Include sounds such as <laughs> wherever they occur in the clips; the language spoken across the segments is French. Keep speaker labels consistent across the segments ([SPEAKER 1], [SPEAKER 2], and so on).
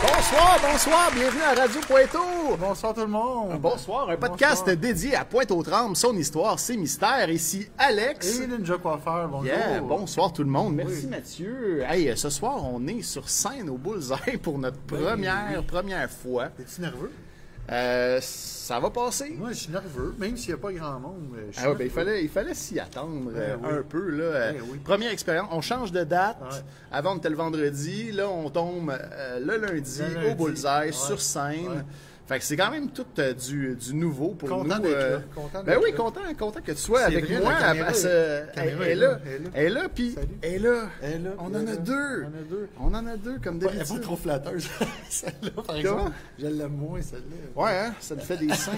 [SPEAKER 1] Bonsoir, bonsoir, bienvenue à Radio Pointeau.
[SPEAKER 2] Bonsoir tout le monde.
[SPEAKER 1] Bonsoir, un podcast
[SPEAKER 2] Bonsoir.
[SPEAKER 1] dédié à Pointe aux Trembles, son histoire, ses mystères. Ici Alex.
[SPEAKER 2] Et Ninja Coiffeur, bonjour.
[SPEAKER 1] Yeah, bonsoir tout le monde. Merci
[SPEAKER 2] Oui.
[SPEAKER 1] Mathieu. Hey, euh, ce soir, on est sur scène au Bullseye pour notre
[SPEAKER 2] Ben
[SPEAKER 1] première première fois.
[SPEAKER 2] T'es-tu nerveux?
[SPEAKER 1] Euh, ça va passer.
[SPEAKER 2] Moi, je suis nerveux, même s'il n'y a pas grand monde. mais Euh, Je suis
[SPEAKER 1] Ah ouais, ben, il
[SPEAKER 2] nerveux.
[SPEAKER 1] fallait il fallait s'y attendre euh,
[SPEAKER 2] oui.
[SPEAKER 1] un peu là. Euh,
[SPEAKER 2] Ben oui.
[SPEAKER 1] Première expérience, on change de date.
[SPEAKER 2] Ouais.
[SPEAKER 1] Avant on était le vendredi, là on tombe euh, le lundi
[SPEAKER 2] Le lundi.
[SPEAKER 1] au Bullseye
[SPEAKER 2] Ouais.
[SPEAKER 1] sur scène.
[SPEAKER 2] Ouais.
[SPEAKER 1] Fait que c'est quand même tout euh, du, du nouveau pour
[SPEAKER 2] Content
[SPEAKER 1] nous.
[SPEAKER 2] d'être là. Content
[SPEAKER 1] ben
[SPEAKER 2] d'être
[SPEAKER 1] oui,
[SPEAKER 2] là.
[SPEAKER 1] content, content que tu sois
[SPEAKER 2] C'est
[SPEAKER 1] avec
[SPEAKER 2] vrai, la
[SPEAKER 1] moi. à-
[SPEAKER 2] caméra
[SPEAKER 1] à ce-
[SPEAKER 2] est- la
[SPEAKER 1] elle,
[SPEAKER 2] caméra
[SPEAKER 1] elle
[SPEAKER 2] est
[SPEAKER 1] est là,
[SPEAKER 2] là, elle est là.
[SPEAKER 1] elle est là, puis
[SPEAKER 2] Salut.
[SPEAKER 1] elle est là.
[SPEAKER 2] Elle est là,
[SPEAKER 1] On
[SPEAKER 2] elle
[SPEAKER 1] en
[SPEAKER 2] est
[SPEAKER 1] a
[SPEAKER 2] là. On
[SPEAKER 1] deux.
[SPEAKER 2] en a deux.
[SPEAKER 1] On en a deux comme
[SPEAKER 2] Elle est pas
[SPEAKER 1] d'habitude.
[SPEAKER 2] trop flatteuse, <laughs> celle-là, par
[SPEAKER 1] Comment?
[SPEAKER 2] exemple. Je l'aime moins, celle-là.
[SPEAKER 1] Ouais, hein, ça nous fait des
[SPEAKER 2] <laughs>
[SPEAKER 1] seins.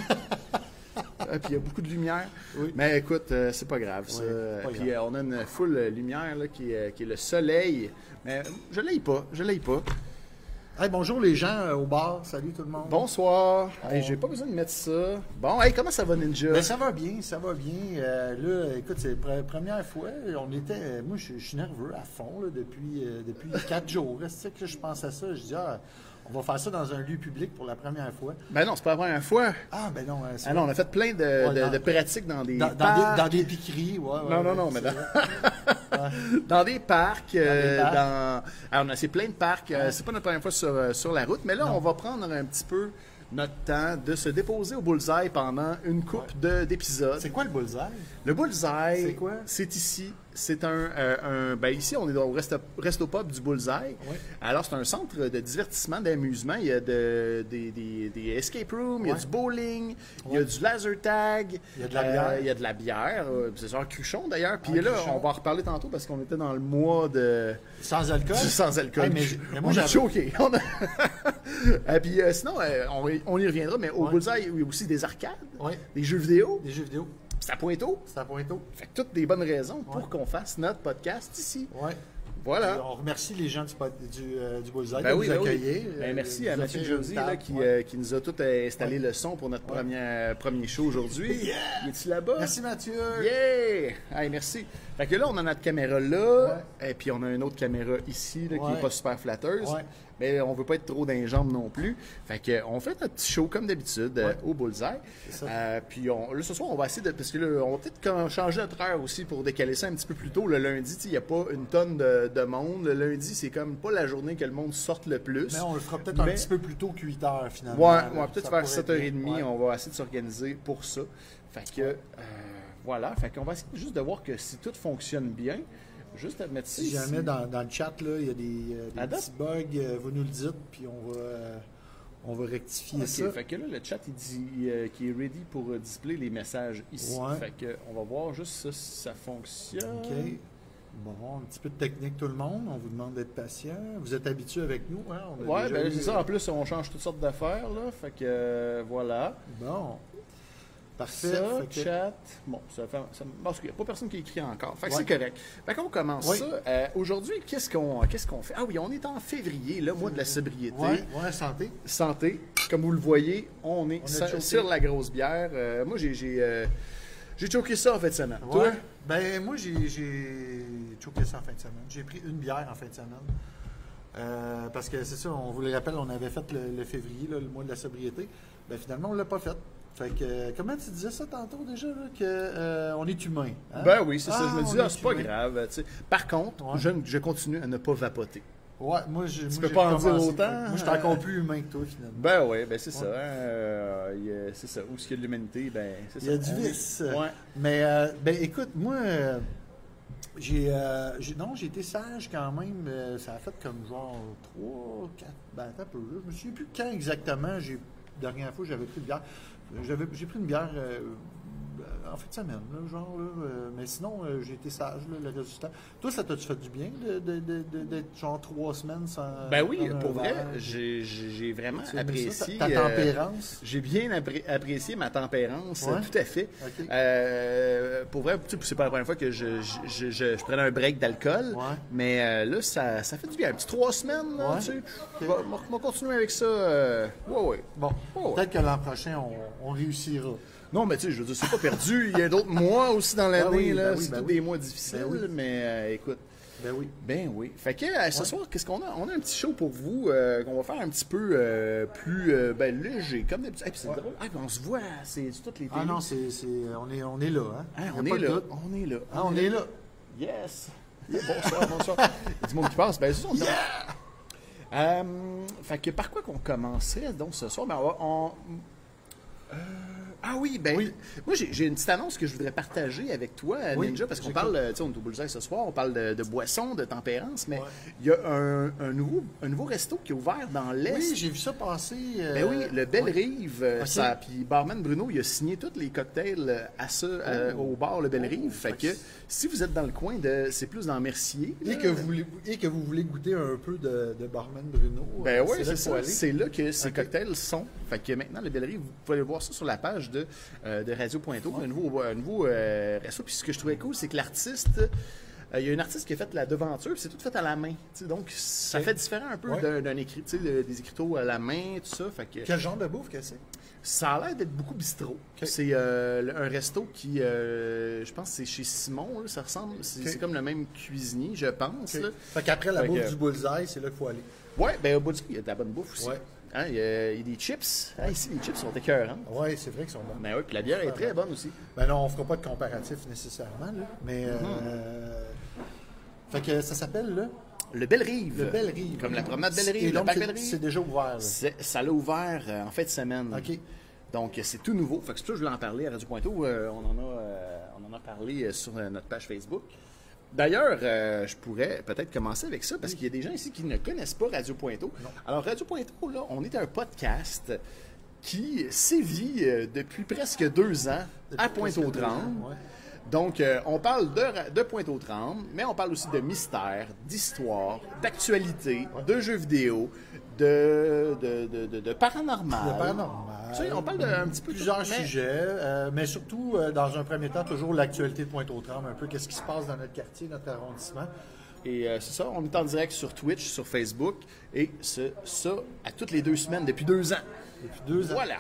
[SPEAKER 1] Et puis il y a beaucoup de lumière.
[SPEAKER 2] Oui.
[SPEAKER 1] Mais écoute, euh, c'est pas grave. ça.
[SPEAKER 2] Oui, c'est pas
[SPEAKER 1] puis
[SPEAKER 2] grave.
[SPEAKER 1] euh, on a une foule euh, lumière là, qui, euh, qui est le soleil. Mais euh, je l'ai pas, je l'ai pas.
[SPEAKER 2] Hey, bonjour les gens euh, au bar, salut tout le monde.
[SPEAKER 1] Bonsoir. Hey, J'ai pas besoin de mettre ça. Bon, hey, comment ça va, Ninja?
[SPEAKER 2] Ben, ça va bien, ça va bien. Euh, là, écoute, c'est la pre- première fois. On était, moi, je je suis nerveux à fond là, depuis, euh, <laughs> depuis quatre jours. C'est que je pense à ça. Je dis, ah, on va faire ça dans un lieu public pour la première fois.
[SPEAKER 1] Ben non, c'est pas la première fois.
[SPEAKER 2] Ah, ben non, euh, c'est
[SPEAKER 1] Ah non, on a fait plein de, de-
[SPEAKER 2] dans-
[SPEAKER 1] de pratiques dans des
[SPEAKER 2] Dans, dans
[SPEAKER 1] parcs.
[SPEAKER 2] des, dans des piqueries, ouais. ouais,
[SPEAKER 1] Non, non,
[SPEAKER 2] ouais,
[SPEAKER 1] non,
[SPEAKER 2] c'est
[SPEAKER 1] mais dans, <laughs>
[SPEAKER 2] vrai.
[SPEAKER 1] dans des parcs. euh,
[SPEAKER 2] parcs.
[SPEAKER 1] dans- ah, on a essayé plein de parcs. euh, C'est pas notre première fois sur, euh, sur la route, mais là, on va prendre un petit peu notre temps de se déposer au bullseye pendant une coupe de d'épisodes.
[SPEAKER 2] C'est quoi le bullseye?
[SPEAKER 1] Le bullseye,
[SPEAKER 2] C'est quoi?
[SPEAKER 1] C'est ici. C'est un, euh, un- ben ici on est au resto, resto pub du bullseye.
[SPEAKER 2] Ouais.
[SPEAKER 1] Alors c'est un centre de divertissement, d'amusement. Il y a de- des, des- des escape rooms, il y a
[SPEAKER 2] Ouais.
[SPEAKER 1] du bowling, il y a du laser tag,
[SPEAKER 2] Il y a de la bière.
[SPEAKER 1] il y a de la bière. euh, c'est genre cruchon d'ailleurs. Puis
[SPEAKER 2] Un
[SPEAKER 1] là
[SPEAKER 2] cruchon.
[SPEAKER 1] on va en reparler tantôt parce qu'on était dans le mois de
[SPEAKER 2] Sans alcool?
[SPEAKER 1] du sans alcool.
[SPEAKER 2] Hey, mais, j- mais moi,
[SPEAKER 1] on a
[SPEAKER 2] j'avais-
[SPEAKER 1] choqué. <laughs> On a- Et puis euh, sinon euh, on, y- on y reviendra, mais au
[SPEAKER 2] Ouais.
[SPEAKER 1] bullseye il y a aussi des arcades,
[SPEAKER 2] Ouais.
[SPEAKER 1] des jeux vidéo.
[SPEAKER 2] Des jeux vidéo.
[SPEAKER 1] Ça pointe haut.
[SPEAKER 2] C'est à Pointeau.
[SPEAKER 1] Fait que toutes des bonnes raisons pour
[SPEAKER 2] Ouais.
[SPEAKER 1] qu'on fasse notre podcast ici.
[SPEAKER 2] Ouais. Et
[SPEAKER 1] Voilà.
[SPEAKER 2] On remercie les gens du, pod- du, euh, du bullseye de
[SPEAKER 1] Ben oui,
[SPEAKER 2] nous
[SPEAKER 1] ben oui.
[SPEAKER 2] accueillir.
[SPEAKER 1] Ben,
[SPEAKER 2] euh, de
[SPEAKER 1] merci
[SPEAKER 2] nous
[SPEAKER 1] à Mathieu
[SPEAKER 2] offrir une
[SPEAKER 1] Josie
[SPEAKER 2] table.
[SPEAKER 1] là, qui,
[SPEAKER 2] Ouais.
[SPEAKER 1] euh, qui nous a tout euh, installé le son pour notre première- euh, premier show aujourd'hui. Il est-tu là-bas?
[SPEAKER 2] Merci Mathieu.
[SPEAKER 1] Yeah! Hey, merci. Fait que là, on a notre caméra là, et puis on a une autre caméra ici là, qui
[SPEAKER 2] Ouais.
[SPEAKER 1] n'est pas super flatteuse.
[SPEAKER 2] Ouais.
[SPEAKER 1] Mais on veut pas être trop dans les jambes non plus. Fait que euh, on fait notre petit show comme d'habitude euh, au bullseye.
[SPEAKER 2] ça.
[SPEAKER 1] Euh, puis on, là, ce soir, on va essayer de. Parce que là, on va peut-être comme changer notre heure aussi pour décaler ça un petit peu plus tôt. Le lundi, tu sais, il n'y a pas une tonne de, de monde. Le lundi, c'est comme pas la journée que le monde sorte le plus.
[SPEAKER 2] Mais on le fera peut-être un
[SPEAKER 1] Mais-
[SPEAKER 2] petit peu plus tôt que 8 heures finalement.
[SPEAKER 1] Ouais,
[SPEAKER 2] là.
[SPEAKER 1] ouais, peut-être
[SPEAKER 2] Ça
[SPEAKER 1] vers
[SPEAKER 2] pourrait
[SPEAKER 1] 7h30,
[SPEAKER 2] être- ouais.
[SPEAKER 1] on va essayer de s'organiser pour ça. Fait que, euh, voilà, fait qu'on va essayer juste de voir que si tout fonctionne bien, juste à mettre ça
[SPEAKER 2] Si
[SPEAKER 1] ici.
[SPEAKER 2] jamais dans, dans le chat, là, il y a des, euh, des
[SPEAKER 1] À date?
[SPEAKER 2] petits bugs, euh, vous nous le dites, puis on va, euh, on va rectifier
[SPEAKER 1] Ok,
[SPEAKER 2] ça.
[SPEAKER 1] fait que là, le chat, il dit euh, qu'il est ready pour euh, display les messages ici.
[SPEAKER 2] Ouais.
[SPEAKER 1] Fait que, on va voir juste ça, si ça fonctionne.
[SPEAKER 2] OK. Bon, un petit peu de technique tout le monde. On vous demande d'être patient. Vous êtes habitués avec nous. Hein? On a
[SPEAKER 1] Ouais,
[SPEAKER 2] déjà
[SPEAKER 1] ben
[SPEAKER 2] eu-
[SPEAKER 1] c'est ça. En plus, on change toutes sortes d'affaires, là. Fait que, euh, voilà.
[SPEAKER 2] Bon. Parfait.
[SPEAKER 1] Ça,
[SPEAKER 2] Fait que-
[SPEAKER 1] chat. Bon, ça fait. Ça, parce qu'il n'y a pas personne qui écrit encore. Fait que
[SPEAKER 2] Ouais.
[SPEAKER 1] c'est correct. Fait qu'on commence
[SPEAKER 2] Oui.
[SPEAKER 1] ça. Euh, Aujourd'hui, qu'est-ce qu'on qu'est-ce qu'on fait? Ah oui, on est en février, le mois de la sobriété.
[SPEAKER 2] Ouais, ouais, santé.
[SPEAKER 1] Santé. Comme vous le voyez, on est
[SPEAKER 2] On a
[SPEAKER 1] sur,
[SPEAKER 2] choqué.
[SPEAKER 1] sur la grosse bière. Euh, moi, j'ai. J'ai euh, j'ai choqué ça en fait de semaine. Toi?
[SPEAKER 2] Ouais. Ben, moi, j'ai- j'ai choqué ça en fin de semaine. J'ai pris une bière en fin de semaine. Euh, parce que c'est ça, on vous le rappelle, on avait fait le, le février, là, le mois de la sobriété. Ben, finalement, on l'a pas fait. Fait que, euh, comment tu disais ça tantôt déjà, là, que euh, on est humain? hein?
[SPEAKER 1] Ben oui, c'est ça.
[SPEAKER 2] Ah,
[SPEAKER 1] Je me dis,
[SPEAKER 2] on
[SPEAKER 1] ah,
[SPEAKER 2] est
[SPEAKER 1] c'est pas
[SPEAKER 2] humain.
[SPEAKER 1] grave. tu sais. Par contre,
[SPEAKER 2] Ouais.
[SPEAKER 1] je, je continue à ne pas vapoter.
[SPEAKER 2] Ouais, moi, je, moi,
[SPEAKER 1] peux
[SPEAKER 2] j'ai
[SPEAKER 1] pas en dire
[SPEAKER 2] recommencé.
[SPEAKER 1] autant,
[SPEAKER 2] Moi, je suis
[SPEAKER 1] euh,
[SPEAKER 2] encore plus humain que toi, finalement.
[SPEAKER 1] Ben oui, ben c'est ça. hein, euh, il y a- c'est ça. Où est-ce qu'il y a de l'humanité? Ben, c'est ça.
[SPEAKER 2] Il y a du
[SPEAKER 1] On est-
[SPEAKER 2] vice.
[SPEAKER 1] Ouais.
[SPEAKER 2] Mais euh, ben, écoute, moi, euh, j'ai, euh, j'ai- non, j'ai été sage quand même. euh, ça a fait comme genre 3, 4, ben attends un peu. là, je me souviens plus quand exactement. J'ai, dernière fois, j'avais pris une bière. J'avais, j'ai pris une bière euh, en fin de semaine, là, genre. là, euh, mais sinon, euh, j'ai été sage là, le reste du temps. Toi, ça t'a-tu fait du bien de, de- de- de- d'être genre 3 semaines sans.
[SPEAKER 1] Ben oui,
[SPEAKER 2] prendre un
[SPEAKER 1] pour vrai,
[SPEAKER 2] verre?
[SPEAKER 1] j'ai j'ai- j'ai vraiment
[SPEAKER 2] Tu as aimé ça,
[SPEAKER 1] apprécié.
[SPEAKER 2] ta, ta
[SPEAKER 1] euh,
[SPEAKER 2] tempérance.
[SPEAKER 1] j'ai bien appré- apprécié ma tempérance,
[SPEAKER 2] Ouais?
[SPEAKER 1] euh, tout à fait.
[SPEAKER 2] Ok.
[SPEAKER 1] Euh, pour vrai, tu sais, c'est pas la première fois que je, je, je- je- je prenais un break d'alcool,
[SPEAKER 2] Ouais.
[SPEAKER 1] mais euh, là, ça, ça fait du bien. Un petit trois semaines, là,
[SPEAKER 2] Ouais.
[SPEAKER 1] tu sais.
[SPEAKER 2] Ok.
[SPEAKER 1] Va- m'a- m'a continuer avec ça. euh, ouais, ouais.
[SPEAKER 2] Bon,
[SPEAKER 1] Oh, ouais.
[SPEAKER 2] peut-être que l'an prochain, on- on réussira.
[SPEAKER 1] Non, mais tu sais, je veux dire, c'est pas perdu. Il y a d'autres mois aussi dans l'année,
[SPEAKER 2] oui,
[SPEAKER 1] là.
[SPEAKER 2] ben oui,
[SPEAKER 1] c'est
[SPEAKER 2] ben
[SPEAKER 1] tous
[SPEAKER 2] oui.
[SPEAKER 1] des mois difficiles, mais euh, écoute.
[SPEAKER 2] Ben oui.
[SPEAKER 1] Ben oui. Fait que euh, ce soir, qu'est-ce qu'on a On a un petit show pour vous euh, qu'on va faire un petit peu euh, plus euh, ben, léger, comme d'habitude. Hey, puis c'est drôle. Ah, puis on se voit, c'est sur toutes les
[SPEAKER 2] Ah
[SPEAKER 1] télés.
[SPEAKER 2] non, c'est, c'est- on, est, on est là. Hein?
[SPEAKER 1] Hein,
[SPEAKER 2] Y a
[SPEAKER 1] on,
[SPEAKER 2] pas
[SPEAKER 1] est
[SPEAKER 2] de
[SPEAKER 1] là,
[SPEAKER 2] doute.
[SPEAKER 1] on est là.
[SPEAKER 2] Ah, on est là.
[SPEAKER 1] Yes! Bonsoir, bonsoir. Il y a du monde qui passe. Ben, c'est ça, on est- Euh, fait que par quoi qu'on commençait donc ce soir? Ben, on va- on- Euh, Ah oui, ben moi j'ai j'ai une petite annonce que je voudrais partager avec toi,
[SPEAKER 2] Oui,
[SPEAKER 1] Ninja, parce qu'on
[SPEAKER 2] j'écoute.
[SPEAKER 1] parle, euh, tu sais, on est au Bullseye ce soir, on parle de, de boissons, de tempérance, mais il y a un, un nouveau, un nouveau resto qui est ouvert dans l'Est.
[SPEAKER 2] Oui, j'ai vu ça passer. euh,
[SPEAKER 1] Ben oui, le Belle
[SPEAKER 2] ouais.
[SPEAKER 1] Rive, euh,
[SPEAKER 2] Ok.
[SPEAKER 1] ça, puis Barman Bruno, il a signé tous les cocktails euh, à ça, euh,
[SPEAKER 2] Oh.
[SPEAKER 1] au bar Le Belle Rive. fait que si vous êtes dans le coin de, c'est plus dans Mercier. là.
[SPEAKER 2] Et que, vous voulez, et que vous voulez goûter un peu de, de Barman Bruno.
[SPEAKER 1] Ben
[SPEAKER 2] euh,
[SPEAKER 1] oui,
[SPEAKER 2] là
[SPEAKER 1] c'est
[SPEAKER 2] qu'il faut
[SPEAKER 1] ça.
[SPEAKER 2] aller.
[SPEAKER 1] C'est là que ces
[SPEAKER 2] Ok.
[SPEAKER 1] cocktails sont. Fait que maintenant, le Belle Rive, vous pouvez voir ça sur la page de, euh, de Radio Pointeau, un nouveau, un nouveau euh, resto. Puis ce que je trouvais cool, c'est que l'artiste. euh, Il y a une artiste qui a fait la devanture, puis c'est tout fait à la main. tu sais. donc, ça
[SPEAKER 2] Ok.
[SPEAKER 1] fait différent un peu
[SPEAKER 2] Ouais.
[SPEAKER 1] d'un- d'un écrit, tu sais, de- des écriteaux à la main, tout ça. Fait que,
[SPEAKER 2] Quel genre de bouffe que c'est?
[SPEAKER 1] Ça a l'air d'être beaucoup bistrot. C'est euh, le- un resto qui, euh, je pense, que c'est chez Simon. là, ça ressemble, c'est
[SPEAKER 2] Ok.
[SPEAKER 1] c'est comme le même cuisinier, je pense. là.
[SPEAKER 2] Fait qu'après la
[SPEAKER 1] Fait
[SPEAKER 2] bouffe
[SPEAKER 1] que-
[SPEAKER 2] du bullseye, c'est là qu'il faut aller.
[SPEAKER 1] Ouais, ben au bout du coup, il y a de la bonne bouffe aussi.
[SPEAKER 2] Ouais.
[SPEAKER 1] Hein, il, y a, il y a des chips. Ah, ici, les chips sont écœurants.
[SPEAKER 2] Oui, c'est vrai qu'ils sont bons.
[SPEAKER 1] Ben oui, puis la bière est très bonne aussi.
[SPEAKER 2] Ben non, on fera pas de comparatif nécessairement, là. Mais. euh, Fait que ça s'appelle, là,
[SPEAKER 1] Le Belle Rive.
[SPEAKER 2] le Belle Rive.
[SPEAKER 1] Comme la promenade Belle
[SPEAKER 2] Et
[SPEAKER 1] Rive, le
[SPEAKER 2] donc,
[SPEAKER 1] parc
[SPEAKER 2] c'est-
[SPEAKER 1] Belle Rive.
[SPEAKER 2] C'est déjà ouvert, là.
[SPEAKER 1] C'est- Ça l'a ouvert euh, en fin de semaine.
[SPEAKER 2] OK.
[SPEAKER 1] Donc, euh, c'est tout nouveau. Fait que c'est pour ça que je voulais en parler à Radio Pointeau. Euh, on, en a, euh, on en a parlé euh, sur euh, notre page Facebook. D'ailleurs, euh, je pourrais peut-être commencer avec ça parce qu'il y a des gens ici qui ne connaissent pas Radio Pointeau. Alors, Radio Pointeau, là, on est un podcast qui sévit euh, depuis presque deux ans à
[SPEAKER 2] Depuis presque
[SPEAKER 1] Pointe-aux-Trembles.
[SPEAKER 2] deux ans, ouais.
[SPEAKER 1] Donc, euh, on parle de, ra- de pointe aux trembles, mais on parle aussi de mystère, d'histoire, d'actualité, de jeux vidéo, de, de, de, de- de paranormal.
[SPEAKER 2] Le paranormal. Mm-hmm.
[SPEAKER 1] Tu sais, on parle d'un petit peu de
[SPEAKER 2] Plusieurs
[SPEAKER 1] tout, mais-
[SPEAKER 2] sujets, euh, mais surtout, euh, dans un premier temps, toujours l'actualité de Pointe-aux-Trembles, un peu qu'est-ce qui se passe dans notre quartier, notre arrondissement.
[SPEAKER 1] Et euh, c'est ça, on est en direct sur Twitch, sur Facebook, et ce, ça à toutes les deux semaines depuis deux ans.
[SPEAKER 2] Depuis deux ans,
[SPEAKER 1] Voilà.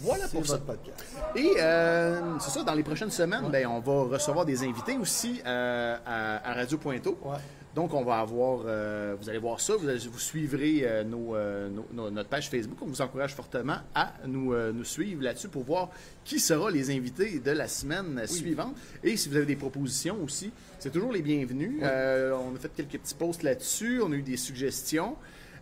[SPEAKER 1] Voilà
[SPEAKER 2] c'est
[SPEAKER 1] pour
[SPEAKER 2] votre
[SPEAKER 1] ça.
[SPEAKER 2] podcast.
[SPEAKER 1] Et euh, c'est ça, dans les prochaines semaines, ben, on va recevoir des invités aussi euh, à, à Radio Pointeau.
[SPEAKER 2] Ouais.
[SPEAKER 1] Donc, on va avoir, euh, vous allez voir ça, vous, allez- vous suivrez euh, nos, euh, nos- nos- notre page Facebook. On vous encourage fortement à nous, euh, nous suivre là-dessus pour voir qui sera les invités de la semaine euh, suivante. Et si vous avez des propositions aussi, c'est toujours les bienvenus. Euh, on a fait quelques petits posts là-dessus, on a eu des suggestions.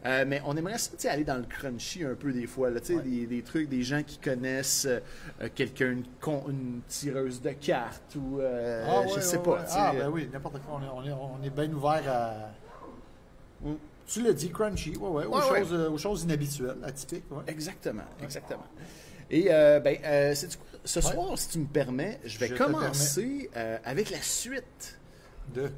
[SPEAKER 1] Euh, mais on aimerait ça, tu sais, aller dans le crunchy un peu des fois, là, tu sais, des, des trucs, des gens qui connaissent euh, euh, quelqu'un, une, con- une tireuse de cartes ou euh,
[SPEAKER 2] Ah, ouais,
[SPEAKER 1] je
[SPEAKER 2] ouais,
[SPEAKER 1] sais
[SPEAKER 2] ouais.
[SPEAKER 1] pas. tu sais. euh,
[SPEAKER 2] Ah, ben oui, n'importe quoi. On est, on est, on est bien ouvert à. Tu l'as dit, crunchy, ouais, ouais, aux,
[SPEAKER 1] Ouais, ouais.
[SPEAKER 2] Choses, euh, aux choses inhabituelles, atypiques. Ouais.
[SPEAKER 1] Exactement, exactement. Et euh, ben, euh, sais-tu quoi? ce soir, si tu me permets, je vais
[SPEAKER 2] Je te
[SPEAKER 1] commencer euh, avec la suite
[SPEAKER 2] De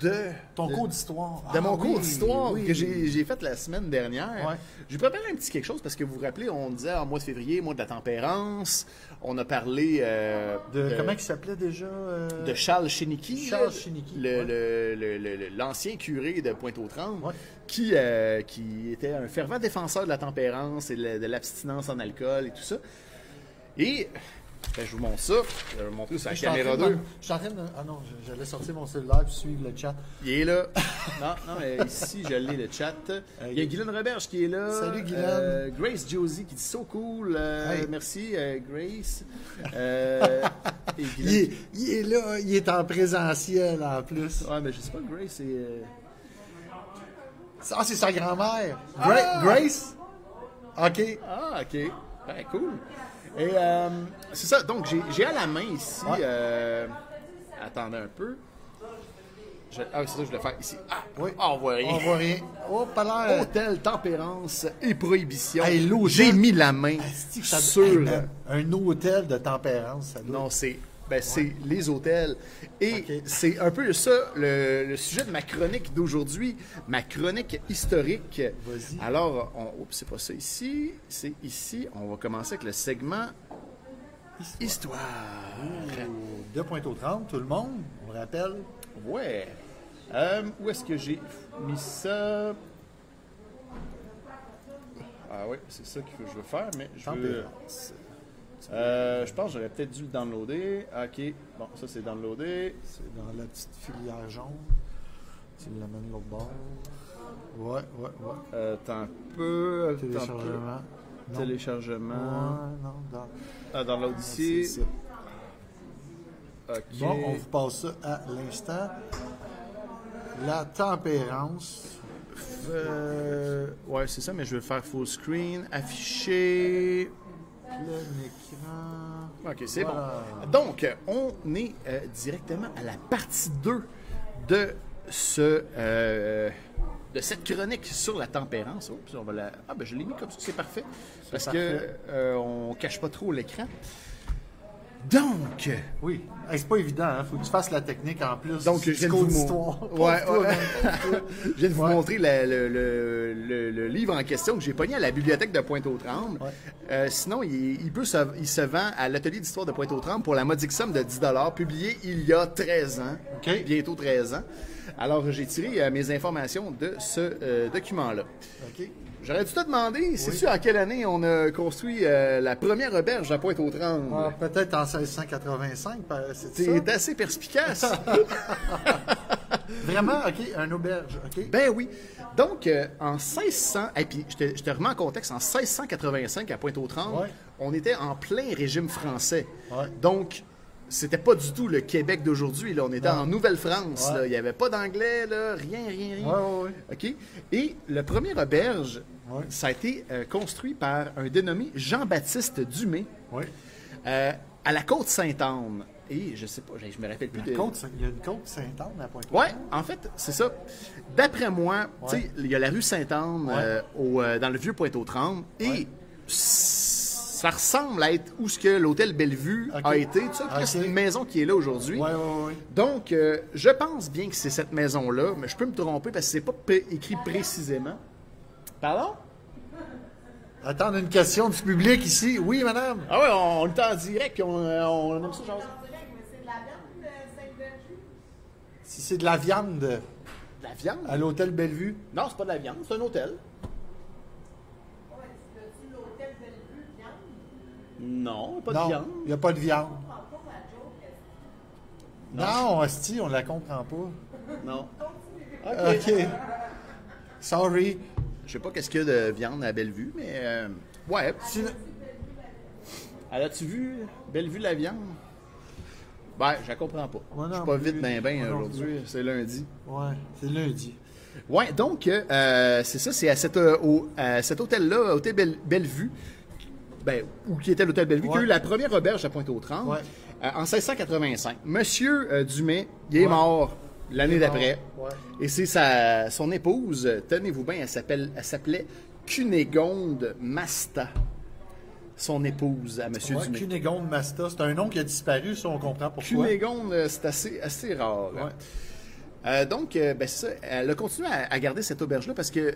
[SPEAKER 1] de
[SPEAKER 2] ton
[SPEAKER 1] de-
[SPEAKER 2] cours d'histoire.
[SPEAKER 1] de
[SPEAKER 2] Ah,
[SPEAKER 1] mon cours
[SPEAKER 2] oui,
[SPEAKER 1] d'histoire
[SPEAKER 2] oui.
[SPEAKER 1] que j'ai j'ai fait la semaine dernière.
[SPEAKER 2] Ouais.
[SPEAKER 1] J'ai préparé un petit quelque chose parce que vous vous rappelez, on disait en mois de février, mois de la tempérance, on a parlé euh,
[SPEAKER 2] De, comment il s'appelait déjà euh,
[SPEAKER 1] de Charles Chenicki,
[SPEAKER 2] Charles
[SPEAKER 1] là,
[SPEAKER 2] Chenicki,
[SPEAKER 1] le-
[SPEAKER 2] ouais.
[SPEAKER 1] le- le- le- le- l'ancien curé de Pointe-aux-Trembles,
[SPEAKER 2] Ouais.
[SPEAKER 1] qui, euh, qui était un fervent défenseur de la tempérance et de la- de l'abstinence en alcool et tout ça. Et ben, je vous montre ça, je vais vous montrer sur la
[SPEAKER 2] Je suis en train
[SPEAKER 1] caméra
[SPEAKER 2] de-
[SPEAKER 1] 2.
[SPEAKER 2] Je suis en train de. Ah non, j'allais sortir mon cellulaire puis suivre le chat.
[SPEAKER 1] Il est là. <laughs> non, non, mais ici, je l'ai, le chat. Il y a Guylaine Roberge qui est là.
[SPEAKER 2] Salut, Guylaine.
[SPEAKER 1] Euh, Grace Josie qui dit so cool. Euh,
[SPEAKER 2] Hey.
[SPEAKER 1] Merci, euh,
[SPEAKER 2] <laughs>
[SPEAKER 1] Grace. Euh, et
[SPEAKER 2] Il est, il est là, il est en présentiel en plus.
[SPEAKER 1] Ouais, mais je sais pas, Grace est. euh,
[SPEAKER 2] Ah, c'est sa grand-mère. Gra-
[SPEAKER 1] Ah!
[SPEAKER 2] Grace? OK.
[SPEAKER 1] Ah, ok. Ben, cool. Et euh, c'est ça, donc j'ai- j'ai à la main ici.
[SPEAKER 2] Ouais.
[SPEAKER 1] euh, attendez un peu. Je- ah, c'est ça, que je vais le faire ici. Ah,
[SPEAKER 2] Oui.
[SPEAKER 1] on voit rien.
[SPEAKER 2] On
[SPEAKER 1] <laughs>
[SPEAKER 2] voit rien. Oh, pas l'air.
[SPEAKER 1] Hôtel, tempérance et prohibition.
[SPEAKER 2] Hey, l'hôtel-
[SPEAKER 1] j'ai mis la main
[SPEAKER 2] Asti, que ça-
[SPEAKER 1] sur.
[SPEAKER 2] Hey, man, un hôtel de tempérance, ça doit
[SPEAKER 1] Non, c'est ben, c'est les hôtels. Et
[SPEAKER 2] Ok.
[SPEAKER 1] c'est un peu ça le, le sujet de ma chronique d'aujourd'hui, ma chronique historique.
[SPEAKER 2] Vas-y.
[SPEAKER 1] Alors, on, oups, c'est pas ça ici, c'est ici. On va commencer avec le segment Histoire.
[SPEAKER 2] être de pointe aux 30, tout le monde, on le rappelle.
[SPEAKER 1] Ouais. Euh, où est-ce que j'ai mis ça? Ah oui, c'est ça qu'il faut que je veux faire, mais je veux...
[SPEAKER 2] Tempérance.
[SPEAKER 1] Euh, je pense que j'aurais peut-être dû le downloader. OK, bon, ça c'est downloadé.
[SPEAKER 2] C'est dans la petite filière jaune. Tu l'amènes de l'autre bord. Ouais, ouais, ouais.
[SPEAKER 1] Euh, Attends un peu. attends un peu.
[SPEAKER 2] Téléchargement. Non.
[SPEAKER 1] Téléchargement.
[SPEAKER 2] Ouais, non, dans-
[SPEAKER 1] Ah, dans l'autre
[SPEAKER 2] c'est
[SPEAKER 1] ici.
[SPEAKER 2] ça.
[SPEAKER 1] Ok.
[SPEAKER 2] Bon, on vous passe ça à l'instant. La tempérance.
[SPEAKER 1] Euh, ouais, c'est ça, mais je vais faire full screen, afficher.
[SPEAKER 2] Le écran.
[SPEAKER 1] Ok, c'est
[SPEAKER 2] Voilà.
[SPEAKER 1] bon. Donc, euh, on est euh, directement à la partie 2 de ce. euh, de cette chronique sur la tempérance. Oups, on va la... Ah, ben je l'ai mis comme ça, c'est parfait. Parce
[SPEAKER 2] parfait.
[SPEAKER 1] que euh, on cache pas trop l'écran. Donc,
[SPEAKER 2] Oui. Hey, c'est pas évident, hein. Faut que tu fasses la technique en plus.
[SPEAKER 1] Donc, je
[SPEAKER 2] du
[SPEAKER 1] viens de
[SPEAKER 2] cours
[SPEAKER 1] vous, mon-
[SPEAKER 2] d'histoire.
[SPEAKER 1] Ouais,
[SPEAKER 2] Pauvre toi,
[SPEAKER 1] ouais.
[SPEAKER 2] man.
[SPEAKER 1] <laughs> je viens de vous montrer la- le, le- le- le livre en question que j'ai pogné à la bibliothèque de Pointe-aux-Trembles.
[SPEAKER 2] Ouais.
[SPEAKER 1] Euh, sinon, il, il peut se, il se vend à l'atelier d'histoire de Pointe-aux-Trembles pour la modique somme de 10 publié il y a 13 ans.
[SPEAKER 2] OK.
[SPEAKER 1] Bientôt 13 ans. Alors, j'ai tiré euh, mes informations de ce euh, document-là.
[SPEAKER 2] OK.
[SPEAKER 1] J'aurais dû te demander, sais-tu en quelle année on a construit euh, la première auberge à Pointe-aux-Trembles?
[SPEAKER 2] Ah, Peut-être en 1685, par- c'est ça?
[SPEAKER 1] C'est assez
[SPEAKER 2] <laughs>
[SPEAKER 1] perspicace.
[SPEAKER 2] Vraiment, OK, un auberge, OK?
[SPEAKER 1] Ben oui. Donc, euh, en 1600, et puis je te, je te remets en contexte, en 1685 à Pointe-aux-Trembles,
[SPEAKER 2] Ouais.
[SPEAKER 1] on était en plein régime français.
[SPEAKER 2] Ouais.
[SPEAKER 1] Donc, c'était pas du tout le Québec d'aujourd'hui. là. On était en Nouvelle-France.
[SPEAKER 2] Ouais.
[SPEAKER 1] là. Il n'y avait pas d'anglais, là, rien, rien, rien.
[SPEAKER 2] Ouais, ouais, ouais.
[SPEAKER 1] OK? Et le premier auberge,
[SPEAKER 2] Ouais.
[SPEAKER 1] ça a été euh, construit par un dénommé Jean-Baptiste Dumais
[SPEAKER 2] Oui.
[SPEAKER 1] euh, à la Côte-Sainte-Anne. Et je sais pas, je, je me rappelle plus
[SPEAKER 2] La
[SPEAKER 1] de...
[SPEAKER 2] côte Saint- il y a une côte Sainte-Anne à pointe
[SPEAKER 1] Ouais, en fait, c'est ça. D'après moi, tu sais,
[SPEAKER 2] Ouais.
[SPEAKER 1] il y a la rue Sainte-Anne
[SPEAKER 2] Ouais.
[SPEAKER 1] euh, au, euh, dans le vieux Pointe-aux-Trembles et
[SPEAKER 2] Ouais.
[SPEAKER 1] ça ressemble à être où ce que l'hôtel Bellevue
[SPEAKER 2] Ok.
[SPEAKER 1] a été. Tu sais, parce que c'est
[SPEAKER 2] Ok.
[SPEAKER 1] une maison qui est là aujourd'hui.
[SPEAKER 2] Ouais, ouais, ouais.
[SPEAKER 1] Donc, euh, je pense bien que c'est cette maison-là, mais je peux me tromper parce que c'est pas p- écrit précisément. Pardon?
[SPEAKER 2] Attends, on a une question du public ici. Oui, madame?
[SPEAKER 1] Ah ouais, on, on le tend en direct puis on, euh, on aime ça, genre.
[SPEAKER 3] C'est de la viande, euh, Sainte-Bergie?
[SPEAKER 2] Si c'est de la viande
[SPEAKER 1] De la viande?
[SPEAKER 2] à l'hôtel Bellevue.
[SPEAKER 1] Non, c'est pas de la viande, c'est un hôtel.
[SPEAKER 3] Ouais, tu l'as-tu l'hôtel Bellevue, viande?
[SPEAKER 1] Non, pas de
[SPEAKER 2] non,
[SPEAKER 1] viande.
[SPEAKER 2] il n'y a pas de viande.
[SPEAKER 3] Je comprends pas la joke. est-ce
[SPEAKER 2] Non, hostie, on la comprend pas.
[SPEAKER 1] Non.
[SPEAKER 2] OK. Sorry.
[SPEAKER 1] Je sais pas qu'est-ce qu'il y a de viande à Bellevue, mais euh, ouais.
[SPEAKER 2] Sinon-
[SPEAKER 1] Elle a-tu vu Bellevue la viande? Ben, je la comprends pas.
[SPEAKER 2] Moi
[SPEAKER 1] je
[SPEAKER 2] non
[SPEAKER 1] suis pas
[SPEAKER 2] plus.
[SPEAKER 1] vite ben ben
[SPEAKER 2] Moi non
[SPEAKER 1] aujourd'hui.
[SPEAKER 2] plus.
[SPEAKER 1] C'est lundi.
[SPEAKER 2] Ouais, c'est lundi.
[SPEAKER 1] Ouais, donc euh, c'est ça, c'est à, cette, euh, au- à cet hôtel-là, hôtel Belle- Bellevue, ben, ou qui était l'hôtel Bellevue, qui a
[SPEAKER 2] Ouais.
[SPEAKER 1] eu la première auberge à Pointe-aux-Trembles
[SPEAKER 2] Ouais.
[SPEAKER 1] euh, en 1685. Monsieur euh, Dumais, il est
[SPEAKER 2] Ouais.
[SPEAKER 1] mort l'année
[SPEAKER 2] Il est mort,
[SPEAKER 1] d'après.
[SPEAKER 2] ouais.
[SPEAKER 1] Et c'est sa, son épouse, euh, tenez-vous bien, elle, s'appelle, elle s'appelait Cunégonde Masta, son épouse à Monsieur
[SPEAKER 2] Ouais,
[SPEAKER 1] Dumais.
[SPEAKER 2] Cunégonde Masta, c'est un nom qui a disparu, ça on comprend pourquoi.
[SPEAKER 1] Cunégonde, euh, c'est assez, assez rare. hein.
[SPEAKER 2] Ouais.
[SPEAKER 1] Euh, donc, euh, ben, c'est ça, elle a continué à, à garder cette auberge-là parce que,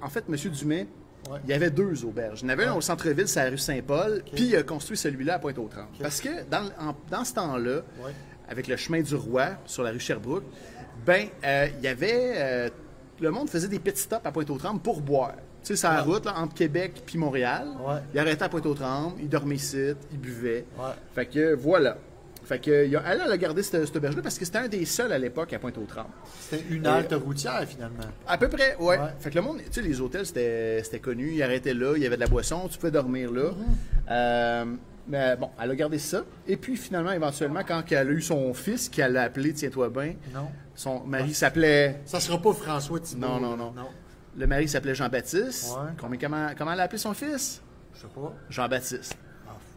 [SPEAKER 1] en fait, M. Dumais,
[SPEAKER 2] Ouais.
[SPEAKER 1] il y avait deux auberges. Il y en avait un au centre-ville, c'est la rue Saint-Paul, puis il a construit celui-là à Pointe-aux-Trembles. Parce que dans, le- en- dans ce temps-là,
[SPEAKER 2] Ouais.
[SPEAKER 1] avec le chemin du roi sur la rue Sherbrooke, ben, euh, il y avait. euh, le monde faisait des petits stops à Pointe-aux-Trembles pour boire. Tu sais, c'est la
[SPEAKER 2] Ouais.
[SPEAKER 1] route là, entre Québec puis Montréal.
[SPEAKER 2] Ouais.
[SPEAKER 1] Il arrêtait à Pointe-aux-Trembles, il dormait ici, il buvait.
[SPEAKER 2] Ouais.
[SPEAKER 1] Fait que voilà. Fait que, il y a- elle, elle a gardé cette, cette auberge-là parce que c'était un des seuls à l'époque à Pointe-aux-Trembles.
[SPEAKER 2] C'était une halte
[SPEAKER 1] Euh,
[SPEAKER 2] routière finalement.
[SPEAKER 1] À peu près, ouais.
[SPEAKER 2] Ouais.
[SPEAKER 1] Fait que le monde, tu sais, les hôtels, c'était c'était connu. Ils arrêtaient là, il y avait de la boisson, tu pouvais dormir là.
[SPEAKER 2] Mm-hmm.
[SPEAKER 1] Euh, mais bon, elle a gardé ça. Et puis finalement, éventuellement, quand elle a eu son fils, qu'elle l'a appelé, tiens-toi bien,
[SPEAKER 2] Non.
[SPEAKER 1] son mari s'appelait.
[SPEAKER 2] Ça sera pas François Thibault.
[SPEAKER 1] Non, non, non. Le mari s'appelait Jean-Baptiste.
[SPEAKER 2] Ouais.
[SPEAKER 1] Combien- Comment, comment elle a appelé son fils?
[SPEAKER 2] Je sais pas.
[SPEAKER 1] Jean-Baptiste.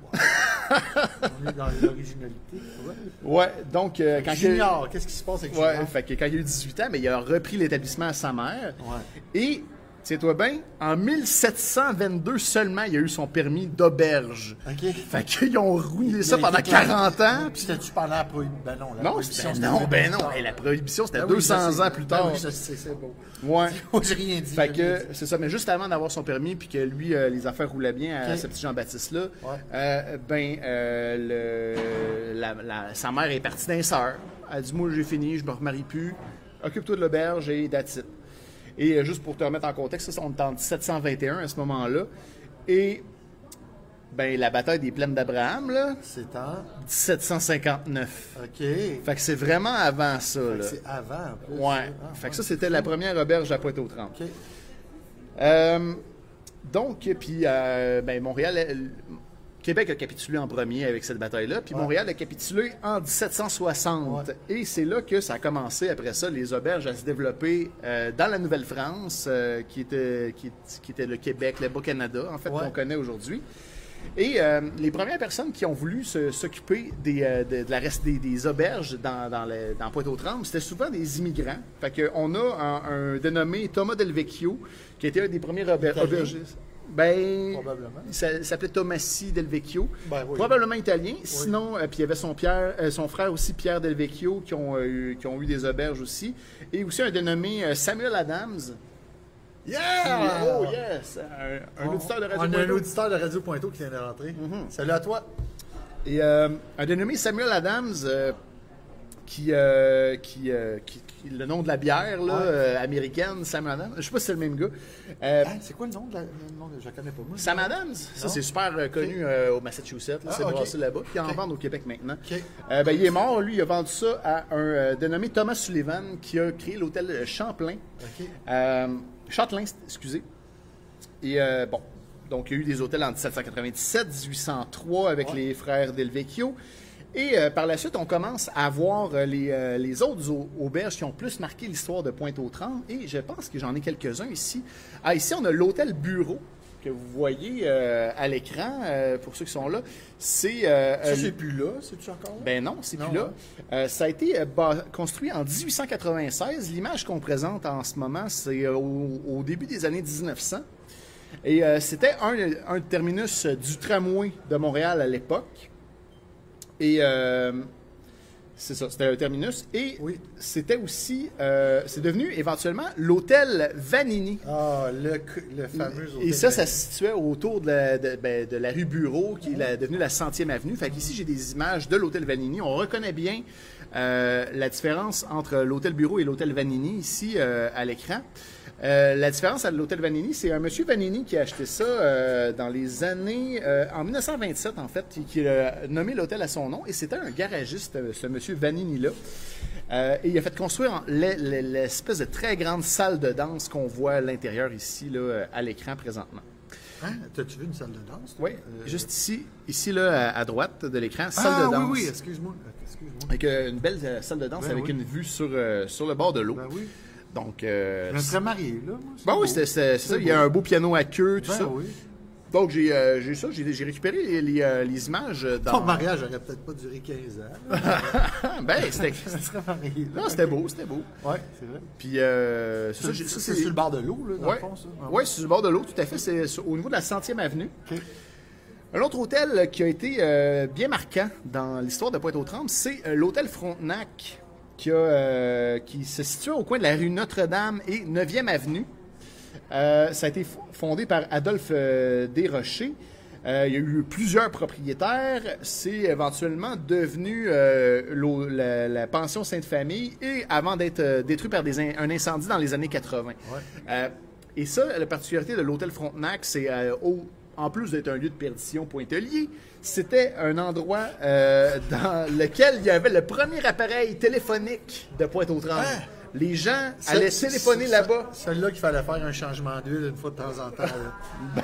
[SPEAKER 2] Enfoiré. <laughs> on est dans l'originalité. Ouais.
[SPEAKER 1] Ouais, donc euh, quand il-
[SPEAKER 2] Junior, qu'est-ce qui se passe avec
[SPEAKER 1] Ouais,
[SPEAKER 2] Junior?
[SPEAKER 1] fait que quand il a eu 18 ans, mais il a repris l'établissement à sa mère.
[SPEAKER 2] Ouais.
[SPEAKER 1] Et, tiens-toi bien, en 1722 seulement, il a eu son permis d'auberge.
[SPEAKER 2] OK.
[SPEAKER 1] Fait qu'ils ont rouillé ça
[SPEAKER 2] Mais
[SPEAKER 1] pendant
[SPEAKER 2] c'était-
[SPEAKER 1] 40 ans.
[SPEAKER 2] Puis
[SPEAKER 1] puis-
[SPEAKER 2] c'était-tu pendant la prohibition? Ben non, la
[SPEAKER 1] Non,
[SPEAKER 2] prohibition.
[SPEAKER 1] ben
[SPEAKER 2] c'était
[SPEAKER 1] non,
[SPEAKER 2] plus
[SPEAKER 1] ben
[SPEAKER 2] tard.
[SPEAKER 1] non. Hey, la prohibition, c'était
[SPEAKER 2] Ben oui,
[SPEAKER 1] 200
[SPEAKER 2] je sais.
[SPEAKER 1] ans plus
[SPEAKER 2] Ben
[SPEAKER 1] tard.
[SPEAKER 2] oui, je sais, c'est beau. <laughs>
[SPEAKER 1] Ouais.
[SPEAKER 2] Moi, j'ai rien dit.
[SPEAKER 1] Fait
[SPEAKER 2] j'ai
[SPEAKER 1] que
[SPEAKER 2] rien dit.
[SPEAKER 1] c'est ça, mais juste avant d'avoir son permis puis que lui euh, les affaires roulaient bien à
[SPEAKER 2] Ok.
[SPEAKER 1] ce petit Jean-Baptiste là,
[SPEAKER 2] Ouais.
[SPEAKER 1] ben euh, le- la- la- sa mère est partie d'un sœur. Elle dit moi j'ai fini, je me remarie plus. Occupe-toi de l'auberge et that's it. Et euh, juste pour te remettre en contexte, ça, on est en 1721 à ce moment-là et Ben, la bataille des plaines d'Abraham, là,
[SPEAKER 2] C'est en.
[SPEAKER 1] 1759.
[SPEAKER 2] OK. Fait
[SPEAKER 1] Fait que c'est vraiment avant ça,
[SPEAKER 2] que
[SPEAKER 1] là.
[SPEAKER 2] C'est avant. en plus.
[SPEAKER 1] Ouais.
[SPEAKER 2] Ah,
[SPEAKER 1] Fait que ça,
[SPEAKER 2] ouais.
[SPEAKER 1] c'était la première auberge à Pointe-aux-Trembles.
[SPEAKER 2] OK.
[SPEAKER 1] Euh, donc, et puis, euh, ben, Montréal, elle- Québec a capitulé en premier avec cette bataille-là, puis
[SPEAKER 2] Ouais.
[SPEAKER 1] Montréal a capitulé en 1760. Et c'est là que ça a commencé, après ça, les auberges à se développer euh, dans la Nouvelle-France, euh, qui, était, qui, est- qui était le Québec, le Bas-Canada, en fait,
[SPEAKER 2] Ouais.
[SPEAKER 1] qu'on connaît aujourd'hui. Et euh, les premières personnes qui ont voulu se- s'occuper des, euh, de, de la reste des, des auberges dans, dans, le- dans Pointe-aux-Trembles, c'était souvent des immigrants. Fait que on a un, un dénommé Thomas Delvecchio, qui était un des premiers auber-
[SPEAKER 2] Italien.
[SPEAKER 1] aubergistes. Ben,
[SPEAKER 2] Probablement.
[SPEAKER 1] il s'a- il s'appelait Tomassi Delvecchio.
[SPEAKER 2] Ben oui.
[SPEAKER 1] Probablement italien. Sinon, euh, puis il y avait son, Pierre, euh, son frère aussi, Pierre Delvecchio, qui ont, euh, eu, qui ont eu des auberges aussi. Et aussi un dénommé euh, Samuel Adams.
[SPEAKER 2] Yeah!
[SPEAKER 1] Oh yes! Un, un
[SPEAKER 2] Ah! On-
[SPEAKER 1] auditeur de Radio
[SPEAKER 2] On a un
[SPEAKER 1] Pointe-aux-Trembles.
[SPEAKER 2] auditeur de Mm-hmm. Radio Pointeau qui vient de rentrer. Salut à toi.
[SPEAKER 1] Et euh, un dénommé Samuel Adams, euh, qui, euh, qui, euh, qui- qui- le nom de la bière là,
[SPEAKER 2] Ouais.
[SPEAKER 1] euh, américaine, Sam Adams, je sais pas si c'est le même gars. Euh,
[SPEAKER 2] Ah, c'est quoi le nom de la. le nom de- Je la connais pas moi.
[SPEAKER 1] Sam Adams, ça
[SPEAKER 2] Non.
[SPEAKER 1] c'est super euh, connu euh, au Massachusetts, là,
[SPEAKER 2] Ah,
[SPEAKER 1] c'est
[SPEAKER 2] ok.
[SPEAKER 1] brassé là-bas, puis ils en
[SPEAKER 2] Ok.
[SPEAKER 1] vendent au Québec maintenant.
[SPEAKER 2] Ok.
[SPEAKER 1] Euh, ben, il est mort, lui, il a vendu ça à un euh, dénommé Thomas Sullivan qui a créé l'hôtel Champlain.
[SPEAKER 2] Ok.
[SPEAKER 1] Euh, Châtelain, c- excusez. Et euh, bon, donc il y a eu des hôtels en 1797, 1803 avec
[SPEAKER 2] Ouais.
[SPEAKER 1] les frères Delvecchio. Et euh, par la suite, on commence à voir euh, les, euh, les autres au- auberges qui ont plus marqué l'histoire de Pointe-aux-Trembles. Et je pense que j'en ai quelques-uns ici. Ah, ici, on a l'hôtel Bureau que vous voyez euh, à l'écran, euh, pour ceux qui sont là. C'est euh,
[SPEAKER 2] Ça,
[SPEAKER 1] euh,
[SPEAKER 2] c'est plus là, c'est-tu encore là?
[SPEAKER 1] ben non, c'est
[SPEAKER 2] Non,
[SPEAKER 1] plus là.
[SPEAKER 2] hein?
[SPEAKER 1] Euh, ça a été euh, bâ- construit en 1896. L'image qu'on présente en ce moment, c'est euh, au, au début des années 1900. Et euh, c'était un, un terminus euh, du tramway de Montréal à l'époque. Et euh, c'est ça, c'était un terminus. Et
[SPEAKER 2] Oui.
[SPEAKER 1] c'était aussi, euh, c'est devenu éventuellement l'hôtel Vanini.
[SPEAKER 2] Ah, le, c- le fameux
[SPEAKER 1] Et
[SPEAKER 2] hôtel
[SPEAKER 1] ça, ça
[SPEAKER 2] Vanille.
[SPEAKER 1] se situait autour de la, de- ben, de la rue Bureau, qui est la- devenue la 100e avenue. Fait qu'ici, j'ai des images de l'hôtel Vanini. On reconnaît bien euh, la différence entre l'hôtel Bureau et l'hôtel Vanini ici euh, à l'écran. Euh, la différence à l'hôtel Vanini, c'est un monsieur Vanini qui a acheté ça euh, dans les années euh, en 1927 en fait, et qui a nommé l'hôtel à son nom. Et c'était un garagiste, euh, ce monsieur Vanini là. Euh, et il a fait construire en- l'e- l'e- l'espèce de très grande salle de danse qu'on voit à l'intérieur ici, là, euh, à l'écran présentement.
[SPEAKER 2] Hein? T'as-tu vu une salle de danse? toi?
[SPEAKER 1] Oui,
[SPEAKER 2] Euh,
[SPEAKER 1] juste ici, ici là, à- à droite de l'écran, salle
[SPEAKER 2] Ah,
[SPEAKER 1] de danse.
[SPEAKER 2] oui, oui, excuse-moi. Excuse-moi.
[SPEAKER 1] Avec euh, une belle euh, salle de danse
[SPEAKER 2] Ben
[SPEAKER 1] avec
[SPEAKER 2] oui.
[SPEAKER 1] une vue sur, euh, sur le bord de l'eau.
[SPEAKER 2] Ben oui.
[SPEAKER 1] Donc, euh,
[SPEAKER 2] Je me serais marié, là. Moi, c'est
[SPEAKER 1] ben
[SPEAKER 2] beau.
[SPEAKER 1] oui, c'était- c'était- c'est ça.
[SPEAKER 2] C'est
[SPEAKER 1] Il y a
[SPEAKER 2] beau.
[SPEAKER 1] un beau piano à queue, tout
[SPEAKER 2] Ben
[SPEAKER 1] ça.
[SPEAKER 2] oui.
[SPEAKER 1] Donc, j'ai euh, j'ai ça, j'ai j'ai récupéré les, les, euh, les images dans.
[SPEAKER 2] Ton mariage aurait peut-être pas duré 15 ans. là.
[SPEAKER 1] ben, c'était.
[SPEAKER 2] Je me serais marié, là.
[SPEAKER 1] Non, c'était beau, c'était beau.
[SPEAKER 2] Oui, c'est vrai.
[SPEAKER 1] Puis, euh, c'est ça,
[SPEAKER 2] Ça,
[SPEAKER 1] j'ai- ça,
[SPEAKER 2] c'est sur le bord de l'eau, là, dans
[SPEAKER 1] Oui,
[SPEAKER 2] le fond, ça. Ah,
[SPEAKER 1] ouais, sur le bord de l'eau, tout à fait. C'est sur- au niveau de la 100e avenue.
[SPEAKER 2] OK.
[SPEAKER 1] Un autre hôtel qui a été euh, bien marquant dans l'histoire de Pointe-aux-Trembles, c'est euh, l'hôtel Frontenac, qui, a, euh, qui se situe au coin de la rue Notre-Dame et 9e avenue. Euh, ça a été fo- fondé par Adolphe euh, Desrochers. Euh, il y a eu plusieurs propriétaires. C'est éventuellement devenu euh, l'eau- la, la pension Sainte-Famille et avant d'être euh, détruit par des in- un incendie dans les années 80. Euh, et ça, la particularité de l'hôtel Frontenac, c'est euh, au- en plus d'être un lieu de perdition pointelier, c'était un endroit euh, dans lequel il y avait le premier appareil téléphonique de Pointe-aux-Trembles.
[SPEAKER 2] Ah!
[SPEAKER 1] Les gens
[SPEAKER 2] Ça,
[SPEAKER 1] allaient
[SPEAKER 2] c'est-
[SPEAKER 1] téléphoner
[SPEAKER 2] c'est-
[SPEAKER 1] là-bas.
[SPEAKER 2] c'est Celle-là qu'il fallait faire un changement d'huile une fois de temps en temps.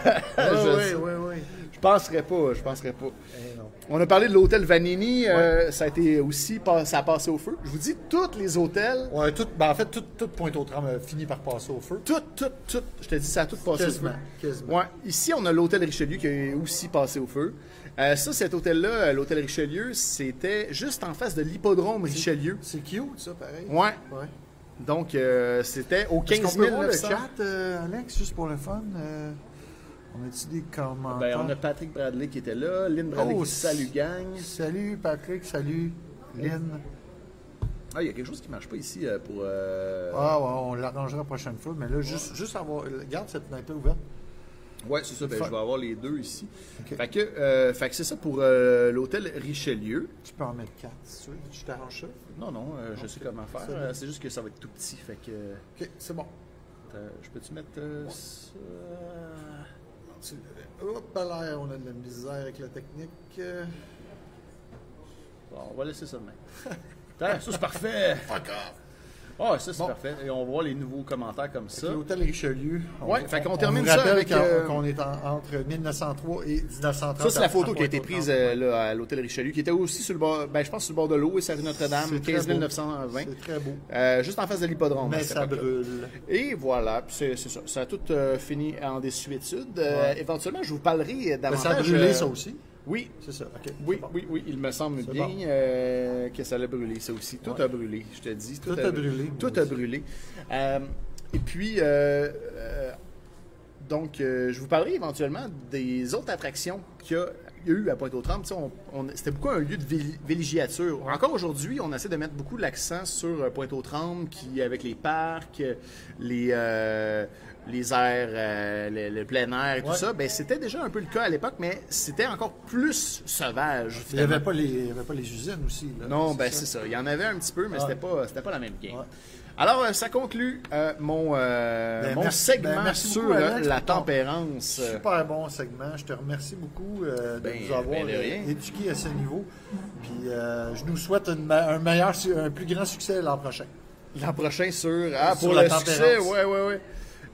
[SPEAKER 2] là. <laughs>
[SPEAKER 1] je
[SPEAKER 2] Oui,
[SPEAKER 1] sais.
[SPEAKER 2] oui, oui.
[SPEAKER 1] Je penserais pas, je penserais pas.
[SPEAKER 2] Eh non.
[SPEAKER 1] On a parlé de l'hôtel Vanini, euh, ça a été aussi pas- ça a passé au feu. Je vous dis, tous les hôtels,
[SPEAKER 2] Ouais, tout, ben, en fait, tout, tout pointe au tram euh, finit par passer au feu.
[SPEAKER 1] tout, tout, tout, je te dis, ça a tout passé au
[SPEAKER 2] Quasiment,
[SPEAKER 1] feu.
[SPEAKER 2] quasiment.
[SPEAKER 1] Ouais. Ici, on a l'hôtel Richelieu qui a aussi passé au feu. Euh, ça, cet hôtel-là, euh, l'hôtel Richelieu, c'était juste en face de l'hippodrome Richelieu.
[SPEAKER 2] C'est cute, ça, pareil.
[SPEAKER 1] Ouais.
[SPEAKER 2] Ouais.
[SPEAKER 1] Donc, euh, c'était au
[SPEAKER 2] Est-ce
[SPEAKER 1] 15
[SPEAKER 2] qu'on peut voir le
[SPEAKER 1] 900.
[SPEAKER 2] chat, euh, Alex, juste pour le fun? euh, on a-tu des commentaires?
[SPEAKER 1] Ben, on a Patrick Bradley qui était là, Lynn Bradley
[SPEAKER 2] Oh,
[SPEAKER 1] qui dit salut
[SPEAKER 2] s-
[SPEAKER 1] gang.
[SPEAKER 2] Salut, Patrick. Salut, Lynn.
[SPEAKER 1] Ah, il y a quelque chose qui marche pas ici euh, pour. euh,
[SPEAKER 2] Ah, ouais, on l'arrangera la prochaine fois. Mais là, juste, juste avoir... euh, Garde cette fenêtre ouverte.
[SPEAKER 1] Ouais, c'est ça. ben,
[SPEAKER 2] Fuck.
[SPEAKER 1] je vais avoir les deux ici.
[SPEAKER 2] Ok.
[SPEAKER 1] Fait que, euh, fait que c'est ça pour euh, l'hôtel Richelieu.
[SPEAKER 2] Tu peux en mettre quatre, si tu veux. Je t'arrange ça.
[SPEAKER 1] Non, non, euh, je sais comment faire.
[SPEAKER 2] C'est bon.
[SPEAKER 1] Euh, C'est juste que ça va être tout petit. Fait que. euh,
[SPEAKER 2] OK, c'est bon.
[SPEAKER 1] attends, je peux-tu mettre euh, ça?
[SPEAKER 2] Tu- Hop là, on a de la misère avec la technique. Euh,
[SPEAKER 1] Bon, on va laisser ça de même.
[SPEAKER 2] <laughs>
[SPEAKER 1] Attends, ça, c'est parfait.
[SPEAKER 2] Fuck off!
[SPEAKER 1] Ah, ça, c'est
[SPEAKER 2] Bon.
[SPEAKER 1] parfait. Et on voit les nouveaux commentaires comme
[SPEAKER 2] C'est
[SPEAKER 1] ça.
[SPEAKER 2] L'hôtel Richelieu. On-
[SPEAKER 1] Ouais, fait qu'on
[SPEAKER 2] on
[SPEAKER 1] termine
[SPEAKER 2] vous
[SPEAKER 1] ça
[SPEAKER 2] rappelle
[SPEAKER 1] avec,
[SPEAKER 2] qu'on-
[SPEAKER 1] euh,
[SPEAKER 2] qu'on est en- entre 1903 et 1930.
[SPEAKER 1] Ça, c'est la photo qui a été
[SPEAKER 2] Entre-
[SPEAKER 1] prise euh, là, à l'hôtel Richelieu, qui était aussi sur le bord, ben, je pense, sur le bord de l'eau et sur la rue Notre-Dame,
[SPEAKER 2] C'est très
[SPEAKER 1] 15
[SPEAKER 2] beau.
[SPEAKER 1] 920.
[SPEAKER 2] C'est très beau.
[SPEAKER 1] Euh, juste en face de l'hippodrome. à
[SPEAKER 2] Mais
[SPEAKER 1] cette
[SPEAKER 2] ça
[SPEAKER 1] époque-là.
[SPEAKER 2] brûle.
[SPEAKER 1] Et voilà, puis c'est c'est ça. Ça a tout euh, fini en désuétude. Euh,
[SPEAKER 2] Ouais.
[SPEAKER 1] Éventuellement, je vous parlerai euh,
[SPEAKER 2] Mais
[SPEAKER 1] davantage.
[SPEAKER 2] ça a brûlé,
[SPEAKER 1] euh,
[SPEAKER 2] ça aussi.
[SPEAKER 1] Oui.
[SPEAKER 2] C'est ça. OK.
[SPEAKER 1] Oui,
[SPEAKER 2] c'est bon.
[SPEAKER 1] oui, oui, il me semble
[SPEAKER 2] C'est
[SPEAKER 1] bien
[SPEAKER 2] bon.
[SPEAKER 1] euh, que ça l'a brûlé, ça aussi. Tout
[SPEAKER 2] Ouais.
[SPEAKER 1] a brûlé, je te dis.
[SPEAKER 2] Tout a brûlé,
[SPEAKER 1] Tout
[SPEAKER 2] moi
[SPEAKER 1] a
[SPEAKER 2] aussi.
[SPEAKER 1] brûlé. Euh, et puis, euh, euh, donc, euh, je vous parlerai éventuellement des autres attractions qu'il y a, il y a eu à Pointe-aux-Trembles. Tu sais, on- on- C'était beaucoup un lieu de véli- villégiature. Encore aujourd'hui, on essaie de mettre beaucoup l'accent sur euh, Pointe-aux-Trembles, qui, avec les parcs, euh, les, euh, les airs, euh, le, le plein air et tout
[SPEAKER 2] Ouais.
[SPEAKER 1] ça. Ben, c'était déjà un peu le cas à l'époque, mais c'était encore plus sauvage.
[SPEAKER 2] Il n'y
[SPEAKER 1] finalement.
[SPEAKER 2] avait, pas les- il y avait pas les usines aussi. là.
[SPEAKER 1] Non, ben c'est ça. Il y en avait un petit peu, mais
[SPEAKER 2] Ouais.
[SPEAKER 1] c'était pas, c'était pas la même game.
[SPEAKER 2] Ouais.
[SPEAKER 1] Alors, euh, ça conclut euh, mon, euh,
[SPEAKER 2] Ben,
[SPEAKER 1] mon
[SPEAKER 2] merci-
[SPEAKER 1] segment
[SPEAKER 2] ben, merci
[SPEAKER 1] sur euh,
[SPEAKER 2] beaucoup, Alex,
[SPEAKER 1] la
[SPEAKER 2] pour ton-
[SPEAKER 1] tempérance.
[SPEAKER 2] Super bon segment. Je te remercie beaucoup euh, de
[SPEAKER 1] Ben,
[SPEAKER 2] nous avoir
[SPEAKER 1] ben, de
[SPEAKER 2] euh,
[SPEAKER 1] rien.
[SPEAKER 2] éduqués à ce niveau. Puis euh, je nous souhaite une ma- un meilleur, su- un plus grand succès l'an prochain.
[SPEAKER 1] L'an prochain sur, ah,
[SPEAKER 2] Sur
[SPEAKER 1] pour
[SPEAKER 2] la
[SPEAKER 1] le succès,
[SPEAKER 2] tempérance.
[SPEAKER 1] ouais, ouais, ouais.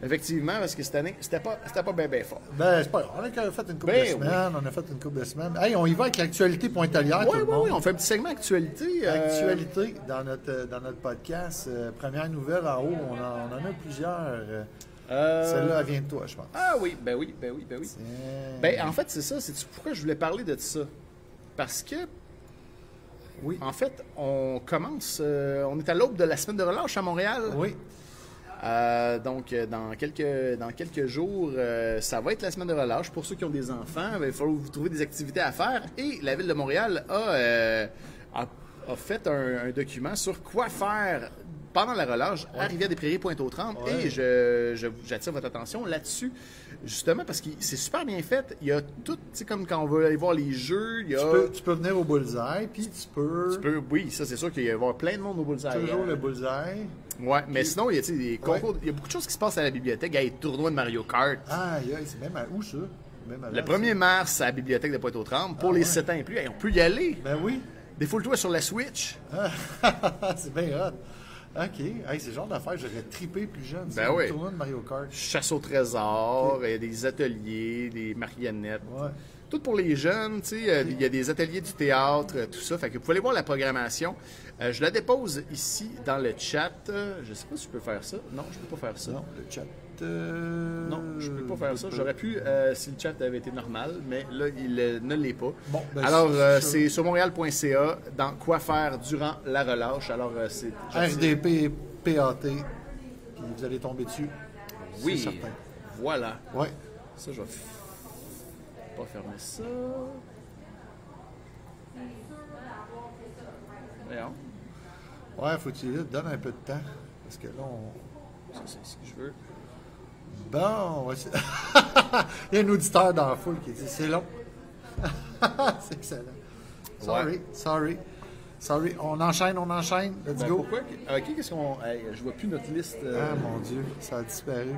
[SPEAKER 1] Effectivement, parce que cette année, c'était pas, c'était pas bien, bien fort.
[SPEAKER 2] Ben, c'est pas grave. On a quand même fait une coupe
[SPEAKER 1] Ben,
[SPEAKER 2] de semaines. On a fait une coupe de semaines. Hey, on y va avec l'actualité pointalière,
[SPEAKER 1] Oui,
[SPEAKER 2] tout le
[SPEAKER 1] oui,
[SPEAKER 2] monde.
[SPEAKER 1] oui, on fait un petit segment actualité. euh,
[SPEAKER 2] Actualité dans notre, euh, dans notre podcast. euh, première nouvelle en haut, on en, on en a plusieurs. euh,
[SPEAKER 1] euh,
[SPEAKER 2] Celle-là, elle vient de toi, je pense.
[SPEAKER 1] Ah oui, ben oui, ben oui, ben oui.
[SPEAKER 2] Euh,
[SPEAKER 1] Ben, en fait, c'est ça. C'est pourquoi je voulais parler de ça. Parce que,
[SPEAKER 2] oui.
[SPEAKER 1] en fait, on commence, euh, on est à l'aube de la semaine de relâche à Montréal.
[SPEAKER 2] Oui.
[SPEAKER 1] Euh, donc, euh, dans quelques, dans quelques jours, euh, ça va être la semaine de relâche. Pour ceux qui ont des enfants, ben, il faut vous trouver des activités à faire. Et la Ville de Montréal a, euh, a, a fait un, un document sur quoi faire pendant la relâche à Rivière-des-Prairies, Pointe-aux-Trembles.
[SPEAKER 2] Ouais.
[SPEAKER 1] Et je, je- j'attire votre attention là-dessus, justement, parce que c'est super bien fait. Il y a tout, tu sais, comme quand on veut aller voir les jeux, il y a...
[SPEAKER 2] Tu peux, tu peux venir au bullseye, puis tu peux,
[SPEAKER 1] Euh, tu peux- oui, ça, c'est sûr qu'il va y avoir plein de monde au bullseye.
[SPEAKER 2] toujours
[SPEAKER 1] Euh,
[SPEAKER 2] le bullseye.
[SPEAKER 1] Ouais, mais sinon, il y a, tu sais, des concours- il y a beaucoup de choses qui se passent à la bibliothèque. Il y a les tournois de Mario Kart.
[SPEAKER 2] Ah, aïe, aïe, c'est même à où ça? Même à
[SPEAKER 1] le
[SPEAKER 2] là,
[SPEAKER 1] 1er mars, à la bibliothèque de Pointe-aux-Trembles, pour
[SPEAKER 2] Ah
[SPEAKER 1] les
[SPEAKER 2] ouais.
[SPEAKER 1] 7 ans et plus, hey, on peut y aller.
[SPEAKER 2] ça? Ben oui. <laughs>
[SPEAKER 1] Défoule-toi sur la Switch.
[SPEAKER 2] Ah, c'est bien hot. OK. Hey, c'est le genre d'affaire, j'aurais trippé plus jeune.
[SPEAKER 1] Ben
[SPEAKER 2] ça,
[SPEAKER 1] oui.
[SPEAKER 2] Le tournoi de Mario Kart.
[SPEAKER 1] Chasse au trésor, il y a des ateliers, des marionnettes.
[SPEAKER 2] Ouais.
[SPEAKER 1] Tout pour les jeunes, tu sais, euh, il y a des ateliers du théâtre, euh, tout ça. Fait que vous pouvez aller voir la programmation. Euh, je la dépose ici dans le chat. Euh, Je sais pas si je peux faire ça. Non, je peux pas faire ça.
[SPEAKER 2] Non, le chat. euh,
[SPEAKER 1] Non, je peux pas faire ça. J'aurais pu euh, si le chat avait été normal, mais là, il euh, ne l'est pas.
[SPEAKER 2] Bon, ben,
[SPEAKER 1] Alors,
[SPEAKER 2] c'est-
[SPEAKER 1] euh,
[SPEAKER 2] c'est-
[SPEAKER 1] c'est sur montréal.ca dans quoi faire durant la relâche. Alors, euh, c'est.
[SPEAKER 2] RDP, PAT, puis vous allez tomber dessus.
[SPEAKER 1] Oui,
[SPEAKER 2] C'est certain.
[SPEAKER 1] voilà.
[SPEAKER 2] Oui.
[SPEAKER 1] Ça, je vais f- pas fermer ça. Voyons.
[SPEAKER 2] Ouais, faut que tu lui donnes un peu de temps. Parce que là, on.
[SPEAKER 1] Ça, c'est ce que je veux.
[SPEAKER 2] Bon, on va essayer- <laughs> Il y a un auditeur dans la foule qui dit c'est long. <laughs> c'est excellent. Sorry,
[SPEAKER 1] Ouais.
[SPEAKER 2] sorry. Sorry, on enchaîne, on enchaîne. Let's
[SPEAKER 1] Ben,
[SPEAKER 2] go.
[SPEAKER 1] pourquoi? que- Ok, qu'est-ce qu'on. Hey, je vois plus notre liste. euh,
[SPEAKER 2] Ah mon dieu, ça a disparu.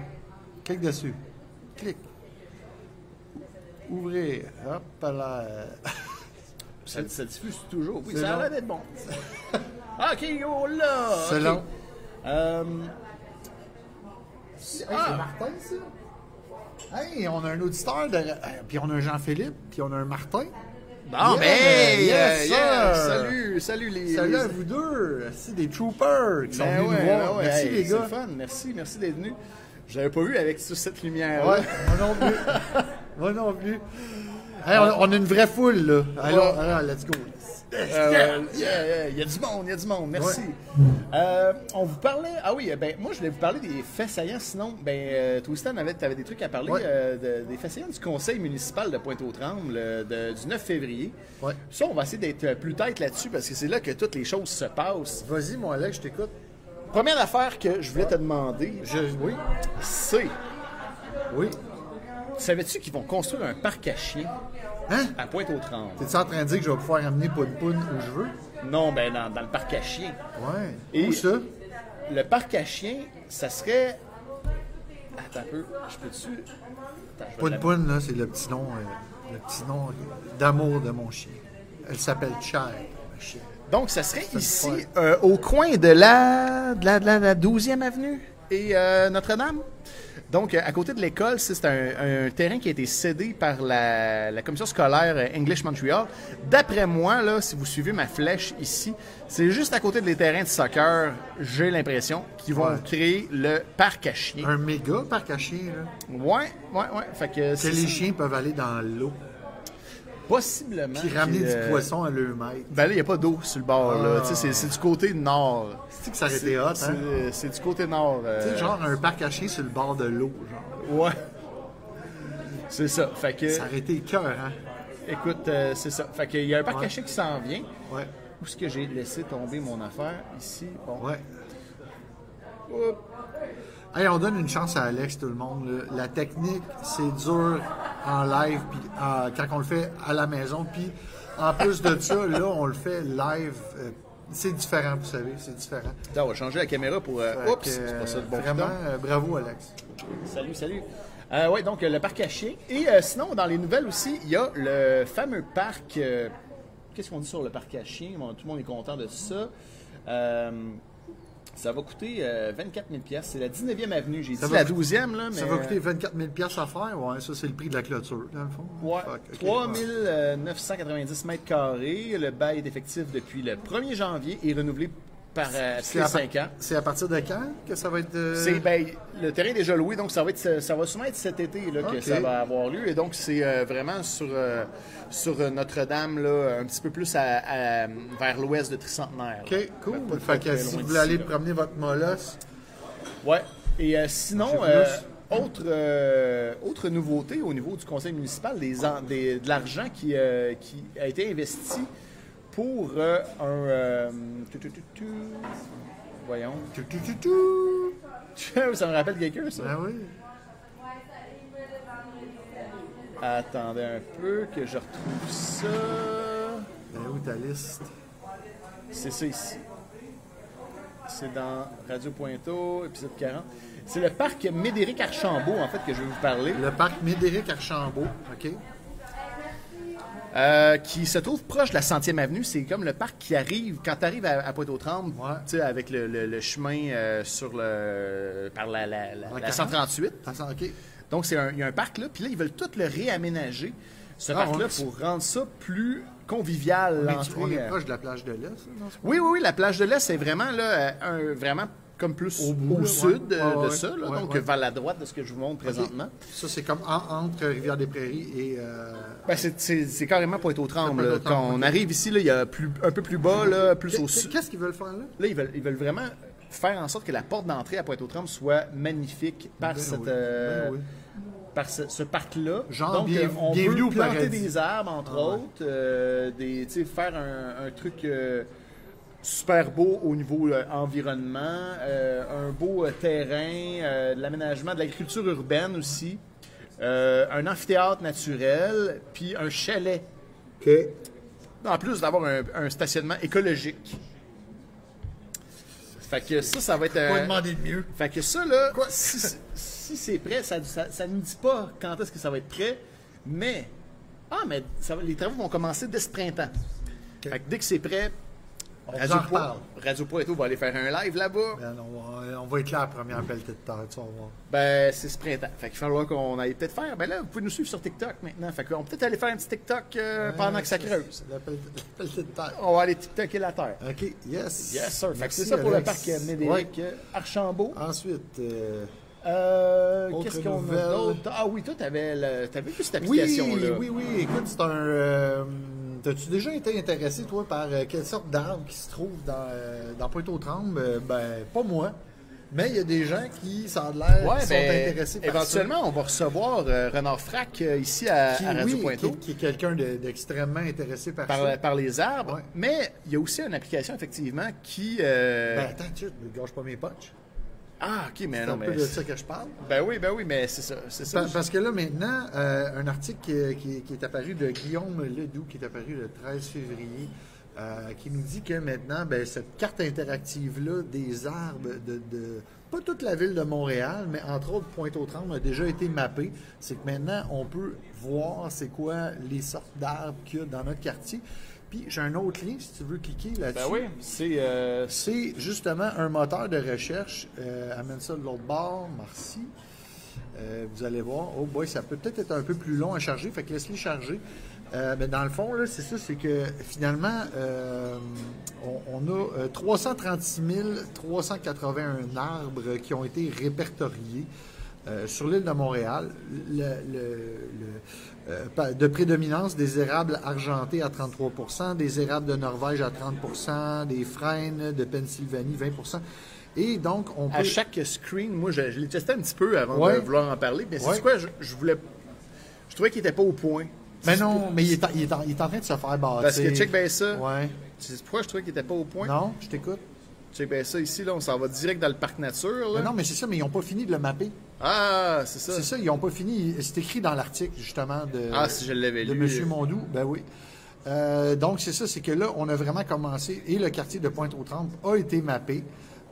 [SPEAKER 2] Clique dessus. Clique. Ouvrir. Hop là. euh,
[SPEAKER 1] ça, ça diffuse toujours. Oui,
[SPEAKER 2] C'est
[SPEAKER 1] ça a
[SPEAKER 2] long.
[SPEAKER 1] l'air d'être bon. <laughs> Ah, ok, go là!
[SPEAKER 2] C'est
[SPEAKER 1] ok.
[SPEAKER 2] long.
[SPEAKER 1] Euh, Ah!
[SPEAKER 2] c'est Martin, ça? Hey, on a un auditeur de... hey, Puis on a un Jean-Philippe, puis on a un Martin.
[SPEAKER 1] Bon,
[SPEAKER 2] Yeah,
[SPEAKER 1] ben, hey,
[SPEAKER 2] yes,
[SPEAKER 1] euh,
[SPEAKER 2] sir.
[SPEAKER 1] yeah, salut, salut les.
[SPEAKER 2] Salut à
[SPEAKER 1] les-
[SPEAKER 2] vous deux. C'est des troopers qui sont
[SPEAKER 1] Ben
[SPEAKER 2] venus
[SPEAKER 1] ouais,
[SPEAKER 2] nous voir.
[SPEAKER 1] ben ouais,
[SPEAKER 2] Merci
[SPEAKER 1] hey,
[SPEAKER 2] les
[SPEAKER 1] c'est
[SPEAKER 2] gars.
[SPEAKER 1] le fun, merci, merci d'être venu. Je l'avais pas vu avec toute cette lumière.
[SPEAKER 2] Ouais, moi non plus. <laughs> moi non plus. Hey, on, on a une vraie foule, là. Alors, alors, let's go.
[SPEAKER 1] Euh, Il y a du monde, il y a du monde, merci. Euh, on vous parlait. Ah oui, euh, ben moi je voulais vous parler des faits saillants, sinon, ben euh, Tristan avait, t'avais des trucs à parler
[SPEAKER 2] Ouais.
[SPEAKER 1] euh, de- des faits saillants du conseil municipal de Pointe-aux-Trembles euh, de- du 9 février.
[SPEAKER 2] Ouais.
[SPEAKER 1] Ça, on va essayer d'être euh, plus tête là-dessus parce que c'est là que toutes les choses se passent.
[SPEAKER 2] Vas-y, mon Alex, je t'écoute.
[SPEAKER 1] Première affaire que je voulais te demander,
[SPEAKER 2] Je... Oui,
[SPEAKER 1] c'est
[SPEAKER 2] oui.
[SPEAKER 1] savais-tu qu'ils vont construire un parc à chiens
[SPEAKER 2] Hein?
[SPEAKER 1] à Pointe-aux-Trembles?
[SPEAKER 2] T'es-tu en train de dire que je vais pouvoir amener Poun Poun où je veux?
[SPEAKER 1] Non, ben dans, dans le parc à chiens.
[SPEAKER 2] Ouais.
[SPEAKER 1] Et-
[SPEAKER 2] Où ça?
[SPEAKER 1] Le parc à chiens, ça serait Attends un peu, je peux-tu. Attends, je vais la-
[SPEAKER 2] Poun là, c'est le petit nom, euh, le petit nom d'amour de mon chien. Elle s'appelle Cher, ma chienne.
[SPEAKER 1] Donc, ça serait ici,
[SPEAKER 2] folle.
[SPEAKER 1] euh, au coin de la, de la, de la- de la 12e avenue et euh, Notre-Dame. Donc, euh, à côté de l'école, c'est un, un terrain qui a été cédé par la, la commission scolaire euh, English Montreal. D'après moi, là, si vous suivez ma flèche ici, c'est juste à côté des terrains de soccer, j'ai l'impression, qu'ils vont
[SPEAKER 2] Ouais.
[SPEAKER 1] créer le parc à chiens.
[SPEAKER 2] Un méga parc à chiens, là.
[SPEAKER 1] Ouais, ouais, ouais. Fait que
[SPEAKER 2] Que
[SPEAKER 1] c'est
[SPEAKER 2] les
[SPEAKER 1] ça.
[SPEAKER 2] chiens peuvent aller dans l'eau.
[SPEAKER 1] possiblement.
[SPEAKER 2] Puis ramener
[SPEAKER 1] qu'ils,
[SPEAKER 2] du
[SPEAKER 1] euh,
[SPEAKER 2] poisson à leur maître.
[SPEAKER 1] Ben là, il n'y a pas d'eau sur le bord. là.
[SPEAKER 2] Ah.
[SPEAKER 1] Tu sais, C'est c'est du côté nord.
[SPEAKER 2] Tu sais que ça aurait été hot, hein?
[SPEAKER 1] C'est c'est du côté nord. euh,
[SPEAKER 2] Tu sais, genre un parc à chiens sur le bord de l'eau, genre.
[SPEAKER 1] Ouais. C'est ça. Fait que,
[SPEAKER 2] Ça aurait été cœur, hein?
[SPEAKER 1] écoute, euh, c'est ça. Fait que, il y a un parc
[SPEAKER 2] Ouais.
[SPEAKER 1] caché qui s'en vient.
[SPEAKER 2] Ouais.
[SPEAKER 1] Où est-ce que j'ai laissé tomber mon affaire? Ici. Bon.
[SPEAKER 2] Ouais.
[SPEAKER 1] Oups.
[SPEAKER 2] Hey, on donne une chance à Alex, tout le monde. là. La technique, c'est dur en live, puis euh, quand on le fait à la maison. Puis en plus de ça, là, on le fait live. euh, c'est différent, vous savez, c'est différent.
[SPEAKER 1] Là, on va changer la caméra pour. euh,
[SPEAKER 2] Fait
[SPEAKER 1] oups,
[SPEAKER 2] que,
[SPEAKER 1] c'est pas ça le bon
[SPEAKER 2] Vraiment,
[SPEAKER 1] bouton.
[SPEAKER 2] euh, bravo, Alex.
[SPEAKER 1] Salut, salut. Euh, ouais, donc euh, le parc à chiens. Et euh, sinon, dans les nouvelles aussi, il y a le fameux parc. euh, Qu'est-ce qu'on dit sur le parc à chiens? Bon, tout le monde est content de ça. Euh, ça va coûter euh, 24 000 pièces. C'est la 19e avenue. J'ai
[SPEAKER 2] Ça
[SPEAKER 1] dit
[SPEAKER 2] va
[SPEAKER 1] la
[SPEAKER 2] coûter-
[SPEAKER 1] 12e, là, mais... euh,
[SPEAKER 2] Ça va coûter 24 000 à faire. Ouais, ça, c'est le prix de la clôture, dans le fond.
[SPEAKER 1] Ouais,
[SPEAKER 2] Fuck, ok,
[SPEAKER 1] 3
[SPEAKER 2] ouais.
[SPEAKER 1] 990 mètres carrés. Le bail est effectif depuis le 1er janvier et renouvelé par euh, tous
[SPEAKER 2] C'est
[SPEAKER 1] les
[SPEAKER 2] à par-
[SPEAKER 1] 5 ans.
[SPEAKER 2] C'est à partir de quand que ça va être. euh,
[SPEAKER 1] C'est- ben, le terrain est déjà loué, donc ça va, être, ça va sûrement être cet été là, que
[SPEAKER 2] Ok.
[SPEAKER 1] ça va avoir lieu. Et donc, c'est euh, vraiment sur, euh, sur euh, Notre-Dame, là, un petit peu plus à- à- vers l'ouest de Tricentenaire. là.
[SPEAKER 2] Ok, cool.
[SPEAKER 1] Ben, pas
[SPEAKER 2] fait
[SPEAKER 1] très
[SPEAKER 2] que si vous
[SPEAKER 1] loin d'ici,
[SPEAKER 2] voulez aller
[SPEAKER 1] là.
[SPEAKER 2] promener votre molosse,
[SPEAKER 1] Ouais. Et euh, sinon,
[SPEAKER 2] Chez vous,
[SPEAKER 1] euh,
[SPEAKER 2] là.
[SPEAKER 1] autre, euh, autre nouveauté au niveau du conseil municipal, des, en- des- de l'argent qui, euh, qui a été investi pour euh, un. euh, tu, tu, tu, tu. voyons.
[SPEAKER 2] tu, tu, tu, tu.
[SPEAKER 1] <laughs> ça me rappelle quelqu'un, ça.
[SPEAKER 2] Ben oui.
[SPEAKER 1] Attendez un peu que je retrouve ça.
[SPEAKER 2] Ben où ta liste?
[SPEAKER 1] C'est ça ici. C'est dans Radio Pointo, épisode 40. C'est le parc Médéric Archambault, en fait, que je vais vous parler.
[SPEAKER 2] Le parc Médéric Archambault, OK?
[SPEAKER 1] Euh, qui se trouve proche de la 100e avenue. C'est comme le parc qui arrive, quand tu arrives à, à Pointe-aux-Trembles,
[SPEAKER 2] Ouais.
[SPEAKER 1] tu sais, avec le, le- le chemin euh, sur le, par la, la- la-
[SPEAKER 2] La
[SPEAKER 1] la
[SPEAKER 2] 40.
[SPEAKER 1] 138.
[SPEAKER 2] Ça sent OK?
[SPEAKER 1] Donc, c'est un- il y a un parc là, puis là, ils veulent tout le réaménager, ce
[SPEAKER 2] Ah,
[SPEAKER 1] parc-là,
[SPEAKER 2] ouais.
[SPEAKER 1] pour rendre ça plus convivial,
[SPEAKER 2] Mais tu- on
[SPEAKER 1] l'entrée.
[SPEAKER 2] est
[SPEAKER 1] euh.
[SPEAKER 2] proche de la plage de l'Est, là, dans ce
[SPEAKER 1] Oui, oui, oui, la plage de l'Est, c'est vraiment là, euh, un- vraiment comme plus au,
[SPEAKER 2] bout, là,
[SPEAKER 1] sud
[SPEAKER 2] ouais.
[SPEAKER 1] euh,
[SPEAKER 2] Ouais,
[SPEAKER 1] de
[SPEAKER 2] ouais.
[SPEAKER 1] ça, là,
[SPEAKER 2] Ouais,
[SPEAKER 1] donc
[SPEAKER 2] ouais.
[SPEAKER 1] vers la droite de ce que je vous montre présentement.
[SPEAKER 2] Ça, c'est comme en- entre Rivière-des-Prairies et... euh,
[SPEAKER 1] Ben, c'est- c'est c'est carrément pointe aux trembles.
[SPEAKER 2] Pointe-aux-Trembles,
[SPEAKER 1] Quand on
[SPEAKER 2] ok.
[SPEAKER 1] arrive ici, là, il y a plus, un peu plus bas, là, plus au
[SPEAKER 2] Qu'est-
[SPEAKER 1] sud.
[SPEAKER 2] Qu'est-ce qu'ils veulent faire, là?
[SPEAKER 1] Là, ils veulent, ils veulent vraiment faire en sorte que la porte d'entrée à Pointe-aux-Trembles soit magnifique par,
[SPEAKER 2] Ben
[SPEAKER 1] cette,
[SPEAKER 2] oui,
[SPEAKER 1] euh,
[SPEAKER 2] ben oui.
[SPEAKER 1] par ce, ce parc-là.
[SPEAKER 2] Genre,
[SPEAKER 1] Donc,
[SPEAKER 2] bien-
[SPEAKER 1] euh, on
[SPEAKER 2] bienvenue
[SPEAKER 1] veut
[SPEAKER 2] au
[SPEAKER 1] planter
[SPEAKER 2] paradis. Ah
[SPEAKER 1] des arbres, entre autres, euh, des, tu sais, faire un, un truc euh, super beau au niveau euh, environnement, euh, un beau euh, terrain, euh, de l'aménagement, de l'agriculture urbaine aussi, euh, un amphithéâtre naturel, puis un chalet. En plus d'avoir un, un stationnement écologique. Fait que ça, ça va être.
[SPEAKER 2] Quoi
[SPEAKER 1] euh,
[SPEAKER 2] demander de mieux?
[SPEAKER 1] fait que ça, là, si, si c'est prêt, ça ne nous dit pas quand est-ce que ça va être prêt, mais, ah, mais ça va- les travaux vont commencer dès ce printemps. Fait que dès que c'est prêt, Radio,
[SPEAKER 2] en reparle.
[SPEAKER 1] Po- Radio Poitou va aller faire un live là-bas.
[SPEAKER 2] Ben, on, va, on va être là à la première pelletée de terre, tu vas voir.
[SPEAKER 1] Ben, c'est ce printemps. Fait qu'il va falloir qu'on aille peut-être faire. Ben là, vous pouvez nous suivre sur TikTok maintenant. Fait qu'on peut peut-être aller faire un petit TikTok euh, pendant que ça creuse.
[SPEAKER 2] Ben, La pelletée, la pelletée de terre.
[SPEAKER 1] On va aller TikToker la terre.
[SPEAKER 2] OK, yes.
[SPEAKER 1] Yes, sir. Fait que c'est
[SPEAKER 2] Merci,
[SPEAKER 1] ça pour le
[SPEAKER 2] Alex.
[SPEAKER 1] parc euh, Médéric euh, Archambault.
[SPEAKER 2] Ouais. Ensuite... euh,
[SPEAKER 1] Euh,
[SPEAKER 2] Autre
[SPEAKER 1] Qu'est-ce qu'on a
[SPEAKER 2] nouvelle.
[SPEAKER 1] d'autre? Ah oui, toi, t'avais le- t'avais vu cette
[SPEAKER 2] Oui,
[SPEAKER 1] application-là.
[SPEAKER 2] oui, oui. Écoute, c'est un. euh, T'as-tu déjà été intéressé, toi, par euh, quelle sorte d'arbre qui se trouve dans, euh, dans Pointe-aux-Trembles? Euh, ben, pas moi. Mais il y a des gens qui, ça a l'air,
[SPEAKER 1] Ouais,
[SPEAKER 2] qui sont
[SPEAKER 1] ben,
[SPEAKER 2] intéressés par
[SPEAKER 1] éventuellement, on va recevoir euh, Renard Frac euh, ici à,
[SPEAKER 2] ça. Qui,
[SPEAKER 1] à Radio
[SPEAKER 2] oui,
[SPEAKER 1] Pointeau
[SPEAKER 2] qui, qui est quelqu'un de- d'extrêmement intéressé par,
[SPEAKER 1] par,
[SPEAKER 2] ça.
[SPEAKER 1] par les arbres.
[SPEAKER 2] Ouais.
[SPEAKER 1] Mais il y a aussi une application, effectivement, qui. euh,
[SPEAKER 2] Ben, attends, tu ne gâche pas mes punchs.
[SPEAKER 1] ah, ok, mais
[SPEAKER 2] C'est
[SPEAKER 1] non,
[SPEAKER 2] un
[SPEAKER 1] mais.
[SPEAKER 2] peu de ça que je parle.
[SPEAKER 1] Ben oui, ben oui, mais c'est ça. C'est ça.
[SPEAKER 2] Pa- Parce que là, maintenant, euh, un article qui, qui- qui est apparu de Guillaume Ledoux, qui est apparu le 13 février, euh, qui nous dit que maintenant, ben, cette carte interactive-là des arbres de, de- pas toute la ville de Montréal, mais entre autres Pointe-aux-Trembles a déjà été mappée. C'est que maintenant, on peut voir c'est quoi les sortes d'arbres qu'il y a dans notre quartier. Puis j'ai un autre lien si tu veux cliquer là-dessus.
[SPEAKER 1] Ben oui, c'est. euh, c'est-
[SPEAKER 2] C'est justement un moteur de recherche. Euh, amène ça de l'autre bord, merci. Euh, vous allez voir, oh boy, ça peut peut-être être un peu plus long à charger, fait que laisse-les charger. Euh, mais dans le fond, là, c'est ça, c'est que finalement, euh, on, on a euh, 336 381 arbres qui ont été répertoriés euh, sur l'île de Montréal. Le- le- le- euh, pa- de prédominance des érables argentés à 33 des érables de Norvège à 30 des frênes de Pennsylvanie 20 Et donc, on peut...
[SPEAKER 1] À chaque screen, moi, je, je l'ai testé un petit peu avant
[SPEAKER 2] Ouais.
[SPEAKER 1] de vouloir en parler, mais
[SPEAKER 2] Ouais.
[SPEAKER 1] c'est quoi, je, je voulais. Je trouvais qu'il n'était pas au point.
[SPEAKER 2] Mais
[SPEAKER 1] C'est-
[SPEAKER 2] Ben non, mais il est, en, il, est en- il est en train de se faire bâtir.
[SPEAKER 1] Parce que check bien ça.
[SPEAKER 2] Ouais.
[SPEAKER 1] C'est pourquoi je trouvais qu'il n'était pas au point.
[SPEAKER 2] Non, je t'écoute.
[SPEAKER 1] Check bien ça ici, là, on s'en va direct dans le parc nature. Là.
[SPEAKER 2] Mais Ben non, mais c'est ça, mais ils n'ont pas fini de le mapper.
[SPEAKER 1] Ah, c'est ça.
[SPEAKER 2] C'est ça, ils n'ont pas fini. C'est écrit dans l'article, justement, de,
[SPEAKER 1] Ah, si je l'avais
[SPEAKER 2] de
[SPEAKER 1] lu.
[SPEAKER 2] M. Mondou. Ben oui. Euh, donc, c'est ça, c'est que là, on a vraiment commencé et le quartier de Pointe-aux-Trembles a été mappé.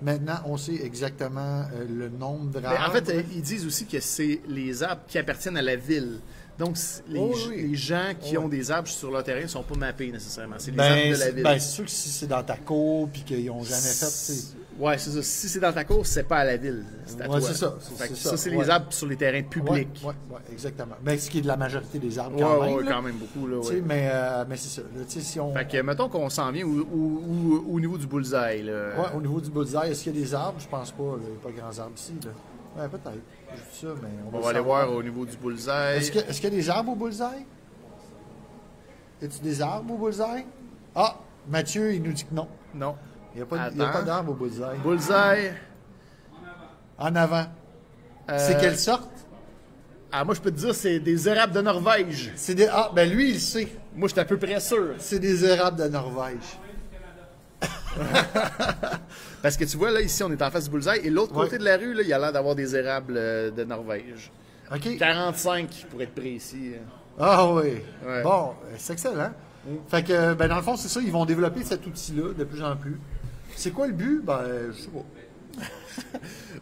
[SPEAKER 2] Maintenant, on sait exactement euh, le nombre de
[SPEAKER 1] Mais en
[SPEAKER 2] arbres.
[SPEAKER 1] fait, euh, ils disent aussi que c'est les arbres qui appartiennent à la ville. Donc, c'est- les,
[SPEAKER 2] Oh,
[SPEAKER 1] g-
[SPEAKER 2] oui.
[SPEAKER 1] les gens qui
[SPEAKER 2] Ouais.
[SPEAKER 1] ont des arbres sur leur terrain ne sont pas mappés nécessairement. C'est les
[SPEAKER 2] ben,
[SPEAKER 1] arbres de la
[SPEAKER 2] c'est-
[SPEAKER 1] ville.
[SPEAKER 2] ben, c'est sûr que si c'est dans ta cour puis qu'ils n'ont jamais fait. tu sais.
[SPEAKER 1] Ouais, c'est ça. Si c'est dans ta cour, c'est pas à la ville. C'est à
[SPEAKER 2] Ouais,
[SPEAKER 1] toi.
[SPEAKER 2] c'est ça.
[SPEAKER 1] Fait que
[SPEAKER 2] C'est ça.
[SPEAKER 1] c'est
[SPEAKER 2] Ouais.
[SPEAKER 1] les arbres sur les terrains publics.
[SPEAKER 2] Ouais, ouais, ouais, exactement. Ben, ce qui est de la majorité des arbres
[SPEAKER 1] Ouais,
[SPEAKER 2] quand
[SPEAKER 1] ouais,
[SPEAKER 2] même. là.
[SPEAKER 1] quand même beaucoup. Là,
[SPEAKER 2] Tu
[SPEAKER 1] ouais.
[SPEAKER 2] sais, Mais, euh, mais c'est ça. là, tu sais, si on,
[SPEAKER 1] Fait que, mettons qu'on s'en vient au, au- au- au niveau du bullseye. Là.
[SPEAKER 2] Ouais, au niveau du bullseye, est-ce qu'il y a des arbres? Je pense pas. là. Il n'y a pas de grands arbres ici. Là. Ouais, peut-être. Je dis ça, mais on va,
[SPEAKER 1] On
[SPEAKER 2] le
[SPEAKER 1] va aller
[SPEAKER 2] savoir.
[SPEAKER 1] voir au niveau du bullseye.
[SPEAKER 2] Est-ce que- est-ce qu'il y a des arbres au bullseye? Y a-tu des arbres au bullseye? Ah, Mathieu, il nous dit que non.
[SPEAKER 1] Non.
[SPEAKER 2] Il n'y a pas, de- il y a
[SPEAKER 1] Attends.
[SPEAKER 2] pas d'arbres au bullseye.
[SPEAKER 1] Bullseye.
[SPEAKER 2] En avant.
[SPEAKER 1] euh,
[SPEAKER 2] C'est quelle sorte?
[SPEAKER 1] Ah, moi, je peux te dire, c'est des érables de Norvège.
[SPEAKER 2] C'est des... Ah, ben lui, il sait.
[SPEAKER 1] Moi, je suis à peu près sûr.
[SPEAKER 2] C'est des érables de Norvège.
[SPEAKER 1] Parce que tu vois, là, ici, on est en face du bullseye. Et l'autre
[SPEAKER 2] Ouais.
[SPEAKER 1] côté de la rue, là, il y a l'air d'avoir des érables euh, de Norvège.
[SPEAKER 2] OK.
[SPEAKER 1] 45, pour être précis.
[SPEAKER 2] Ah oui.
[SPEAKER 1] Ouais. Mm.
[SPEAKER 2] Bon, euh, c'est excellent. Fait que, euh, ben, dans le fond, c'est ça, ils vont développer cet outil-là de plus en plus. C'est quoi le but? Ben, je sais pas.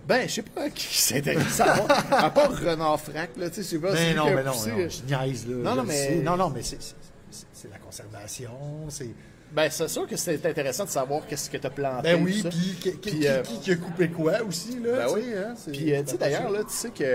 [SPEAKER 1] Ben, je sais pas qui s'intéresse à moi. À part Renard Frac, là, tu sais, je sais pas. Ah, c'est
[SPEAKER 2] Mais
[SPEAKER 1] lui
[SPEAKER 2] Ben non,
[SPEAKER 1] qui a
[SPEAKER 2] mais non,
[SPEAKER 1] poussé,
[SPEAKER 2] non,
[SPEAKER 1] euh,
[SPEAKER 2] je niaise, là.
[SPEAKER 1] Non,
[SPEAKER 2] je
[SPEAKER 1] non,
[SPEAKER 2] le
[SPEAKER 1] mais-
[SPEAKER 2] sais. Non, non, mais c'est- c'est c'est- c'est la conservation, c'est...
[SPEAKER 1] Ben, c'est sûr que c'est intéressant de savoir qu'est-ce que Ah, t'as planté.
[SPEAKER 2] Ben
[SPEAKER 1] tout
[SPEAKER 2] oui,
[SPEAKER 1] ça.
[SPEAKER 2] puis qui, qui-
[SPEAKER 1] Puis,
[SPEAKER 2] qui-
[SPEAKER 1] euh,
[SPEAKER 2] qui- qui a coupé quoi aussi, là,
[SPEAKER 1] Ben
[SPEAKER 2] tu
[SPEAKER 1] oui.
[SPEAKER 2] sais, hein, c'est-
[SPEAKER 1] Puis, euh, tu sais, d'ailleurs, là, tu sais qu'il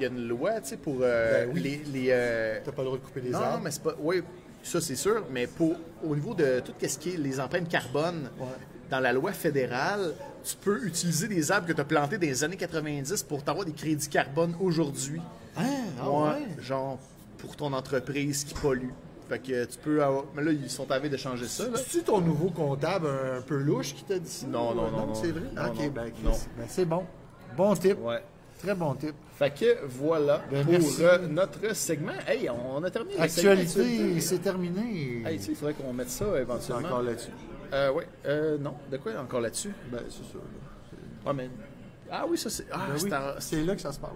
[SPEAKER 1] y a une loi, tu sais, pour euh,
[SPEAKER 2] Ben oui.
[SPEAKER 1] les... les euh,
[SPEAKER 2] T'as pas le droit de couper les
[SPEAKER 1] non, non,
[SPEAKER 2] arbres.
[SPEAKER 1] mais c'est pas... Oui, ça, c'est sûr, mais pour, au niveau de tout ce qui est les empreintes carbone,
[SPEAKER 2] Ouais.
[SPEAKER 1] dans la loi fédérale, tu peux utiliser des arbres que tu as plantés dans les années 90 pour t'avoir des crédits carbone aujourd'hui.
[SPEAKER 2] Hein? Ah
[SPEAKER 1] Ouais,
[SPEAKER 2] ouais?
[SPEAKER 1] Genre, pour ton entreprise qui pollue. Fait que tu peux avoir... Mais là, ils sont avés de changer ça, là.
[SPEAKER 2] C'est-tu ton nouveau comptable un peu louche qui t'a dit ça?
[SPEAKER 1] Non,
[SPEAKER 2] ou-
[SPEAKER 1] non, non, non.
[SPEAKER 2] C'est vrai?
[SPEAKER 1] Non, non.
[SPEAKER 2] OK, ben, Chris,
[SPEAKER 1] Non.
[SPEAKER 2] ben, c'est bon. Bon type.
[SPEAKER 1] Ouais.
[SPEAKER 2] Très bon type.
[SPEAKER 1] Fait que voilà
[SPEAKER 2] Ben,
[SPEAKER 1] pour
[SPEAKER 2] merci.
[SPEAKER 1] euh, notre segment. Hey, on a terminé. le segment
[SPEAKER 2] Actualité, c'est terminé.
[SPEAKER 1] Hey, tu sais, il faudrait qu'on mette ça
[SPEAKER 2] c'est
[SPEAKER 1] éventuellement.
[SPEAKER 2] encore là-dessus.
[SPEAKER 1] Euh, ouais. Euh, non. De quoi encore là-dessus?
[SPEAKER 2] Ben, c'est ça. là.
[SPEAKER 1] Ah, mais... Ah oui, ça c'est... Ah,
[SPEAKER 2] Ben oui,
[SPEAKER 1] c'est en-
[SPEAKER 2] c'est Ah, là que ça se passe.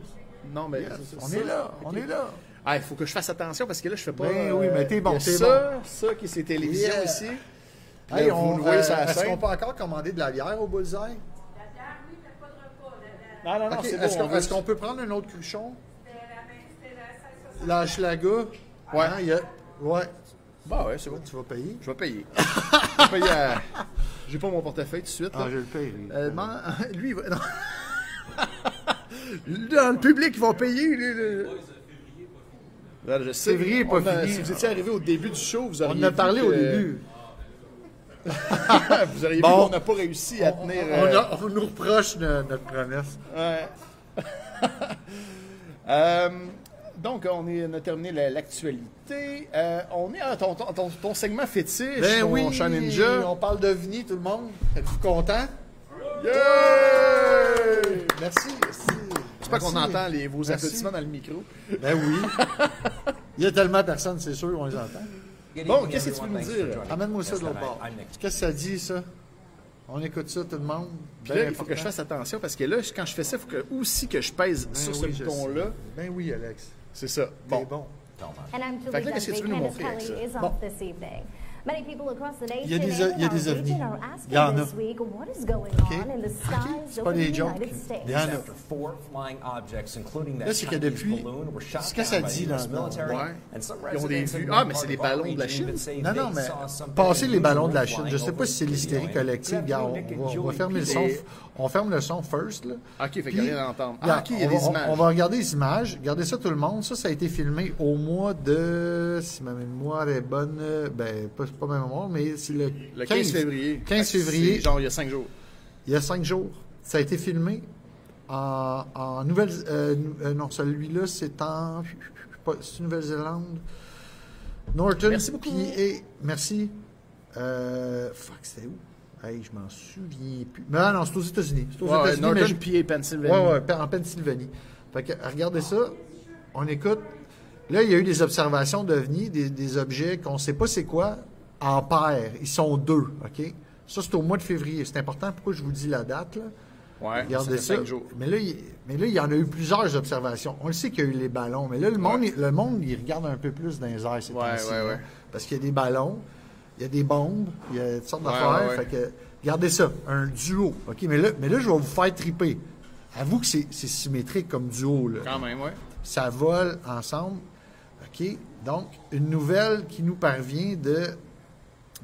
[SPEAKER 1] Non, mais...
[SPEAKER 2] Yes,
[SPEAKER 1] c'est
[SPEAKER 2] on
[SPEAKER 1] ça.
[SPEAKER 2] est là, on
[SPEAKER 1] Ok.
[SPEAKER 2] est là.
[SPEAKER 1] Ah, il faut que je fasse attention parce que là, je fais pas... euh,
[SPEAKER 2] Ben oui, mais t'es bon,
[SPEAKER 1] il y a
[SPEAKER 2] t'es
[SPEAKER 1] ça, ça qui c'est télévision
[SPEAKER 2] Yeah.
[SPEAKER 1] ici. Puis
[SPEAKER 2] Hey,
[SPEAKER 1] là, vous
[SPEAKER 2] on,
[SPEAKER 1] nous voyez
[SPEAKER 2] euh,
[SPEAKER 1] sur la
[SPEAKER 2] est-ce qu'on
[SPEAKER 1] scène.
[SPEAKER 2] peut encore commander de la bière au Bullseye?
[SPEAKER 3] La bière, Ah oui, mais pas de repas. La, la,
[SPEAKER 1] Non, non, non,
[SPEAKER 2] Ok,
[SPEAKER 1] c'est
[SPEAKER 2] est-ce
[SPEAKER 1] bon.
[SPEAKER 2] qu'on
[SPEAKER 1] on veut-
[SPEAKER 2] est-ce qu'on peut prendre un autre cruchon?
[SPEAKER 3] c'était la, c'était la 1660.
[SPEAKER 2] La Schlaga? Ouais. hein, il y a- ouais.
[SPEAKER 1] Bah ouais, c'est bon.
[SPEAKER 2] Tu vas payer?
[SPEAKER 1] Je vais payer. je vais payer à... J'ai pas mon portefeuille tout de suite. là.
[SPEAKER 2] Ah, le paye.
[SPEAKER 1] Euh, man- <laughs> lui, il va... non. Dans le public, ils vont payer. lui, le- Ben, je sais,
[SPEAKER 2] Février est pas
[SPEAKER 1] on a-
[SPEAKER 2] fini.
[SPEAKER 1] Si vous étiez arrivé au début du show, vous auriez
[SPEAKER 2] On en a
[SPEAKER 1] vu
[SPEAKER 2] parlé
[SPEAKER 1] que- Ah,
[SPEAKER 2] au début.
[SPEAKER 1] vous auriez
[SPEAKER 2] Bon.
[SPEAKER 1] vu qu'on n'a pas réussi à tenir...
[SPEAKER 2] On,
[SPEAKER 1] euh,
[SPEAKER 2] a- on nous reproche de- notre promesse.
[SPEAKER 1] ouais. Euh, donc, on, est, on a terminé la- l'actualité. Euh, on est à ton, ton- ton- ton segment fétiche, mon cher Ninja.
[SPEAKER 2] Ben on parle de Vini, tout le monde. Êtes-vous content?
[SPEAKER 1] Yeah!
[SPEAKER 2] Merci. merci.
[SPEAKER 1] J'espère qu'on
[SPEAKER 2] Merci.
[SPEAKER 1] entend les, vos
[SPEAKER 2] Merci.
[SPEAKER 1] applaudissements dans le micro.
[SPEAKER 2] Ben oui. il y a tellement de personnes, c'est sûr, on les entend.
[SPEAKER 1] Bon, qu'est-ce que tu veux nous dire?
[SPEAKER 2] Amène-moi ça de l'autre bord. Qu'est-ce que ça dit, ça? On écoute ça, tout le monde.
[SPEAKER 1] Puis là, il faut que je fasse attention parce que là, quand je fais ça, il faut que, aussi que Ben je pèse sur
[SPEAKER 2] oui,
[SPEAKER 1] ce
[SPEAKER 2] je
[SPEAKER 1] bouton-là.
[SPEAKER 2] sais. Ben oui, Alex.
[SPEAKER 1] C'est ça.
[SPEAKER 2] Bon.
[SPEAKER 1] Bon.
[SPEAKER 2] bon.
[SPEAKER 4] And I'm
[SPEAKER 1] Fait que là,
[SPEAKER 4] pleased that
[SPEAKER 1] qu'est-ce que tu veux nous
[SPEAKER 4] Candace
[SPEAKER 1] montrer avec
[SPEAKER 4] Kelly
[SPEAKER 1] ça?
[SPEAKER 4] is off this evening. Many people across the nation
[SPEAKER 2] y a des-
[SPEAKER 4] and
[SPEAKER 2] il y a
[SPEAKER 4] our
[SPEAKER 2] des ovnis.
[SPEAKER 4] region are
[SPEAKER 2] Il y en
[SPEAKER 4] asking
[SPEAKER 2] a.
[SPEAKER 4] this week what is going
[SPEAKER 2] OK?
[SPEAKER 4] on in
[SPEAKER 2] OK?
[SPEAKER 4] the skies
[SPEAKER 2] C'est pas
[SPEAKER 4] over the
[SPEAKER 2] des jokes.
[SPEAKER 4] United States.
[SPEAKER 2] Il y en a.
[SPEAKER 5] after four flying objects, including that
[SPEAKER 2] Ah, Là, c'est que
[SPEAKER 5] Chinese
[SPEAKER 2] depuis-
[SPEAKER 5] balloon, were shot
[SPEAKER 2] ce que
[SPEAKER 5] down
[SPEAKER 2] ça
[SPEAKER 5] by
[SPEAKER 2] dit
[SPEAKER 5] the US
[SPEAKER 2] dans- dans-
[SPEAKER 5] military,
[SPEAKER 1] Ouais.
[SPEAKER 5] and some
[SPEAKER 1] Ils ont des
[SPEAKER 5] residents
[SPEAKER 1] vues.
[SPEAKER 5] in
[SPEAKER 1] Ah,
[SPEAKER 5] one
[SPEAKER 1] mais c'est
[SPEAKER 5] part
[SPEAKER 1] des
[SPEAKER 5] of our
[SPEAKER 1] ballons de la
[SPEAKER 5] region
[SPEAKER 1] Chine.
[SPEAKER 5] that say
[SPEAKER 2] Non,
[SPEAKER 5] they
[SPEAKER 2] non, mais
[SPEAKER 5] saw something
[SPEAKER 2] passer les ballons de la
[SPEAKER 5] flying
[SPEAKER 2] Chine, je ne sais
[SPEAKER 5] over
[SPEAKER 2] pas si c'est
[SPEAKER 5] the
[SPEAKER 2] l'hystérie
[SPEAKER 5] Union.
[SPEAKER 2] collective.
[SPEAKER 5] Good
[SPEAKER 2] Gars, on,
[SPEAKER 5] afternoon, Nick and
[SPEAKER 2] va, on va
[SPEAKER 5] Julie.
[SPEAKER 2] fermer le son.
[SPEAKER 1] Et-
[SPEAKER 2] On ferme le son first. Là.
[SPEAKER 1] OK, fait qu'il
[SPEAKER 2] Puis,
[SPEAKER 1] y a rien à entendre. Ah,
[SPEAKER 2] regarde,
[SPEAKER 1] OK, il y a
[SPEAKER 2] on
[SPEAKER 1] des
[SPEAKER 2] va- on-
[SPEAKER 1] images.
[SPEAKER 2] On va regarder les images. Regardez ça, tout le monde. Ça, ça a été filmé au mois de. Si ma mémoire est bonne, euh, ben, pas, pas ma mémoire, mais c'est le,
[SPEAKER 1] Le 15 février.
[SPEAKER 2] 15
[SPEAKER 1] Fait que
[SPEAKER 2] février,
[SPEAKER 1] c'est Genre, il y a 5 jours.
[SPEAKER 2] il y a cinq jours. Ça a été filmé en, en Nouvelle. euh, nou- euh, non, celui-là, c'est en. pas- C'est Nouvelle-Zélande. Norton.
[SPEAKER 1] Merci beaucoup.
[SPEAKER 2] puis- et- merci. Euh, fuck, c'était où? Hey, je m'en souviens plus. Mais ah non, c'est aux États-Unis. C'est aux
[SPEAKER 1] Ouais,
[SPEAKER 2] États-Unis. mais je-
[SPEAKER 1] Northern PA,
[SPEAKER 2] Ouais,
[SPEAKER 1] Pennsylvanie.
[SPEAKER 2] ouais, pe- en Pennsylvanie. Fait que, regardez ça. On écoute. Là, il y a eu des observations d'OVNI, des, des objets qu'on ne sait pas c'est quoi, en paire. Ils sont deux, OK? Ça, c'est au mois de février. C'est important. Pourquoi je vous dis la date, là?
[SPEAKER 1] Ouais,
[SPEAKER 2] Regardez
[SPEAKER 1] ça
[SPEAKER 2] ça.
[SPEAKER 1] fait 5 jours.
[SPEAKER 2] Mais là, il, mais là, il y en a eu plusieurs observations. On le sait qu'il y a eu les ballons, mais là, le monde, il- le monde il regarde un peu plus dans les airs ces
[SPEAKER 1] Ouais,
[SPEAKER 2] temps-ci,
[SPEAKER 1] ouais,
[SPEAKER 2] là.
[SPEAKER 1] ouais.
[SPEAKER 2] Parce qu'il y a des ballons, il y a des bombes, il y a toutes sortes
[SPEAKER 1] Ouais,
[SPEAKER 2] d'affaires.
[SPEAKER 1] ouais, ouais.
[SPEAKER 2] Fait que, regardez ça, un duo. OK, mais là, mais là, je vais vous faire triper. Avoue que c'est c'est symétrique comme duo, là.
[SPEAKER 1] Quand même, ouais.
[SPEAKER 2] Ça vole ensemble. OK, donc, une nouvelle qui nous parvient de...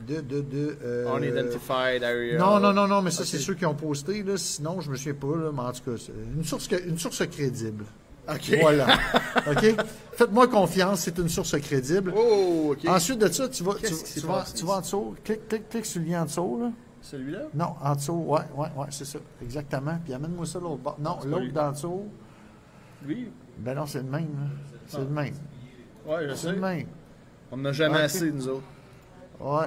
[SPEAKER 2] de, de, de euh,
[SPEAKER 1] Unidentified area.
[SPEAKER 2] non, non, non, non, mais ça,
[SPEAKER 1] euh, Ok.
[SPEAKER 2] c'est ceux qui ont posté. Là, sinon, je me souviens pas, là, mais en tout cas, c'est une source, que- une source crédible.
[SPEAKER 1] OK.
[SPEAKER 2] Voilà.
[SPEAKER 1] <laughs>
[SPEAKER 2] OK? Faites-moi confiance, c'est une source crédible.
[SPEAKER 1] Oh, OK.
[SPEAKER 2] Ensuite de ça, tu vas, tu,
[SPEAKER 1] Qu'est-ce qui
[SPEAKER 2] tu
[SPEAKER 1] s'est
[SPEAKER 2] vas,
[SPEAKER 1] passé
[SPEAKER 2] tu vas en dessous, clique, clique, clique sur le lien en dessous. Là.
[SPEAKER 1] Celui-là?
[SPEAKER 2] Non, en dessous, ouais, ouais, ouais, c'est ça, exactement. Puis amène-moi ça l'autre bord. Non,
[SPEAKER 1] C'est pas
[SPEAKER 2] l'autre
[SPEAKER 1] lui.
[SPEAKER 2] d'en dessous.
[SPEAKER 1] Lui?
[SPEAKER 2] Ben non, c'est le même. là. C'est le
[SPEAKER 1] Ah.
[SPEAKER 2] même.
[SPEAKER 1] Ouais, je
[SPEAKER 2] C'est
[SPEAKER 1] sais.
[SPEAKER 2] le même.
[SPEAKER 1] On n'a jamais
[SPEAKER 2] Ok.
[SPEAKER 1] assez, nous autres.
[SPEAKER 2] Ouais.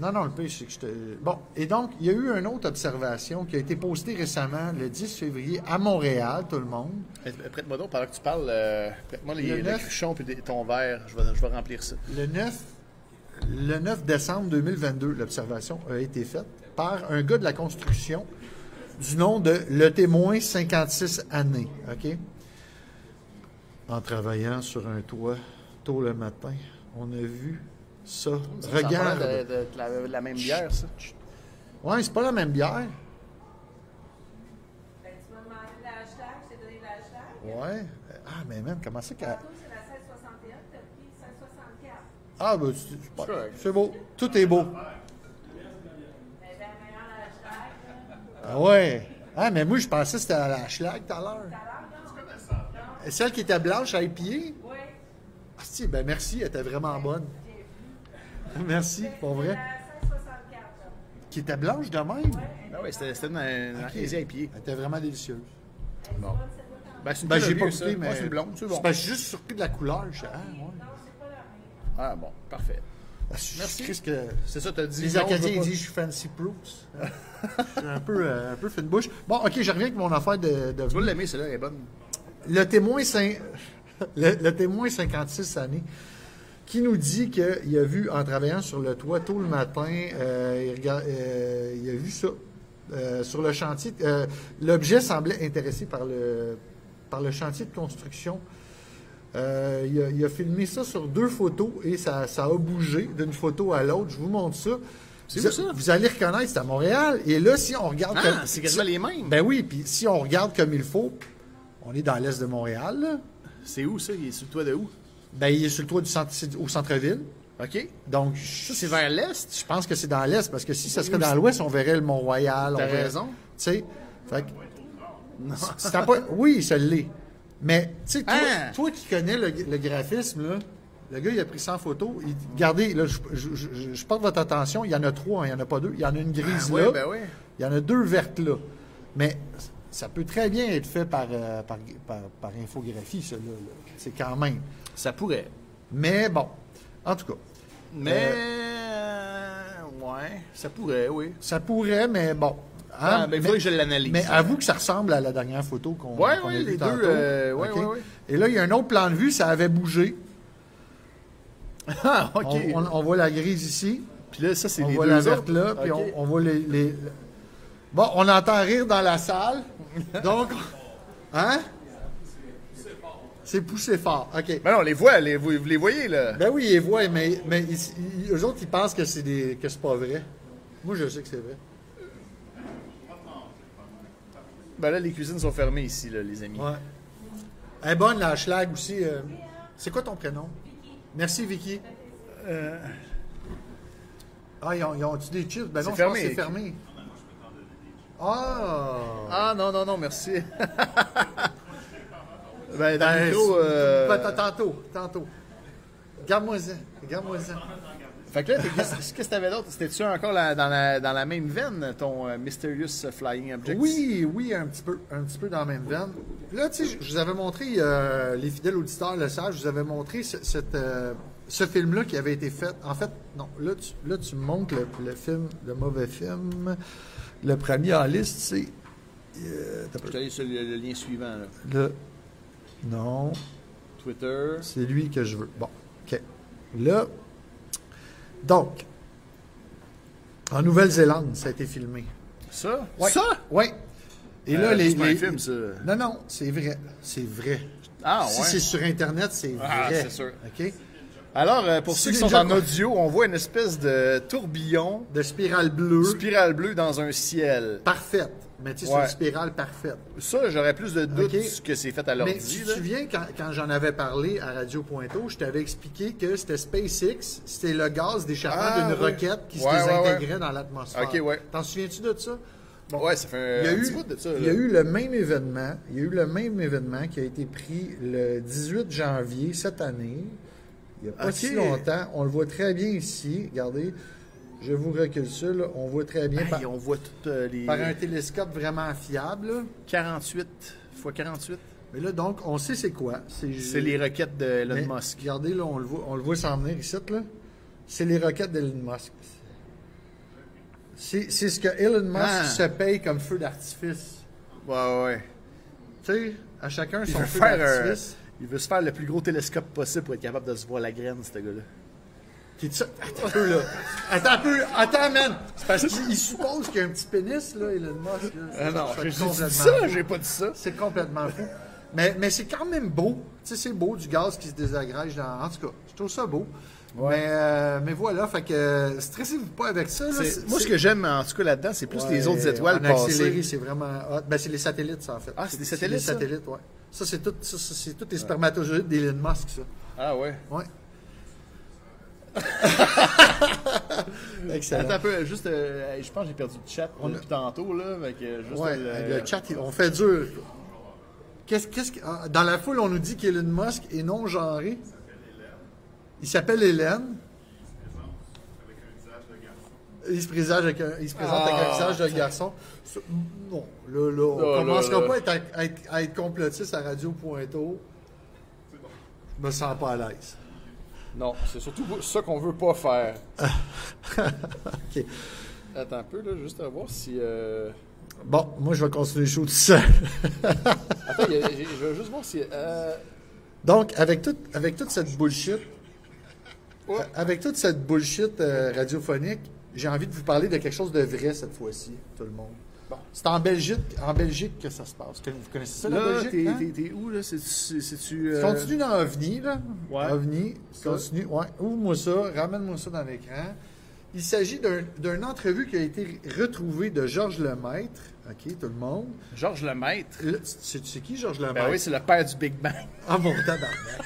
[SPEAKER 2] Non, non, le pire, c'est que je te... Bon, et donc, il y a eu une autre observation qui a été postée récemment, le 10 février, à Montréal, tout le monde.
[SPEAKER 1] Eh, Prête-moi donc, pendant que tu parles, euh, prête-moi les,
[SPEAKER 2] Le
[SPEAKER 1] le
[SPEAKER 2] neuf.
[SPEAKER 1] cruchon et ton verre. Je vais, je vais remplir ça.
[SPEAKER 2] Le 9, le 9 décembre 2022, l'observation a été faite par un gars de la construction du nom de Le Témoin 56 années, OK? En travaillant sur un toit tôt le matin, on a vu ça.
[SPEAKER 1] Ça a
[SPEAKER 2] Regarde.
[SPEAKER 1] l'air de, de- de la, de la même bière, ça.
[SPEAKER 2] Ouais, c'est pas la même bière.
[SPEAKER 3] Ben, tu m'as demandé l'hashtag, je t'ai donné l'hashtag.
[SPEAKER 2] Ouais. Ah, mais man, comment ça qu'elle...
[SPEAKER 3] Tantôt, c'est la 1661, t'as pris 1664.
[SPEAKER 2] Ah, ben, c'est- c'est pas-
[SPEAKER 1] C'est correct.
[SPEAKER 2] c'est beau. Tout est beau.
[SPEAKER 3] Ben, la meilleure hashtag, hein. là.
[SPEAKER 2] Ah ouais. Ah, mais moi, je pensais que c'était à la schlag tout à l'heure. Celle qui était blanche à épier?
[SPEAKER 3] Oui,
[SPEAKER 2] Ah, si, ben merci, elle était vraiment bonne. <laughs> Merci, pour
[SPEAKER 3] c'est
[SPEAKER 2] vrai.
[SPEAKER 3] la 1664, là.
[SPEAKER 2] Qui était blanche de même?
[SPEAKER 1] Ah ouais, c'était c'était dans un
[SPEAKER 2] Ok.
[SPEAKER 1] Asie à pied.
[SPEAKER 2] Elle était vraiment délicieuse.
[SPEAKER 1] Bon. Ben, c'est une
[SPEAKER 2] Ben,
[SPEAKER 1] couleur
[SPEAKER 2] j'ai pas
[SPEAKER 1] bleue, ça.
[SPEAKER 2] goûté,
[SPEAKER 1] Moi,
[SPEAKER 2] mais.
[SPEAKER 1] c'est une blonde, c'est bon.
[SPEAKER 2] parce que je suis juste surpris de la couleur. Je sais, ah, ouais.
[SPEAKER 1] Ah, bon, parfait. Merci.
[SPEAKER 2] Qu'est-ce Ah, que.
[SPEAKER 1] C'est ça, t'as dit.
[SPEAKER 2] Les
[SPEAKER 1] non, je veux
[SPEAKER 2] Acadiens ils
[SPEAKER 1] pas-
[SPEAKER 2] disent je suis fancy proofs. <laughs> je suis un peu, euh, un peu fin de bouche. Bon, ok, je reviens avec mon affaire de. de-
[SPEAKER 1] Tu vas l'aimer, celle-là, elle est bonne.
[SPEAKER 2] Le témoin, cin- <laughs> le, le témoin 56 années qui nous dit qu'il a vu, en travaillant sur le toit tôt le matin, euh, il, rega- euh, il a vu ça euh, sur le chantier. Euh, L'objet semblait intéressé par le, par le chantier de construction. Euh, il, a, il a filmé ça sur deux photos et ça, ça a bougé d'une photo à l'autre. Je vous montre ça.
[SPEAKER 1] C'est
[SPEAKER 2] vous,
[SPEAKER 1] où ça?
[SPEAKER 2] vous allez reconnaître, c'est à Montréal. Et là, si on regarde...
[SPEAKER 1] Ah,
[SPEAKER 2] comme-
[SPEAKER 1] c'est quasiment les mêmes.
[SPEAKER 2] ben oui, puis si on regarde comme il faut, on est dans l'est de Montréal. là.
[SPEAKER 1] C'est où, ça? Il est sur le toit de où?
[SPEAKER 2] Ben, il est sur le toit du centre, c'est au centre-ville.
[SPEAKER 1] OK.
[SPEAKER 2] Donc,
[SPEAKER 1] Ça,
[SPEAKER 2] je
[SPEAKER 1] c'est vers l'est.
[SPEAKER 2] je pense que c'est dans l'est, parce que si ça serait
[SPEAKER 1] Oui,
[SPEAKER 2] dans l'ouest, on verrait le Mont-Royal. on
[SPEAKER 1] T'as
[SPEAKER 2] verrait-
[SPEAKER 1] raison.
[SPEAKER 2] Tu sais, fait que- C'est à pas- Oui, ça l'est. Mais, tu sais, toi,
[SPEAKER 1] Ah!
[SPEAKER 2] toi qui connais le, le graphisme, là, le gars, il a pris 100 photos. Il, regardez, là, je, je- je- je porte votre attention, il y en a trois, hein, il n'y en a pas deux. Il y en a une grise
[SPEAKER 1] Ah,
[SPEAKER 2] là.
[SPEAKER 1] ouais, ben ouais.
[SPEAKER 2] Il y en a deux vertes là. Mais ça peut très bien être fait par, euh, par, par, par infographie, ça, là, là. C'est quand même.
[SPEAKER 1] Ça pourrait.
[SPEAKER 2] Mais bon, en tout cas,
[SPEAKER 1] Mais. euh, Ouais, ça pourrait, oui. <laughs>
[SPEAKER 2] ça pourrait, mais bon. hein,
[SPEAKER 1] Ah, ben, il faudrait que je l'analyse.
[SPEAKER 2] Mais avoue que ça ressemble à la dernière photo qu'on
[SPEAKER 1] Ouais,
[SPEAKER 2] qu'on
[SPEAKER 1] ouais,
[SPEAKER 2] a vue
[SPEAKER 1] les deux,
[SPEAKER 2] tantôt.
[SPEAKER 1] euh, ouais,
[SPEAKER 2] OK?
[SPEAKER 1] ouais, ouais.
[SPEAKER 2] Et là, il y a un autre plan de vue, ça avait bougé.
[SPEAKER 1] Ah, OK.
[SPEAKER 2] On, on- on voit la grise ici,
[SPEAKER 1] Puis là, ça, c'est
[SPEAKER 2] on
[SPEAKER 1] les
[SPEAKER 2] voit
[SPEAKER 1] deux
[SPEAKER 2] la
[SPEAKER 1] autres.
[SPEAKER 2] verte là, puis
[SPEAKER 1] OK.
[SPEAKER 2] on, on voit les, les- Bon, on
[SPEAKER 1] <laughs>
[SPEAKER 2] entend rire dans la salle. Donc, hein? C'est poussé fort. OK.
[SPEAKER 1] Mais Ben non, on les voit, les- vous, vous les voyez, là.
[SPEAKER 2] Ben oui, ils voient, mais, mais ils- ils- eux autres, ils pensent que c'est des que c'est pas vrai. Moi, je sais que c'est vrai.
[SPEAKER 1] Ben là, les cuisines sont fermées ici, là, les amis.
[SPEAKER 2] Ouais. Elle est bonne, la schlag aussi. euh. C'est quoi ton prénom? Merci, Vicky. Euh. Ah, ils ont, ils ont tu des chips? Ben non,
[SPEAKER 1] C'est
[SPEAKER 2] je pense que
[SPEAKER 1] fermé.
[SPEAKER 2] c'est fermé. Ah!
[SPEAKER 1] Ah non, non, non, merci. <laughs> ben, dans le
[SPEAKER 2] Ben,
[SPEAKER 1] micro, euh,
[SPEAKER 2] ben, t- tantôt, tantôt. Garde-moi-en, garde-moi-en.
[SPEAKER 1] Fait que là, t'es- qu'est-ce qu'est-ce que t'avais d'autre? C'était-tu encore la- dans, la, dans la même veine, ton euh, Mysterious Flying Object?
[SPEAKER 2] Oui, oui, un petit peu, un petit peu dans la même veine. Puis Là, tu sais, je- je vous avais montré, euh, les fidèles auditeurs le savent, je vous avais montré ce, cette, euh, ce film-là qui avait été fait. En fait, non, là, tu, là, tu me montres le, le film, le mauvais film. Le premier en liste, c'est... euh, t'as
[SPEAKER 1] Je
[SPEAKER 2] pas-
[SPEAKER 1] suis allé sur le, le lien suivant, là.
[SPEAKER 2] le- Non,
[SPEAKER 1] Twitter.
[SPEAKER 2] c'est lui que je veux. Bon, OK. Là, donc, en Nouvelle-Zélande, ça a été filmé.
[SPEAKER 1] Ça?
[SPEAKER 2] Ouais.
[SPEAKER 1] Ça?
[SPEAKER 2] Oui. Et
[SPEAKER 1] Euh,
[SPEAKER 2] là, les,
[SPEAKER 1] c'est pas un
[SPEAKER 2] les-
[SPEAKER 1] film, ça.
[SPEAKER 2] Non, non, c'est vrai. C'est vrai.
[SPEAKER 1] Ah,
[SPEAKER 2] si
[SPEAKER 1] ouais.
[SPEAKER 2] c'est sur Internet, c'est
[SPEAKER 1] Ah,
[SPEAKER 2] vrai.
[SPEAKER 1] c'est sûr.
[SPEAKER 2] OK?
[SPEAKER 1] Alors, euh, pour
[SPEAKER 2] Si
[SPEAKER 1] ceux qui
[SPEAKER 2] les
[SPEAKER 1] sont
[SPEAKER 2] gens-
[SPEAKER 1] en audio, on voit une espèce de tourbillon,
[SPEAKER 2] De spirale bleue,
[SPEAKER 1] spirale bleue dans un ciel.
[SPEAKER 2] parfaite. Mais tu sais,
[SPEAKER 1] Ouais.
[SPEAKER 2] c'est une spirale parfaite.
[SPEAKER 1] Ça, j'aurais plus de doutes
[SPEAKER 2] Ok.
[SPEAKER 1] que c'est fait à
[SPEAKER 2] Mais
[SPEAKER 1] l'ordi.
[SPEAKER 2] tu te
[SPEAKER 1] là.
[SPEAKER 2] souviens, quand, quand j'en avais parlé à Radio Pointeau, je t'avais expliqué que c'était SpaceX, c'était le gaz d'échappement
[SPEAKER 1] Ah,
[SPEAKER 2] d'une
[SPEAKER 1] oui.
[SPEAKER 2] roquette qui
[SPEAKER 1] Ouais, ouais,
[SPEAKER 2] se désintégrait
[SPEAKER 1] ouais.
[SPEAKER 2] dans l'atmosphère.
[SPEAKER 1] Ok, ouais.
[SPEAKER 2] T'en souviens-tu de ça?
[SPEAKER 1] ouais, ça fait un,
[SPEAKER 2] Il y, a
[SPEAKER 1] un petit
[SPEAKER 2] eu,
[SPEAKER 1] bout de ça.
[SPEAKER 2] il y
[SPEAKER 1] là.
[SPEAKER 2] a eu le même événement. Il y a eu le même événement qui a été pris le 18 janvier cette année. Il n'y a pas
[SPEAKER 1] Ok.
[SPEAKER 2] si longtemps. On le voit très bien ici. Regardez, je vous recule ça. là. On voit très bien par,
[SPEAKER 1] Hey, on voit toutes euh, les
[SPEAKER 2] par un télescope vraiment fiable. là.
[SPEAKER 1] 48 x 48.
[SPEAKER 2] Mais là, donc, on sait c'est quoi.
[SPEAKER 1] C'est les requêtes de Elon
[SPEAKER 2] Mais
[SPEAKER 1] Musk.
[SPEAKER 2] Regardez, là, on le voit, on le voit s'en venir ici, là. C'est les roquettes d'Elon Musk. C'est c'est ce que Elon Musk
[SPEAKER 1] Ah.
[SPEAKER 2] se paye comme feu d'artifice.
[SPEAKER 1] Ouais, ouais, ouais.
[SPEAKER 2] Tu sais, à chacun
[SPEAKER 1] Il
[SPEAKER 2] son
[SPEAKER 1] veut,
[SPEAKER 2] feu
[SPEAKER 1] faire, euh,
[SPEAKER 2] d'artifice.
[SPEAKER 1] il veut se faire le plus gros télescope possible pour être capable de se voir la graine, ce gars-là.
[SPEAKER 2] T'es ça? Attends un peu, là. Attends un peu. Attends, man. C'est parce qu'il suppose qu'il y a un petit pénis, là, Elon Musk. Là.
[SPEAKER 1] Ah non,
[SPEAKER 2] C'est
[SPEAKER 1] j'ai j'ai
[SPEAKER 2] complètement
[SPEAKER 1] dit ça,
[SPEAKER 2] fou.
[SPEAKER 1] j'ai pas dit ça.
[SPEAKER 2] C'est complètement fou. Mais, mais c'est quand même beau. Tu sais, c'est beau du gaz qui se désagrège dans. En tout cas, je trouve ça beau. Mais, euh, mais voilà, fait que euh, stressez-vous pas avec ça. là.
[SPEAKER 1] C'est-
[SPEAKER 2] C'est-
[SPEAKER 1] Moi, ce
[SPEAKER 2] c'est-
[SPEAKER 1] que j'aime, en tout cas, là-dedans, c'est plus
[SPEAKER 2] Ouais,
[SPEAKER 1] les autres
[SPEAKER 2] en
[SPEAKER 1] étoiles
[SPEAKER 2] accéléré,
[SPEAKER 1] passées.
[SPEAKER 2] c'est vraiment hot. Ben, c'est les satellites, ça, en fait.
[SPEAKER 1] Ah, c'est des
[SPEAKER 2] les
[SPEAKER 1] satellites, ça?
[SPEAKER 2] satellites, ouais. Ça, c'est tout, ça, ça, c'est tous les spermatozoïdes d'Elon Musk, ça.
[SPEAKER 1] Ah ouais.
[SPEAKER 2] Ouais.
[SPEAKER 1] <laughs>
[SPEAKER 2] Excellent.
[SPEAKER 1] Attends un peu, juste, euh, hey, je pense que j'ai perdu le chat
[SPEAKER 2] On a-
[SPEAKER 1] depuis tantôt, là, fait que juste euh,
[SPEAKER 2] Ouais,
[SPEAKER 1] le...
[SPEAKER 2] le chat, il- on fait dur. Qu'est-ce, qu'est-ce que- ah, dans la foule, on nous dit qu'Elon Musk est non genré. Il s'appelle Hélène. Il se présage avec un, il se présente avec un
[SPEAKER 1] Ah.
[SPEAKER 2] visage de garçon. Ce- Non, là, là, on
[SPEAKER 1] Là, là,
[SPEAKER 2] commencera
[SPEAKER 1] là.
[SPEAKER 2] pas à être, à être- à être complotiste à Radio Pointeau. Je me sens pas à l'aise.
[SPEAKER 1] Non, c'est surtout ça qu'on veut pas faire.
[SPEAKER 2] <laughs> OK.
[SPEAKER 1] Attends un peu, là, juste à voir si... euh,
[SPEAKER 2] Bon, moi, je vais continuer le show tout seul.
[SPEAKER 1] Attends, il y a- j'ai- je veux juste voir si... euh,
[SPEAKER 2] Donc, avec, tout, avec toute cette bullshit, euh, avec toute cette bullshit euh, radiophonique, j'ai envie de vous parler de quelque chose de vrai cette fois-ci, tout le monde.
[SPEAKER 1] Bon.
[SPEAKER 2] C'est en Belgique, en Belgique que ça se passe. Que- Vous connaissez ça, la
[SPEAKER 1] Là,
[SPEAKER 2] Belgique?
[SPEAKER 1] t'es
[SPEAKER 2] hein?
[SPEAKER 1] t'es- t'es où, là? C'est-tu... c'est-tu,
[SPEAKER 2] Tu
[SPEAKER 1] euh,
[SPEAKER 2] continues dans OVNI, là.
[SPEAKER 1] Ouais.
[SPEAKER 2] OVNI,
[SPEAKER 1] Ça.
[SPEAKER 2] continue. Ouais. Ouvre-moi ça, ramène-moi ça dans l'écran. Il s'agit d'un- d'une entrevue qui a été retrouvée de Georges Lemaître. OK, tout le monde.
[SPEAKER 1] Georges Lemaître.
[SPEAKER 2] Là, tu- tu sais qui, Georges Lemaître?
[SPEAKER 1] Ben oui, c'est le père du Big Bang. <laughs>
[SPEAKER 2] Ah mon tabarnak.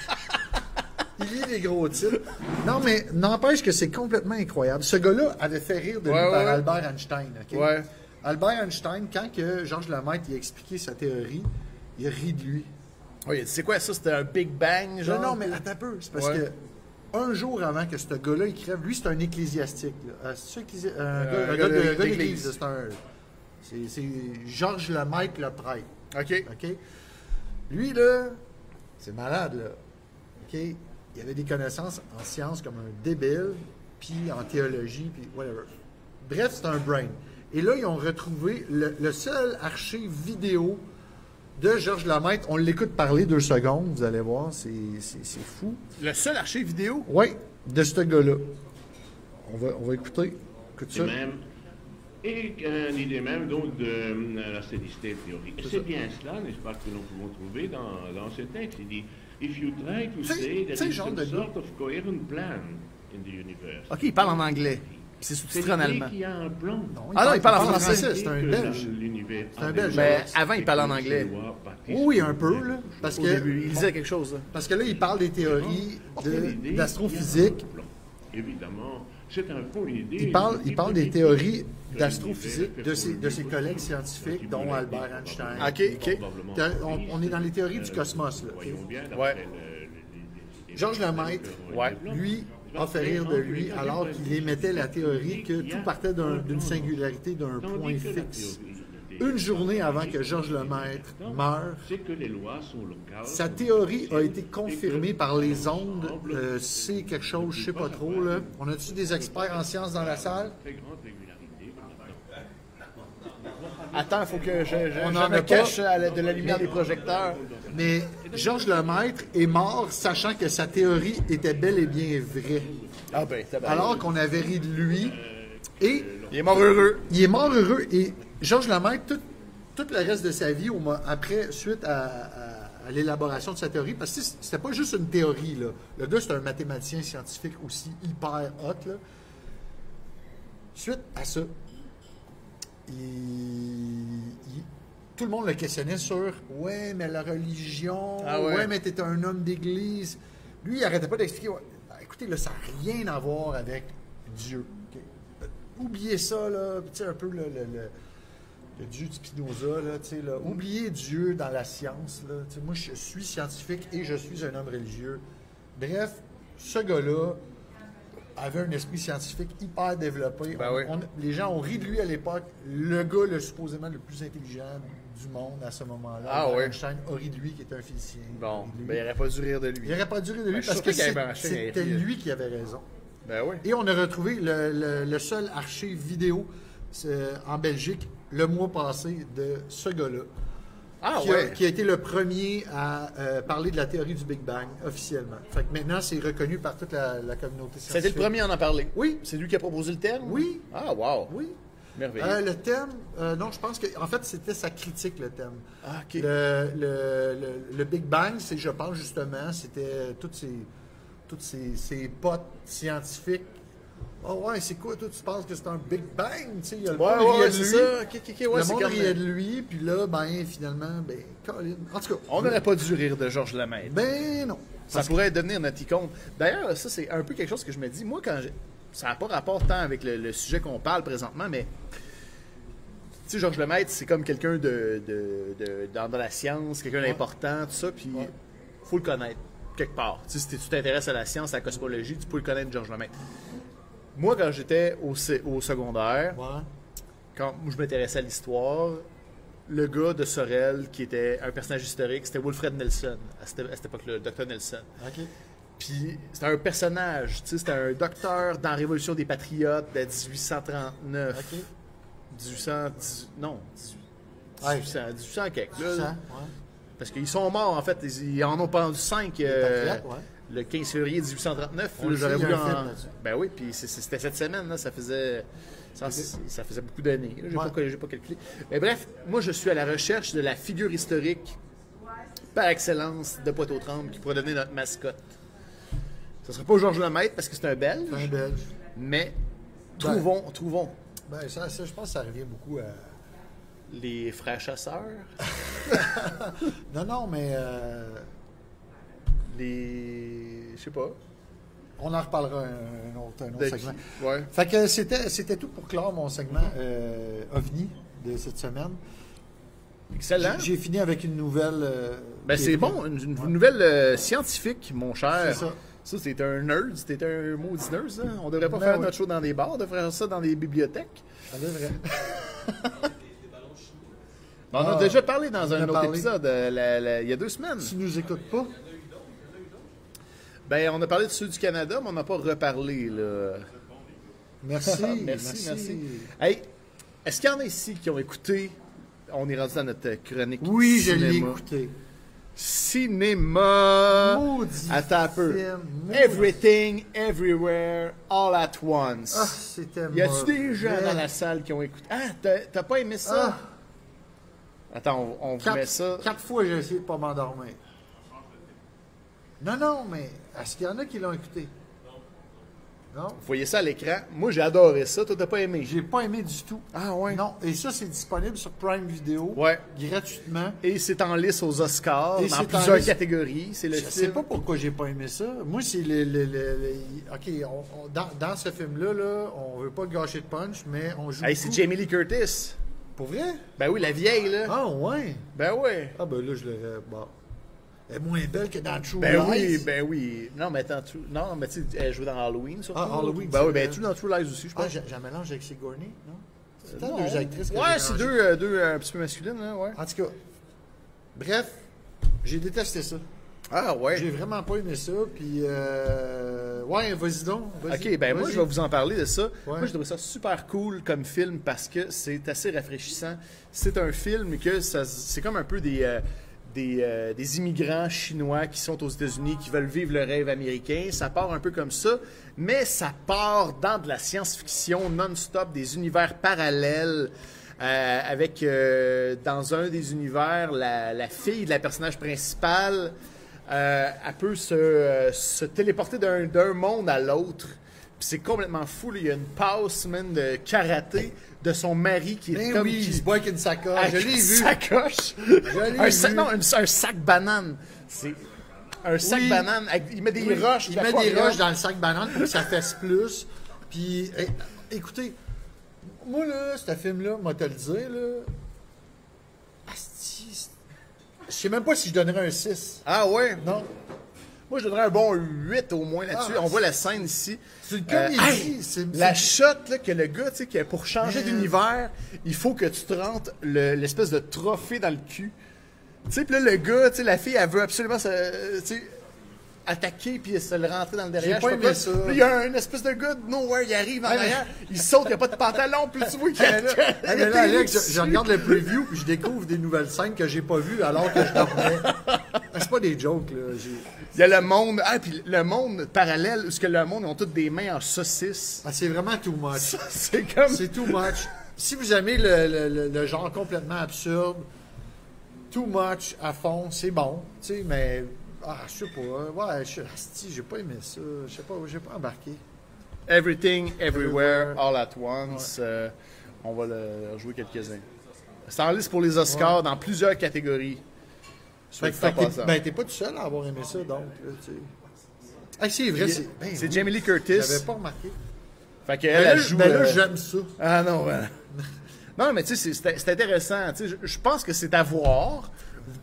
[SPEAKER 2] Il lit des gros titres. Non, mais n'empêche que c'est complètement incroyable. Ce gars-là avait fait rire de lui
[SPEAKER 1] Ouais, ouais,
[SPEAKER 2] par
[SPEAKER 1] ouais.
[SPEAKER 2] Albert Einstein. OK?
[SPEAKER 1] Ouais.
[SPEAKER 2] Albert Einstein, quand que Georges Lemaître il a expliqué sa théorie, il a ri de lui.
[SPEAKER 1] Oui, c'est quoi ça? C'était un Big Bang, genre?
[SPEAKER 2] Non, non, mais attends un peu. C'est parce
[SPEAKER 1] Ouais.
[SPEAKER 2] que un jour avant que ce gars-là il crève, lui, c'est un ecclésiastique. là. Euh, c'est-tu ecclési- un gars- un
[SPEAKER 1] un
[SPEAKER 2] gars
[SPEAKER 1] gars
[SPEAKER 2] de-
[SPEAKER 1] de-
[SPEAKER 2] un gars
[SPEAKER 1] d'église.
[SPEAKER 2] d'église. C'est un. c'est- C'est Georges Lemaître, le prêtre.
[SPEAKER 1] OK.
[SPEAKER 2] OK? Lui, là, c'est malade, là. OK? Il avait des connaissances en sciences comme un débile, puis en théologie, puis whatever. Bref, c'est un brain. Et là, ils ont retrouvé le, le seul archive vidéo de Georges Lamaître. On l'écoute parler deux secondes, vous allez voir, c'est c'est- c'est fou.
[SPEAKER 1] Le seul archive vidéo?
[SPEAKER 2] Oui, de ce gars-là. On va, on va écouter. Écoute ça.
[SPEAKER 6] Et même et euh, l'idée même donc de euh, la steady state theory. Et C'est bien cela, n'est-ce pas, que nous pouvons trouver dans, dans ce texte. Il dit If you try to
[SPEAKER 1] T'sais-
[SPEAKER 6] say there
[SPEAKER 1] t'sais,
[SPEAKER 6] is
[SPEAKER 1] genre
[SPEAKER 6] some
[SPEAKER 1] de gars-
[SPEAKER 6] sort of coherent plan in the universe.
[SPEAKER 1] OK, il parle en anglais. Puis C'est
[SPEAKER 6] C'est
[SPEAKER 1] sous-titré en allemand.
[SPEAKER 6] qu'il y a un plan.
[SPEAKER 1] Ah non, il parle en
[SPEAKER 6] Il
[SPEAKER 1] français.
[SPEAKER 6] dit
[SPEAKER 2] C'est un
[SPEAKER 6] que
[SPEAKER 2] belge.
[SPEAKER 6] la- l'univers
[SPEAKER 2] C'est un
[SPEAKER 6] a
[SPEAKER 2] Belge.
[SPEAKER 6] déjà
[SPEAKER 2] Mais
[SPEAKER 1] avant, il parle en
[SPEAKER 6] été
[SPEAKER 1] anglais.
[SPEAKER 6] conçu par Baptiste
[SPEAKER 2] Oui, un peu,
[SPEAKER 6] Luther.
[SPEAKER 2] là. Parce
[SPEAKER 1] Au
[SPEAKER 2] que,
[SPEAKER 1] début, il disait quelque chose. là.
[SPEAKER 2] parce que là, il parle des théories de-
[SPEAKER 6] L'idée, il y
[SPEAKER 2] d'astrophysique.
[SPEAKER 6] a un plan. Évidemment, c'est un peu une idée.
[SPEAKER 2] Il parle, il parle des théories d'astrophysique
[SPEAKER 6] l'univers
[SPEAKER 2] de ses, de ses
[SPEAKER 6] évolue.
[SPEAKER 2] collègues scientifiques, dont Albert Einstein.
[SPEAKER 1] OK, OK.
[SPEAKER 2] T'as- On, on est dans les théories du cosmos, là.
[SPEAKER 6] Euh, Voyons Euh, bien, d'après
[SPEAKER 1] Ouais.
[SPEAKER 6] le- le- les-
[SPEAKER 2] Georges Lemaître,
[SPEAKER 1] Ouais.
[SPEAKER 2] lui, a fait rire de lui alors qu'il émettait la théorie que tout partait d'un- d'une singularité, d'un point
[SPEAKER 6] Tandis que la
[SPEAKER 2] fixe.
[SPEAKER 6] théorie des-
[SPEAKER 2] Une journée avant que Georges Lemaître meure,
[SPEAKER 6] C'est que les lois sont locales.
[SPEAKER 2] Sa théorie a été confirmée par les ondes. euh, c'est quelque chose, je sais pas trop. Là. On a-tu des experts en sciences dans la salle?
[SPEAKER 6] Très grande régularité. maintenant.
[SPEAKER 1] Attends, il faut que je, je-
[SPEAKER 2] On
[SPEAKER 1] je
[SPEAKER 2] en a
[SPEAKER 1] me cache
[SPEAKER 2] pas.
[SPEAKER 1] à la- de la lumière des projecteurs.
[SPEAKER 2] Mais Georges Lemaître est mort sachant que sa théorie était bel et bien vraie.
[SPEAKER 1] Ah ben, tabarnak.
[SPEAKER 2] Alors qu'on avait ri de lui. Et
[SPEAKER 1] il est mort heureux.
[SPEAKER 2] il est mort heureux. Et Georges Lemaître, tout, tout le reste de sa vie, au mo- après, suite à, à- à l'élaboration de sa théorie, parce que c'est- c'était pas juste une théorie. Là. Le gars, c'est un mathématicien scientifique aussi hyper hot. Là. Suite à ça, il- il- tout le monde le questionnait sur Ouais, mais la religion,
[SPEAKER 1] Ah ouais.
[SPEAKER 2] ouais. mais t'es un homme d'église. Lui, il arrêtait pas d'expliquer Ouais, ben, Écoutez, là, ça n'a rien à voir avec Dieu. OK? Euh, Oubliez ça, là, tu sais, un peu le, le- le- le Dieu de Spinoza, là, tu sais, là. Oubliez Dieu dans la science, là. Tu sais, moi, je suis scientifique et je suis un homme religieux. Bref, ce gars-là avait un esprit scientifique hyper développé.
[SPEAKER 1] Ben
[SPEAKER 2] On-
[SPEAKER 1] oui.
[SPEAKER 2] on- les gens ont ri de lui à l'époque. Le gars, le supposément le plus intelligent du monde à ce moment-là,
[SPEAKER 1] Ah
[SPEAKER 2] Albert
[SPEAKER 1] oui.
[SPEAKER 2] Einstein, a ri de lui, qui était un physicien.
[SPEAKER 1] Bon,
[SPEAKER 2] a ri de lui.
[SPEAKER 1] ben, il n'aurait pas dû rire de
[SPEAKER 2] il
[SPEAKER 1] lui.
[SPEAKER 2] n'aurait pas dû rire de
[SPEAKER 1] Ben,
[SPEAKER 2] lui
[SPEAKER 1] je
[SPEAKER 2] parce
[SPEAKER 1] suis
[SPEAKER 2] que
[SPEAKER 1] sûr qu'Albert
[SPEAKER 2] c'est-
[SPEAKER 1] Einstein aurait
[SPEAKER 2] c'était
[SPEAKER 1] ri, là.
[SPEAKER 2] lui qui avait raison.
[SPEAKER 1] Ben oui.
[SPEAKER 2] Et on a retrouvé le, le- le seul archive vidéo c'est, en Belgique le mois passé de ce gars-là,
[SPEAKER 1] Ah
[SPEAKER 2] qui, a-
[SPEAKER 1] ouais.
[SPEAKER 2] qui a été le premier à euh, parler de la théorie du Big Bang officiellement. Fait que maintenant, c'est reconnu par toute la, la communauté scientifique.
[SPEAKER 1] C'était le premier à en parler.
[SPEAKER 2] Oui.
[SPEAKER 1] C'est lui qui a proposé le terme?
[SPEAKER 2] Oui.
[SPEAKER 1] Ah, wow.
[SPEAKER 2] Oui.
[SPEAKER 1] Merveilleux.
[SPEAKER 2] Euh, le thème, euh, non, je pense que, en fait, c'était sa critique, le thème.
[SPEAKER 1] Ah, ok.
[SPEAKER 2] Le, le- le- le Big Bang, c'est, je pense, justement, c'était toutes ces, toutes ces, ces potes scientifiques. Oh ouais, c'est quoi, toi, tu penses que c'est un Big Bang? Tu sais, il y a le
[SPEAKER 1] Ouais,
[SPEAKER 2] monde
[SPEAKER 1] ouais,
[SPEAKER 2] riait de
[SPEAKER 1] c'est
[SPEAKER 2] lui.
[SPEAKER 1] ça. Ok, ok, ok, ouais,
[SPEAKER 2] le
[SPEAKER 1] c'est
[SPEAKER 2] monde
[SPEAKER 1] comme- euh,
[SPEAKER 2] riait de lui, puis là, ben, finalement, ben, Colin. En tout cas,
[SPEAKER 1] On n'aurait pas dû rire de Georges Lemaître.
[SPEAKER 2] ben non.
[SPEAKER 1] Ça pourrait devenir notre icône. D'ailleurs, ça, c'est un peu quelque chose que je me dis. Moi, quand je- ça n'a pas rapport tant avec le, le sujet qu'on parle présentement, mais. Tu sais, Georges Lemaître, c'est comme quelqu'un de, de- de- dans, dans la science, quelqu'un d'important, tout ça, puis faut le connaître, quelque part. Tu sais, si t'es- tu t'intéresses à la science, à la cosmologie, tu peux le connaître, Georges Lemaître. Moi, quand j'étais au, cé- au secondaire,
[SPEAKER 2] Ouais.
[SPEAKER 1] quand je m'intéressais à l'histoire, le gars de Sorel, qui était un personnage historique, c'était Wilfred Nelson, à cette, à cette époque-là, le docteur Nelson.
[SPEAKER 2] OK.
[SPEAKER 1] Puis c'était un personnage, tu sais, c'était un docteur dans la Révolution des Patriotes de 1839.
[SPEAKER 2] OK.
[SPEAKER 1] 1800, dix- non, 18,
[SPEAKER 2] Ouais.
[SPEAKER 1] 1800, 1800 quelque, là.
[SPEAKER 2] Ça, ouais.
[SPEAKER 1] Parce qu'ils sont morts, en fait, ils, ils en ont pendu 5
[SPEAKER 2] Patriotes, ouais.
[SPEAKER 1] le 15 février 1839.
[SPEAKER 2] On
[SPEAKER 1] là,
[SPEAKER 2] le
[SPEAKER 1] j'aurais
[SPEAKER 2] sait, il y a un
[SPEAKER 1] voulu en-
[SPEAKER 2] film là-dessus.
[SPEAKER 1] Ben oui, puis c'est- c'est- c'était cette semaine, là, ça faisait... Ça, ça faisait beaucoup d'années. là, J'ai
[SPEAKER 2] Ouais.
[SPEAKER 1] pas, j'ai pas calculé. Mais bref, moi, je suis à la recherche de la figure historique par excellence de Poitou-Tremble qui pourrait devenir notre mascotte. Ce serait pas Georges Lemaître parce que c'est un Belge,
[SPEAKER 2] Un belge.
[SPEAKER 1] mais trouvons, trouvons
[SPEAKER 2] Ben, ça, ça, je pense que ça revient beaucoup à.
[SPEAKER 1] les frères chasseurs,
[SPEAKER 2] Non, non, mais euh,
[SPEAKER 1] les... je sais pas.
[SPEAKER 2] on en reparlera un, un autre, un autre
[SPEAKER 1] De
[SPEAKER 2] segment.
[SPEAKER 1] qui? Ben, Ouais.
[SPEAKER 2] Fait que c'était, c'était tout pour clore mon segment euh, OVNI de cette semaine.
[SPEAKER 1] Excellent.
[SPEAKER 2] J'ai- J'ai fini avec une nouvelle. euh,
[SPEAKER 1] Ben,
[SPEAKER 2] qui
[SPEAKER 1] c'est
[SPEAKER 2] est-
[SPEAKER 1] bon, une, une nouvelle euh, scientifique, mon cher.
[SPEAKER 2] C'est ça.
[SPEAKER 1] Ça, c'est un nerd, c'était un maudit nerd. ça. On devrait pas
[SPEAKER 2] Ben
[SPEAKER 1] faire
[SPEAKER 2] ouais.
[SPEAKER 1] notre show dans des bars, on devrait faire ça dans des bibliothèques.
[SPEAKER 2] Ah, c'est vrai.
[SPEAKER 1] Ben, on
[SPEAKER 2] Ah,
[SPEAKER 1] a déjà parlé dans
[SPEAKER 2] on
[SPEAKER 1] un
[SPEAKER 2] a
[SPEAKER 1] autre
[SPEAKER 2] parlé.
[SPEAKER 1] épisode, euh, la- la- il y a deux semaines.
[SPEAKER 2] tu nous écoutes pas?
[SPEAKER 1] Ben, on a parlé de ceux du Canada, mais on n'a pas reparlé. Là.
[SPEAKER 2] Merci.
[SPEAKER 1] <laughs> merci, merci. Hey, est-ce qu'il y en a ici qui ont écouté On est rendu dans notre chronique.
[SPEAKER 2] Oui, je l'ai
[SPEAKER 1] cinéma.
[SPEAKER 2] écouté.
[SPEAKER 1] Cinéma.
[SPEAKER 2] Maudit
[SPEAKER 1] Attends un peu.
[SPEAKER 2] film, maudit.
[SPEAKER 1] Everything, everywhere, all at once.
[SPEAKER 2] Ah, c'était
[SPEAKER 1] Y a-tu des
[SPEAKER 2] mauvais. Ah,
[SPEAKER 1] gens dans la salle qui ont écouté Ah, t'as t'as pas aimé ça Attends, on, on vous met
[SPEAKER 2] Quatre,
[SPEAKER 1] ça.
[SPEAKER 2] quatre fois, j'ai essayé de pas m'endormir. Non, non, mais est-ce qu'il y en a qui l'ont écouté? Non.
[SPEAKER 1] Vous voyez ça à l'écran Moi, j'ai adoré ça. Toi, t'as pas aimé
[SPEAKER 2] J'ai pas aimé du tout.
[SPEAKER 1] Ah ouais.
[SPEAKER 2] Non, et ça, c'est disponible sur Prime Video.
[SPEAKER 1] Ouais.
[SPEAKER 2] Gratuitement.
[SPEAKER 1] Et c'est en lice aux Oscars
[SPEAKER 2] Et c'est
[SPEAKER 1] dans
[SPEAKER 2] en
[SPEAKER 1] plusieurs
[SPEAKER 2] lice-
[SPEAKER 1] catégories. C'est le
[SPEAKER 2] Je
[SPEAKER 1] film.
[SPEAKER 2] sais pas pourquoi j'ai pas aimé ça. Moi, c'est le, le- le- le- OK, on- on- dans, dans ce film-là, là, on veut pas gâcher de punch, mais on joue.
[SPEAKER 1] Hey, c'est
[SPEAKER 2] beaucoup.
[SPEAKER 1] Jamie Lee Curtis.
[SPEAKER 2] Pour vrai?
[SPEAKER 1] Ben oui, la vieille, là.
[SPEAKER 2] Ah, ouais.
[SPEAKER 1] Ben ouais.
[SPEAKER 2] Ah, ben là, je l'aurais. Bon. Elle est moins belle que dans True
[SPEAKER 1] Ben
[SPEAKER 2] Lies.
[SPEAKER 1] oui, ben oui. Non, mais attends, tu... Non, mais tu sais, elle joue dans Halloween, surtout.
[SPEAKER 2] Ah, Halloween,
[SPEAKER 1] Ben
[SPEAKER 2] c'est
[SPEAKER 1] oui, ben
[SPEAKER 2] vrai.
[SPEAKER 1] tu dans True Lies aussi, je
[SPEAKER 2] Ah,
[SPEAKER 1] pense.
[SPEAKER 2] j'ai j'ai un mélange avec Sigourney, non? C'est
[SPEAKER 1] Non.
[SPEAKER 2] peut-être deux actrices que
[SPEAKER 1] Ouais,
[SPEAKER 2] j'ai
[SPEAKER 1] c'est
[SPEAKER 2] mélangées.
[SPEAKER 1] deux, euh, deux euh, un petit peu masculines, hein, ouais.
[SPEAKER 2] En tout cas, bref, j'ai détesté ça.
[SPEAKER 1] Ah
[SPEAKER 2] J'ai
[SPEAKER 1] ouais.
[SPEAKER 2] vraiment pas aimé ça, puis... euh, Ouais, vas-y donc. vas-y,
[SPEAKER 1] Ok, ben moi
[SPEAKER 2] vas-y.
[SPEAKER 1] je vais vous en parler de ça. Moi
[SPEAKER 2] Ouais.
[SPEAKER 1] je trouve ça super cool comme film parce que c'est assez rafraîchissant. C'est un film que ça, se- c'est comme un peu des, euh, des, euh, des immigrants chinois qui sont aux États-Unis, qui veulent vivre le rêve américain. Ça part un peu comme ça, mais ça part dans de la science-fiction non-stop, des univers parallèles. euh, avec euh, dans un des univers la, la fille de la personnage principale, euh, elle peut se, euh, se téléporter d'un d'un monde à l'autre. Puis c'est complètement fou. là. Il y a une passe, man, de karaté de son mari qui est
[SPEAKER 2] Ben
[SPEAKER 1] comme.
[SPEAKER 2] oui,
[SPEAKER 1] qui-
[SPEAKER 2] il se boit avec une sacoche,
[SPEAKER 1] <laughs> avec
[SPEAKER 2] je l'ai
[SPEAKER 1] une
[SPEAKER 2] vu.
[SPEAKER 1] sacoche.
[SPEAKER 2] l'ai
[SPEAKER 1] un, sac,
[SPEAKER 2] vu.
[SPEAKER 1] non, une- un sac banane. C'est un sac
[SPEAKER 2] Oui.
[SPEAKER 1] banane. avec- Il met des
[SPEAKER 2] Oui,
[SPEAKER 1] roches.
[SPEAKER 2] Il
[SPEAKER 1] de
[SPEAKER 2] met des
[SPEAKER 1] l'aquarium.
[SPEAKER 2] roches dans le sac banane pour que ça fesse plus. Puis, eh, écoutez, moi, là, ce film-là, moi, te le dire, là... Asti, c'est- je sais même pas si je donnerais un 6.
[SPEAKER 1] Ah ouais?
[SPEAKER 2] Non.
[SPEAKER 1] Moi, je donnerais un bon 8 au moins là-dessus.
[SPEAKER 2] Ah,
[SPEAKER 1] On voit la scène <laughs> ici.
[SPEAKER 2] C'est une comédie,
[SPEAKER 1] Euh, hey,
[SPEAKER 2] c'est-
[SPEAKER 1] la
[SPEAKER 2] c'est-
[SPEAKER 1] shot là, que le gars, tu sais, que pour changer
[SPEAKER 2] Man.
[SPEAKER 1] d'univers, il faut que tu te rentres le- l'espèce de trophée dans le cul. Tu sais, puis là, le gars, tu sais, la fille, elle veut absolument se. euh, tu sais, attaquer puis se le rentrer dans le derrière.
[SPEAKER 2] J'ai
[SPEAKER 1] je sais
[SPEAKER 2] pas
[SPEAKER 1] quoi.
[SPEAKER 2] aimé ça.
[SPEAKER 1] Là, il y a un espèce de gars de nowhere, il arrive en
[SPEAKER 2] Hey, mais-
[SPEAKER 1] arrière, il saute, il n'y a pas de pantalon, puis tu vois qu'il y a
[SPEAKER 2] Hey, là, hey, mais là, Alex, je, je regarde le preview puis je découvre des nouvelles scènes que j'ai pas vues alors que je
[SPEAKER 1] <laughs>
[SPEAKER 2] dormais. C'est pas des jokes, là. j'ai-
[SPEAKER 1] Il y a le monde, ah, puis le monde parallèle, parce que le monde, ils ont toutes des mains en saucisse.
[SPEAKER 2] Ah, c'est vraiment too much.
[SPEAKER 1] C'est comme.
[SPEAKER 2] C'est too much. Si vous aimez le, le- le- le genre complètement absurde, too much à fond, c'est bon. Tu sais, mais. Ah, je sais pas. Ouais, je asti, j'ai pas aimé ça. Je sais pas, j'ai pas embarqué.
[SPEAKER 1] Everything, Everywhere, All at Once. Euh, on va le jouer quelques-uns. C'est en liste pour les Oscars dans plusieurs catégories.
[SPEAKER 2] Fait,
[SPEAKER 1] Soit dit
[SPEAKER 2] que- fait
[SPEAKER 1] en
[SPEAKER 2] que t'es-
[SPEAKER 1] passant.
[SPEAKER 2] ben, t'es pas tout seul à avoir aimé ça, donc, là, tu sais. Ah, c'est vrai, c'est. ben
[SPEAKER 1] C'est
[SPEAKER 2] oui,
[SPEAKER 1] Jamie Lee Curtis.
[SPEAKER 2] J'avais pas remarqué.
[SPEAKER 1] Fait qu'elle,
[SPEAKER 2] Mais
[SPEAKER 1] elle
[SPEAKER 2] là,
[SPEAKER 1] joue.
[SPEAKER 2] ben là,
[SPEAKER 1] euh,
[SPEAKER 2] j'aime ça.
[SPEAKER 1] Ah non, voilà. Non, mais tu sais, c'est- c'est c'est intéressant. Tu sais, je- je pense que c'est à voir.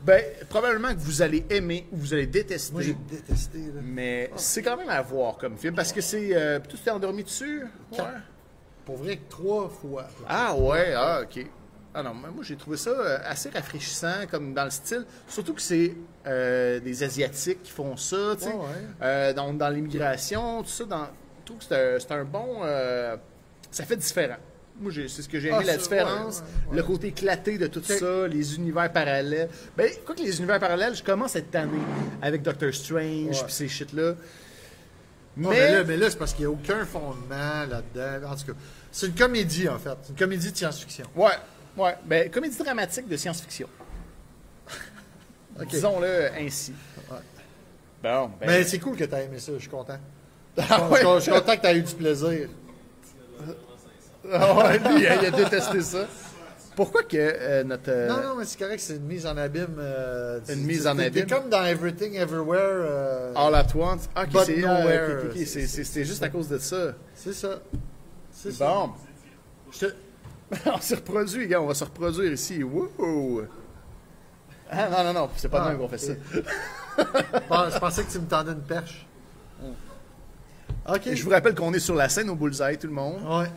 [SPEAKER 1] Ben, probablement que vous allez aimer ou vous allez détester.
[SPEAKER 2] Moi, j'ai Ah. détesté, là.
[SPEAKER 1] Mais c'est quand même à voir comme film parce que c'est. euh, puis tu t'es endormi dessus? Ouais.
[SPEAKER 2] Pour vrai, trois fois.
[SPEAKER 1] Ah ouais, ah ok. Ah non, mais moi j'ai trouvé ça euh, assez rafraîchissant comme dans le style, surtout que c'est euh, des asiatiques qui font ça, tu sais,
[SPEAKER 2] Ouais, ouais.
[SPEAKER 1] Euh, dans, dans l'immigration, tout ça, dans, je trouve que c'est un, c'est un bon, euh, ça fait différent. Moi j'ai- c'est ce que j'ai aimé
[SPEAKER 2] Ah,
[SPEAKER 1] la
[SPEAKER 2] ça,
[SPEAKER 1] différence,
[SPEAKER 2] ouais, ouais, ouais.
[SPEAKER 1] le côté éclaté de tout ça, les univers parallèles. Ben quoi que les univers parallèles, je commence cette année avec Doctor Strange
[SPEAKER 2] Ouais.
[SPEAKER 1] puis ces shit là.
[SPEAKER 2] Non, mais... là, mais là, c'est parce qu'il n'y a aucun fondement là-dedans. En tout cas, c'est une comédie, en fait. C'est une comédie de science-fiction.
[SPEAKER 1] Ouais, ouais. Ben, comédie dramatique de
[SPEAKER 2] <laughs>
[SPEAKER 1] science-fiction. Disons-le ainsi. Bon, ben.
[SPEAKER 2] Mais c'est cool que tu as aimé ça, je suis content.
[SPEAKER 1] Ah
[SPEAKER 2] Je suis-
[SPEAKER 1] ouais.
[SPEAKER 2] Je suis content que tu as eu du plaisir.
[SPEAKER 1] Ah ouais, lui, il a, il a
[SPEAKER 2] <laughs>
[SPEAKER 1] détesté ça. Pourquoi que euh, notre. euh,
[SPEAKER 2] Non, non, mais c'est correct, c'est une mise en abîme. euh, du-
[SPEAKER 1] Une mise
[SPEAKER 2] du-
[SPEAKER 1] en
[SPEAKER 2] t'es-
[SPEAKER 1] abîme.
[SPEAKER 2] T'es comme dans Everything Everywhere. euh,
[SPEAKER 1] All at once. Ah, ok,
[SPEAKER 2] But
[SPEAKER 1] c'est.
[SPEAKER 2] nowhere.
[SPEAKER 1] euh, ok, ok, ok, c'est- c'est- C'est juste à cause de ça.
[SPEAKER 2] C'est ça. C'est ça.
[SPEAKER 1] Bon. <laughs> on s'est reproduit, gars. On va se reproduire ici. Wouhou! Ah, non, non, non. C'est pas de
[SPEAKER 2] Ah,
[SPEAKER 1] même qu'on fait ça.
[SPEAKER 2] ok. Je pens- je pensais que tu me tendais une perche. Ok.
[SPEAKER 1] Je vous rappelle qu'on est sur la scène au Bullseye, tout le monde.
[SPEAKER 2] Ouais.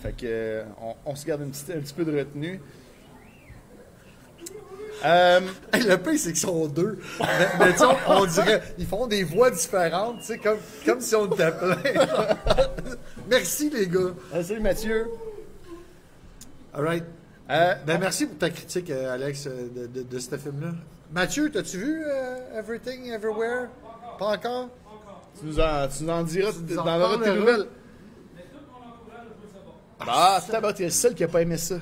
[SPEAKER 1] Fait que euh, on, on se garde une petite- un petit peu de retenue. Euh,
[SPEAKER 2] Hey, le pire, c'est qu'ils sont deux. Mais, mais tu sais, on, on dirait, ils font des voix différentes, tu sais, comme, comme si on était plein. <laughs> merci, les gars.
[SPEAKER 1] euh, salut Mathieu.
[SPEAKER 2] All right.
[SPEAKER 1] Euh,
[SPEAKER 2] Euh,
[SPEAKER 1] Ben,
[SPEAKER 2] Ben, merci pour ta critique, euh, Alex, euh, de, de, de ce film-là. Mathieu, t'as-tu vu euh, Everything, Everywhere? Pas encore?
[SPEAKER 1] Tu nous en, tu nous en diras
[SPEAKER 2] nous en
[SPEAKER 1] dans le tes
[SPEAKER 2] parleras.
[SPEAKER 1] nouvelles. Ah, c'est t'es le seul qui n'a pas aimé ça.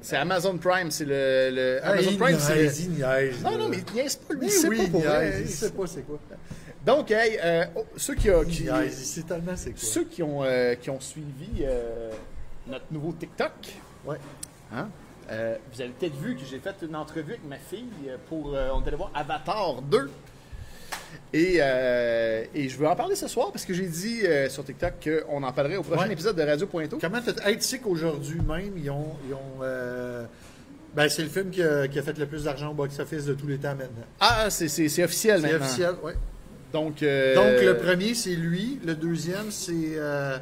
[SPEAKER 1] C'est Amazon Prime, c'est le, le-
[SPEAKER 2] Ah,
[SPEAKER 1] Amazon
[SPEAKER 2] il
[SPEAKER 1] Prime,
[SPEAKER 2] niaise,
[SPEAKER 1] c'est.
[SPEAKER 2] il niaise,
[SPEAKER 1] Non,
[SPEAKER 2] là.
[SPEAKER 1] non, mais il niaise pas, lui,
[SPEAKER 2] Mais
[SPEAKER 1] il sait
[SPEAKER 2] oui,
[SPEAKER 1] pas pour
[SPEAKER 2] il
[SPEAKER 1] vrai.
[SPEAKER 2] niaise,
[SPEAKER 1] Il
[SPEAKER 2] il
[SPEAKER 1] sait
[SPEAKER 2] sait
[SPEAKER 1] pas.
[SPEAKER 2] pas c'est quoi.
[SPEAKER 1] Donc, hey, euh, oh, ceux qui, ont- qui-
[SPEAKER 2] Il niaise, il sait tellement c'est quoi.
[SPEAKER 1] ceux qui ont, euh, qui ont suivi euh, notre nouveau TikTok,
[SPEAKER 2] Ouais.
[SPEAKER 1] Hein? Euh, vous avez peut-être vu que j'ai fait une entrevue avec ma fille euh, pour. euh, on est allé voir Avatar 2. Et, euh, et je veux en parler ce soir parce que j'ai dit euh, sur TikTok qu'on en parlerait au prochain
[SPEAKER 2] Ouais.
[SPEAKER 1] épisode de Radio Pointo.
[SPEAKER 2] Comment t'as... Hey, tu sais qu'aujourd'hui même, ils ont... Ils ont euh, ben, c'est le film qui a, qui a fait le plus d'argent au box-office de tous les temps maintenant.
[SPEAKER 1] Ah, c'est, c'est- c'est officiel
[SPEAKER 2] C'est
[SPEAKER 1] maintenant.
[SPEAKER 2] officiel, oui.
[SPEAKER 1] Donc, euh,
[SPEAKER 2] Donc, le premier, c'est lui. Le deuxième, c'est... euh,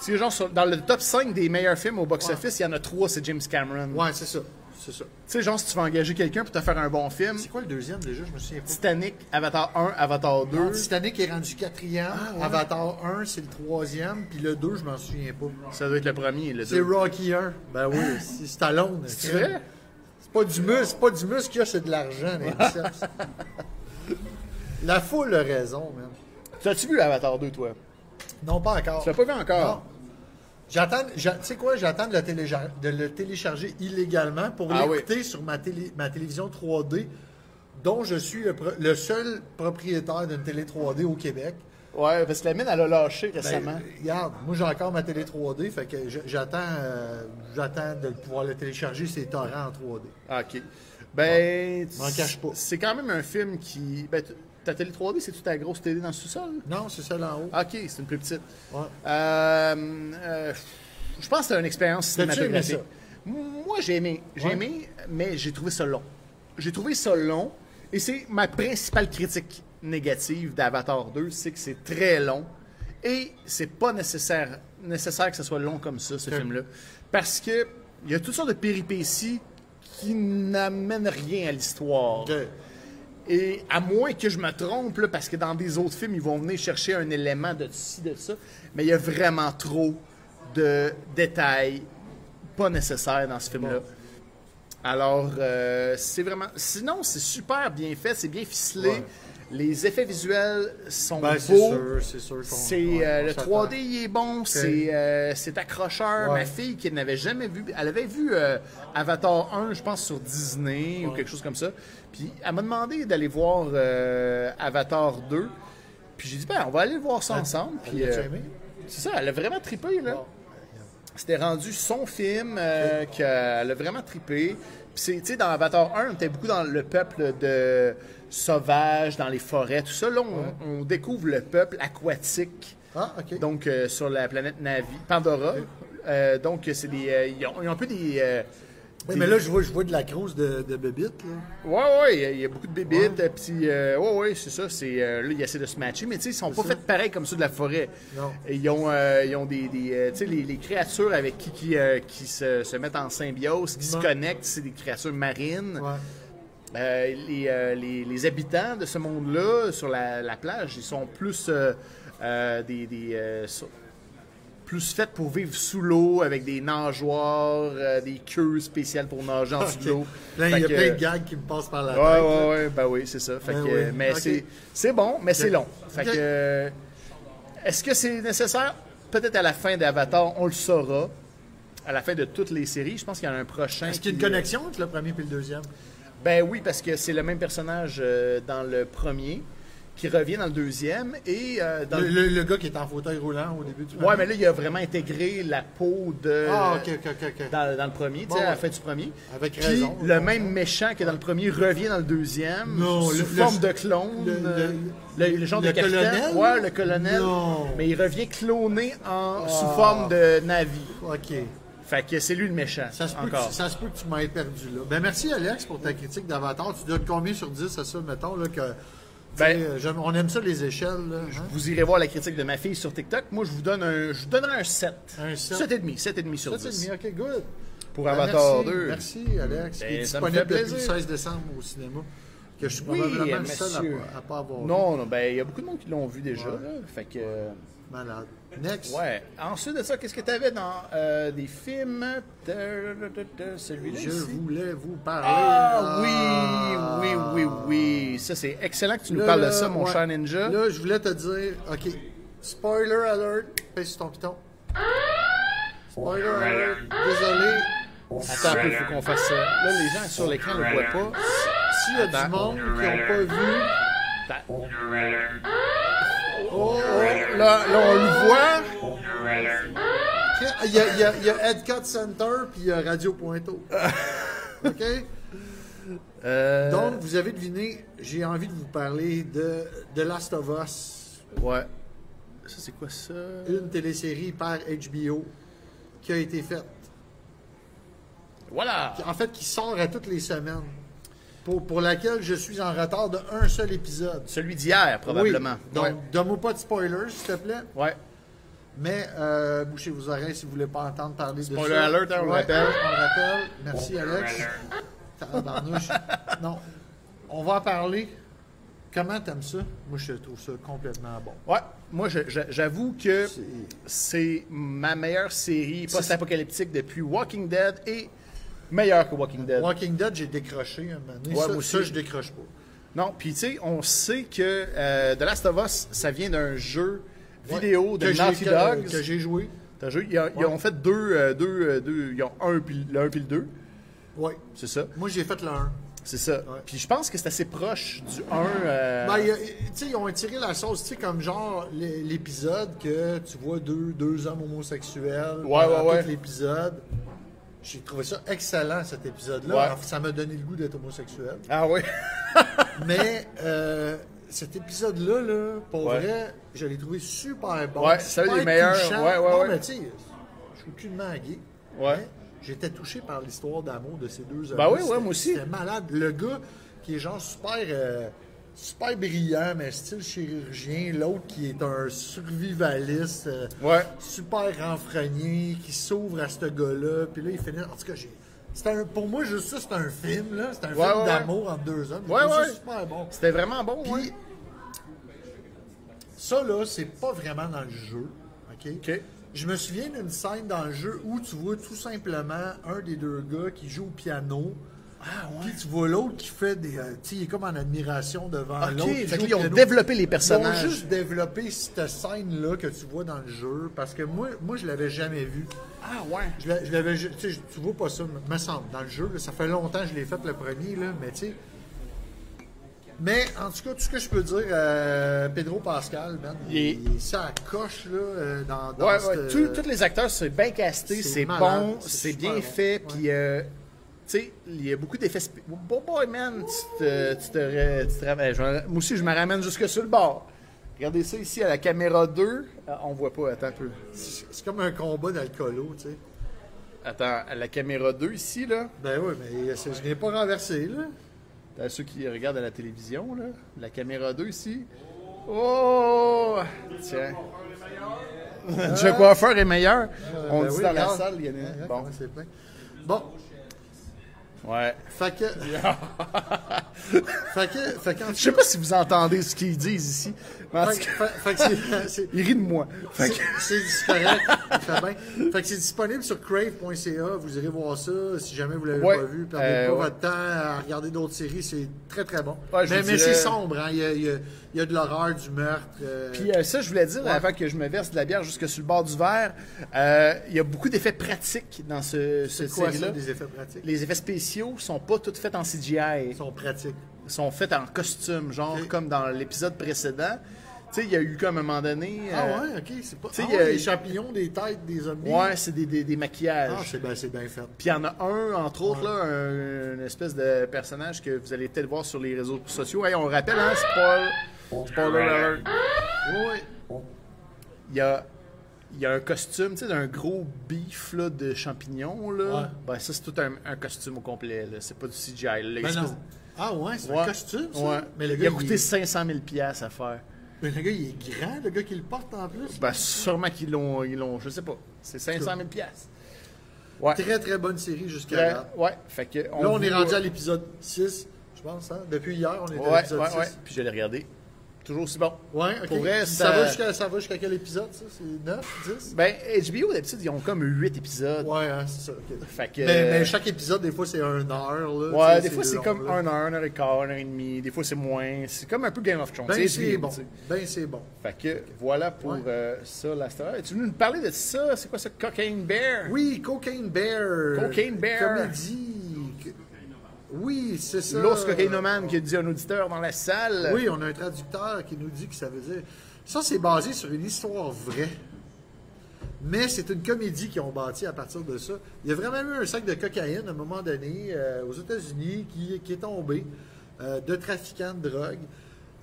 [SPEAKER 1] si genre sur- dans le top 5 des meilleurs films au box-office, il y en a 3, c'est James Cameron.
[SPEAKER 2] Ouais, c'est ça. C'est ça.
[SPEAKER 1] Tu sais, genre, si tu veux engager quelqu'un pour te faire un bon film,
[SPEAKER 2] C'est quoi le deuxième déjà? Je me souviens pas. Ah,
[SPEAKER 1] Titanic, Avatar 1, Avatar 2.
[SPEAKER 2] Titanic est rendu quatrième.
[SPEAKER 1] Ah,
[SPEAKER 2] Avatar 1, c'est le troisième. Puis le 2, je m'en souviens pas.
[SPEAKER 1] Ça doit être le premier. Le
[SPEAKER 2] C'est
[SPEAKER 1] deux.
[SPEAKER 2] Rocky 1. Ben oui, c'est Stallone.
[SPEAKER 1] C'est vrai?
[SPEAKER 2] C'est pas du muscle, c'est pas du muscle qu'il y a, c'est de l'argent. les biceps. La foule a raison, man.
[SPEAKER 1] Tu as-tu vu Avatar 2, toi?
[SPEAKER 2] Non, pas encore.
[SPEAKER 1] Tu l'as pas vu encore?
[SPEAKER 2] Non. J'attends, j'a- tu sais quoi, j'attends de, le téléja- de le télécharger illégalement pour
[SPEAKER 1] Ah
[SPEAKER 2] l'écouter sur ma, télé, ma télévision 3D, dont je suis le, pro- le seul propriétaire d'une télé 3D au Québec.
[SPEAKER 1] Ouais, parce que la mine, elle a lâché
[SPEAKER 2] Ben,
[SPEAKER 1] récemment.
[SPEAKER 2] euh, regarde, moi j'ai encore ma télé 3D, fait que j- j'attends, euh, j'attends de pouvoir le télécharger, c'est torrent en 3D.
[SPEAKER 1] Ah, OK. Ben, tu-
[SPEAKER 2] M'en cache pas.
[SPEAKER 1] C'est quand même un film qui... Ben, t- ta télé 3D, c'est-tu ta grosse télé dans le sous-sol?
[SPEAKER 2] Non, c'est celle en haut.
[SPEAKER 1] Ah, OK, c'est une plus petite.
[SPEAKER 2] Ouais.
[SPEAKER 1] Euh, euh, je pense que c'est une expérience
[SPEAKER 2] T'as-tu aimé
[SPEAKER 1] cinématographique. Moi, j'ai aimé. J'ai
[SPEAKER 2] Ouais.
[SPEAKER 1] aimé, mais j'ai trouvé ça long. J'ai trouvé ça long, et c'est ma principale critique négative d'Avatar 2, c'est que c'est très long, et c'est pas nécessaire, nécessaire que ce soit long comme ça, ce film-là. Parce que il y a toutes sortes de péripéties qui n'amènent rien à l'histoire.
[SPEAKER 2] Ok.
[SPEAKER 1] Et à moins que je me trompe, là, parce que dans des autres films, ils vont venir chercher un élément de ci, de ça, mais il y a vraiment trop de détails pas nécessaires dans ce film-là. Alors, euh, c'est vraiment. Sinon, c'est super bien fait, c'est bien ficelé.
[SPEAKER 2] Ouais.
[SPEAKER 1] Les effets visuels sont
[SPEAKER 2] Ben, c'est
[SPEAKER 1] beaux.
[SPEAKER 2] sûr, c'est sûr. qu'on-
[SPEAKER 1] C'est
[SPEAKER 2] ouais,
[SPEAKER 1] euh,
[SPEAKER 2] on
[SPEAKER 1] le
[SPEAKER 2] s'attend.
[SPEAKER 1] 3D il est bon, c'est euh, c'est accrocheur.
[SPEAKER 2] Ouais.
[SPEAKER 1] Ma fille qui n'avait jamais vu, elle avait vu euh, Avatar 1, je pense sur Disney ou quelque chose comme ça. Puis elle m'a demandé d'aller voir euh, Avatar 2. Puis j'ai dit ben on va aller le voir ça ensemble.
[SPEAKER 2] Ah, elle
[SPEAKER 1] Puis, euh,
[SPEAKER 2] l'a-tu aimé?
[SPEAKER 1] c'est ça, elle a vraiment trippé là. C'était rendu son film euh, qu'elle a vraiment trippé. Puis c'est, tu sais, dans Avatar 1, on était beaucoup dans le peuple de sauvages, dans les forêts, tout ça. Là, on, on découvre le peuple aquatique.
[SPEAKER 2] Ah, ok.
[SPEAKER 1] Donc, euh, sur la planète Navi, Pandora. Euh, donc, c'est des. euh, ils, ont, ils ont un peu des. euh,
[SPEAKER 2] Oui,
[SPEAKER 1] des-
[SPEAKER 2] mais là, je vois, je vois de la grosse de, de bébite, là.
[SPEAKER 1] Ouais, ouais, il y a- il y, a beaucoup de bébites. euh, Puis, euh, ouais, ouais, c'est ça. C'est, euh, là, ils essaient de se matcher, mais tu sais, ils sont pas
[SPEAKER 2] ça.
[SPEAKER 1] faits pareil comme ceux de la forêt.
[SPEAKER 2] Non.
[SPEAKER 1] Et Ils ont, euh, ils ont des. des, euh, tu sais, les, les créatures avec qui, qui, euh, qui se, se mettent en symbiose, qui se
[SPEAKER 2] Ouais.
[SPEAKER 1] connectent, c'est des créatures marines.
[SPEAKER 2] Ouais.
[SPEAKER 1] Euh, les, euh, les- les habitants de ce monde-là, sur la, la plage, ils sont plus euh, euh, des. des, euh, so- plus faits pour vivre sous l'eau avec des nageoires, euh, des queues spéciales pour nager en dessous de l'eau.
[SPEAKER 2] Là, il y
[SPEAKER 1] Fait
[SPEAKER 2] a
[SPEAKER 1] que-
[SPEAKER 2] plein de gags qui me passent par la
[SPEAKER 1] Ouais,
[SPEAKER 2] tête.
[SPEAKER 1] ouais, ouais, ben oui, c'est ça. Fait
[SPEAKER 2] Ben
[SPEAKER 1] que, euh,
[SPEAKER 2] oui.
[SPEAKER 1] Mais
[SPEAKER 2] Ok.
[SPEAKER 1] c'est- c'est bon, mais c'est
[SPEAKER 2] Ok.
[SPEAKER 1] long. Fait
[SPEAKER 2] Ok.
[SPEAKER 1] que, euh, est-ce que c'est nécessaire? Peut-être à la fin d'Avatar, on le saura. À la fin de toutes les séries, je pense qu'il y en a un prochain.
[SPEAKER 2] Est-ce qu'il y a une
[SPEAKER 1] qui, euh,
[SPEAKER 2] connexion entre le premier et le deuxième?
[SPEAKER 1] ben oui, parce que c'est le même personnage euh, dans le premier qui revient dans le deuxième et euh, dans
[SPEAKER 2] Le,
[SPEAKER 1] le...
[SPEAKER 2] le- le gars qui est en fauteuil roulant au début du
[SPEAKER 1] Ouais, euh, mais là, il a vraiment intégré la peau de...
[SPEAKER 2] Ah, ok, ok, ok. ok.
[SPEAKER 1] Dans, dans le premier, tu sais,
[SPEAKER 2] Ouais,
[SPEAKER 1] à la
[SPEAKER 2] ouais.
[SPEAKER 1] fin du premier.
[SPEAKER 2] Avec
[SPEAKER 1] Puis,
[SPEAKER 2] raison, je
[SPEAKER 1] le
[SPEAKER 2] comprends.
[SPEAKER 1] même méchant que dans le premier revient dans le deuxième,
[SPEAKER 2] Non,
[SPEAKER 1] sous
[SPEAKER 2] le-
[SPEAKER 1] forme
[SPEAKER 2] le-
[SPEAKER 1] de clone.
[SPEAKER 2] le- le-
[SPEAKER 1] euh, Le, le genre
[SPEAKER 2] le
[SPEAKER 1] de capitaine.
[SPEAKER 2] colonel?
[SPEAKER 1] Ouais, le colonel.
[SPEAKER 2] Non. Ah.
[SPEAKER 1] Mais il revient cloné en, sous forme de Navi.
[SPEAKER 2] Ok.
[SPEAKER 1] Fait que c'est lui le méchant,
[SPEAKER 2] Ça se, peut que,
[SPEAKER 1] encore.
[SPEAKER 2] tu- ça se peut que tu m'aies perdu là. Ben merci Alex pour ta critique d'Avatar. Tu donnes combien sur 10 à ça, mettons, là, que. tu
[SPEAKER 1] Ben-
[SPEAKER 2] sais, euh, j'aime- on aime ça les échelles. Là, hein?
[SPEAKER 1] Vous irez voir la critique de ma fille sur TikTok. Moi, je vous donne un, je vous donnerai un 7.
[SPEAKER 2] Un 7.
[SPEAKER 1] 7,5. 7,5 sur 10.
[SPEAKER 2] 7,5, ok, good.
[SPEAKER 1] Pour
[SPEAKER 2] Ben, merci,
[SPEAKER 1] Avatar 2.
[SPEAKER 2] Merci Alex.
[SPEAKER 1] Ben,
[SPEAKER 2] Il est
[SPEAKER 1] ça me fait
[SPEAKER 2] disponible depuis le
[SPEAKER 1] plaisir.
[SPEAKER 2] 16 décembre au cinéma. Que je suis
[SPEAKER 1] Oui,
[SPEAKER 2] probablement le
[SPEAKER 1] monsieur.
[SPEAKER 2] seul à, pas- à pas avoir. vu.
[SPEAKER 1] Non, non, ben, il y a beaucoup de monde qui l'ont vu déjà. là. Fait que. euh,
[SPEAKER 2] Malade. Next.
[SPEAKER 1] Ouais. Ensuite de ça, qu'est-ce que tu avais dans euh, des films de, de- de- de- celui-là
[SPEAKER 2] Je
[SPEAKER 1] ici?
[SPEAKER 2] voulais vous parler.
[SPEAKER 1] Ah oui, oui, oui, oui. Ça, c'est excellent que tu nous
[SPEAKER 2] Là,
[SPEAKER 1] parles
[SPEAKER 2] là,
[SPEAKER 1] de ça, mon
[SPEAKER 2] ouais.
[SPEAKER 1] cher ninja.
[SPEAKER 2] Là, je voulais te dire, OK, spoiler alert, pèse sur ton piton. Spoiler alert, désolé.
[SPEAKER 1] Attends un peu, il faut qu'on fasse ça. Là, les gens sur l'écran ne le voient pas.
[SPEAKER 2] S'il y a du
[SPEAKER 1] Attends.
[SPEAKER 2] monde qui n'ont pas vu,
[SPEAKER 1] Attends.
[SPEAKER 2] oh, oh,
[SPEAKER 1] Là, là, on le voit.
[SPEAKER 2] il y a, il y a- il y a Headcut Center puis il y a Radio
[SPEAKER 1] <laughs>
[SPEAKER 2] Pointo. OK?
[SPEAKER 1] Euh,
[SPEAKER 2] Donc, vous avez deviné, j'ai envie de vous parler de The Last of Us,
[SPEAKER 1] ouais. Ça, c'est quoi ça?
[SPEAKER 2] une télésérie par HBO qui a été faite.
[SPEAKER 1] Voilà!
[SPEAKER 2] en fait, qui sort à toutes les semaines, pour, pour laquelle je suis en retard de un seul épisode.
[SPEAKER 1] Celui d'hier, probablement.
[SPEAKER 2] Oui. Donc, donne-moi pas de spoilers, s'il te plaît.
[SPEAKER 1] ouais. ouais.
[SPEAKER 2] Mais euh, bouchez vos oreilles si vous voulez pas entendre parler de
[SPEAKER 1] Spoiler
[SPEAKER 2] ça.
[SPEAKER 1] alert, hein, on
[SPEAKER 2] Ouais,
[SPEAKER 1] rappelle.
[SPEAKER 2] On rappelle. Merci, Alex. Tabarnouche. non. On va en parler. Comment t'aimes ça? Moi, je trouve ça complètement bon.
[SPEAKER 1] Ouais. Moi, je- je- j'avoue que
[SPEAKER 2] C'est-
[SPEAKER 1] c'est ma meilleure série post-apocalyptique depuis Walking Dead et meilleure que Walking Dead.
[SPEAKER 2] Walking Dead, j'ai décroché un moment donné.
[SPEAKER 1] Ouais,
[SPEAKER 2] ça,
[SPEAKER 1] moi aussi.
[SPEAKER 2] ça, je décroche pas.
[SPEAKER 1] Non, puis tu sais, on sait que euh, The Last of Us, ça vient d'un jeu vidéo
[SPEAKER 2] Ouais,
[SPEAKER 1] de
[SPEAKER 2] que j'ai-
[SPEAKER 1] Naughty
[SPEAKER 2] que-
[SPEAKER 1] Dogs.
[SPEAKER 2] Que j'ai joué.
[SPEAKER 1] T'as joué? Ils, ont- ils ont fait deux, euh, deux, euh, deux- ils ont un puis le un puis le deux,
[SPEAKER 2] Oui.
[SPEAKER 1] c'est ça,
[SPEAKER 2] Moi, j'ai fait le 1.
[SPEAKER 1] c'est ça. Puis je pense que c'est assez proche du euh, 1.
[SPEAKER 2] Ben, il y a- tu sais, ils ont tiré la sauce, tu sais, comme genre l'é- l'épisode que tu vois deux, deux hommes homosexuels
[SPEAKER 1] Ouais,
[SPEAKER 2] pendant
[SPEAKER 1] ouais, ouais.
[SPEAKER 2] tout l'épisode. J'ai trouvé ça excellent, cet épisode-là.
[SPEAKER 1] Ouais.
[SPEAKER 2] Alors, Ça m'a donné le goût d'être homosexuel.
[SPEAKER 1] Ah oui.
[SPEAKER 2] Mais euh, cet épisode-là, là, pour
[SPEAKER 1] Ouais.
[SPEAKER 2] vrai, je l'ai trouvé super bon.
[SPEAKER 1] Ouais, ça,
[SPEAKER 2] super
[SPEAKER 1] les meilleurs.
[SPEAKER 2] touchant.
[SPEAKER 1] Ouais, ouais,
[SPEAKER 2] non,
[SPEAKER 1] ouais.
[SPEAKER 2] mais tu sais, je suis aucunement gay.
[SPEAKER 1] Ouais.
[SPEAKER 2] mais J'étais touché par l'histoire d'amour de ces deux hommes.
[SPEAKER 1] Ben oui, ouais, moi aussi.
[SPEAKER 2] C'était malade. Le gars qui est genre super, euh, super brillant, mais style chirurgien. L'autre qui est un survivaliste. euh,
[SPEAKER 1] Ouais.
[SPEAKER 2] Super renfrogné, qui s'ouvre à ce gars-là. Puis là, il finit. En tout cas, j'ai. c'était un- pour moi, juste ça, c'est un film, là. C'est un
[SPEAKER 1] Ouais,
[SPEAKER 2] film
[SPEAKER 1] ouais, ouais.
[SPEAKER 2] d'amour entre deux hommes.
[SPEAKER 1] Ouais,
[SPEAKER 2] Je trouve ça
[SPEAKER 1] ouais.
[SPEAKER 2] super bon.
[SPEAKER 1] C'était vraiment bon.
[SPEAKER 2] Puis,
[SPEAKER 1] ouais.
[SPEAKER 2] ça, là, c'est pas vraiment dans le jeu. OK?
[SPEAKER 1] OK.
[SPEAKER 2] Je me souviens d'une scène dans le jeu où tu vois tout simplement un des deux gars qui joue au piano.
[SPEAKER 1] Ah,
[SPEAKER 2] Puis tu vois l'autre qui fait des. euh, tu sais, il est comme en admiration devant
[SPEAKER 1] OK,
[SPEAKER 2] l'autre. qui
[SPEAKER 1] fait
[SPEAKER 2] joue
[SPEAKER 1] qu'ils
[SPEAKER 2] au
[SPEAKER 1] ont
[SPEAKER 2] piano.
[SPEAKER 1] développé les
[SPEAKER 2] Ils
[SPEAKER 1] personnages.
[SPEAKER 2] ont juste développé cette scène-là que tu vois dans le jeu. Parce que moi, moi je l'avais jamais vue.
[SPEAKER 1] Ah ouais.
[SPEAKER 2] Je l'a- je l'avais, ju- tu sais, je- tu vois pas ça, me- me semble, dans le jeu. là. ça fait longtemps que je l'ai fait le premier, là, mais tu sais. Mais en tout cas, tout ce que je peux dire, euh, Pedro Pascal, man,
[SPEAKER 1] Il est-
[SPEAKER 2] il, ça coche là, euh, dans, dans
[SPEAKER 1] Ouais,
[SPEAKER 2] cette- euh,
[SPEAKER 1] ouais. Tout- tous les acteurs, c'est bien casté,
[SPEAKER 2] c'est
[SPEAKER 1] c'est
[SPEAKER 2] malade,
[SPEAKER 1] bon,
[SPEAKER 2] c'est
[SPEAKER 1] c'est
[SPEAKER 2] super
[SPEAKER 1] bien
[SPEAKER 2] bon.
[SPEAKER 1] fait,
[SPEAKER 2] Ouais.
[SPEAKER 1] puis euh, tu sais, il y a beaucoup d'effets. spé- Bon boy, man, tu te, tu te, ra- tu te ramènes- je me- Moi aussi, je me ramène jusque sur le bord. Regardez ça ici à la caméra 2. Ah, on voit pas, attends un peu.
[SPEAKER 2] C'est c'est comme un combat d'alcoolo, tu sais.
[SPEAKER 1] Attends, à la caméra 2 ici, là.
[SPEAKER 2] Ben oui, mais c'est- je l'ai pas renversé, là.
[SPEAKER 1] T'as ceux qui regardent à la télévision, là. La caméra 2 ici. Oh! Tiens. <laughs> Le coiffeur est meilleur.
[SPEAKER 2] Euh, Ah!
[SPEAKER 1] On
[SPEAKER 2] ben
[SPEAKER 1] dit
[SPEAKER 2] oui,
[SPEAKER 1] dans la
[SPEAKER 2] regarde.
[SPEAKER 1] salle, il y en a.
[SPEAKER 2] Ouais,
[SPEAKER 1] Bon.
[SPEAKER 2] ouais, c'est plein. Bon,
[SPEAKER 1] Ouais.
[SPEAKER 2] fait que.
[SPEAKER 1] <laughs>
[SPEAKER 2] fait que. Fait que.
[SPEAKER 1] Je sais pas si vous entendez ce qu'ils disent ici. mais en tout
[SPEAKER 2] Fait,
[SPEAKER 1] cas,
[SPEAKER 2] fait- fait que c'est- c'est.
[SPEAKER 1] ils rient de moi. Fait que-
[SPEAKER 2] <laughs> C'est c'est correct. Ça va bien. Fait que c'est disponible sur crave.ca. Vous irez voir ça si jamais vous l'avez
[SPEAKER 1] Ouais.
[SPEAKER 2] pas vu. Perdez
[SPEAKER 1] Euh,
[SPEAKER 2] pas
[SPEAKER 1] ouais.
[SPEAKER 2] votre temps à regarder d'autres séries. C'est très, très bon.
[SPEAKER 1] Ouais, je
[SPEAKER 2] mais
[SPEAKER 1] vous
[SPEAKER 2] mais
[SPEAKER 1] dirais-
[SPEAKER 2] c'est sombre. hein. Il, y a, il y a- il y a de l'horreur, du meurtre. euh,
[SPEAKER 1] <laughs> Puis euh, ça, je voulais dire, avant que je me verse de la bière jusque sur le bord du verre, euh, il y a beaucoup d'effets pratiques dans ce, cette
[SPEAKER 2] quoi, ça,
[SPEAKER 1] série-là.
[SPEAKER 2] des effets pratiques.
[SPEAKER 1] Les effets spéciaux sont pas tous faits en CGI.
[SPEAKER 2] Ils sont pratiques.
[SPEAKER 1] sont faites en costume, genre comme dans l'épisode précédent. Tu sais, il y a eu comme à un moment donné.
[SPEAKER 2] Ah
[SPEAKER 1] euh,
[SPEAKER 2] ouais, ok. C'est pas.
[SPEAKER 1] tu sais,
[SPEAKER 2] ah
[SPEAKER 1] il y a-
[SPEAKER 2] ouais, les champignons, des têtes, des omnis.
[SPEAKER 1] Ouais, c'est des, des- des maquillages.
[SPEAKER 2] Ah, c'est bien, c'est bien fait.
[SPEAKER 1] Puis il y en a un, entre autres, là, un- une espèce de personnage que vous allez peut-être voir sur les réseaux sociaux. Hey, on rappelle, hein, spoil, spoiler alert.
[SPEAKER 2] Ouais.
[SPEAKER 1] Il y a, il y a un costume, tu sais, d'un gros bif là, de champignons. Là.
[SPEAKER 2] Ouais.
[SPEAKER 1] Ben, ça, c'est tout un, un costume au complet. là. C'est pas du CGI. là.
[SPEAKER 2] Ben
[SPEAKER 1] L'espèce
[SPEAKER 2] non. Ah ouais, c'est
[SPEAKER 1] de- Ouais.
[SPEAKER 2] un costume, ça.
[SPEAKER 1] Ouais.
[SPEAKER 2] Mais le
[SPEAKER 1] il
[SPEAKER 2] gars,
[SPEAKER 1] a coûté
[SPEAKER 2] est...
[SPEAKER 1] 500 000 piastres à faire.
[SPEAKER 2] mais le gars, il est grand, le gars qui le porte en plus.
[SPEAKER 1] Ben, sûrement qu'ils l'ont, ils l'ont, je sais pas. C'est 500 000 piastres. Ouais.
[SPEAKER 2] Très, très bonne série jusqu'à
[SPEAKER 1] Très-
[SPEAKER 2] là.
[SPEAKER 1] ouais. Fait que
[SPEAKER 2] Là, on
[SPEAKER 1] vous-
[SPEAKER 2] est rendu à l'épisode 6, je pense. Hein? Depuis hier, on est à
[SPEAKER 1] Ouais,
[SPEAKER 2] l'épisode
[SPEAKER 1] ouais,
[SPEAKER 2] 6.
[SPEAKER 1] ouais. Puis je l'ai regardé. toujours aussi bon.
[SPEAKER 2] Oui, OK.
[SPEAKER 1] Pour vrai,
[SPEAKER 2] Puis
[SPEAKER 1] ça-
[SPEAKER 2] ça... va jusqu'à, ça va jusqu'à quel épisode, ça? C'est 9, 10?
[SPEAKER 1] Ben, HBO, d'habitude, ils ont comme 8 épisodes.
[SPEAKER 2] Ouais, hein, c'est ça. OK.
[SPEAKER 1] Fait que-
[SPEAKER 2] mais, mais chaque épisode, des fois, c'est un heure. Là, tu
[SPEAKER 1] Ouais,
[SPEAKER 2] sais,
[SPEAKER 1] des fois, c'est
[SPEAKER 2] long,
[SPEAKER 1] comme
[SPEAKER 2] là. Ben,
[SPEAKER 1] 1 heure, 1 heure et quart, 1 heure et demie. Des fois, c'est moins. C'est comme un peu Game of Thrones.
[SPEAKER 2] Ben, c'est
[SPEAKER 1] HBO,
[SPEAKER 2] bon.
[SPEAKER 1] tu sais.
[SPEAKER 2] Ben, c'est bon.
[SPEAKER 1] Fait que voilà pour
[SPEAKER 2] Ouais.
[SPEAKER 1] euh, ça, la star. Es-tu venu nous parler de ça? C'est quoi ça, Cocaine Bear?
[SPEAKER 2] Oui, Cocaine Bear.
[SPEAKER 1] Cocaine Bear.
[SPEAKER 2] Comédie. Oui, c'est ça.
[SPEAKER 1] L'ours cocaïnomane qui a dit à un auditeur dans la salle.
[SPEAKER 2] Oui, on a un traducteur qui nous dit que ça veut dire. Ça, c'est basé sur une histoire vraie. Mais c'est une comédie qu'ils ont bâtie à partir de ça. Il y a vraiment eu un sac de cocaïne à un moment donné euh, aux États-Unis qui, qui est tombé euh, de trafiquants de drogue.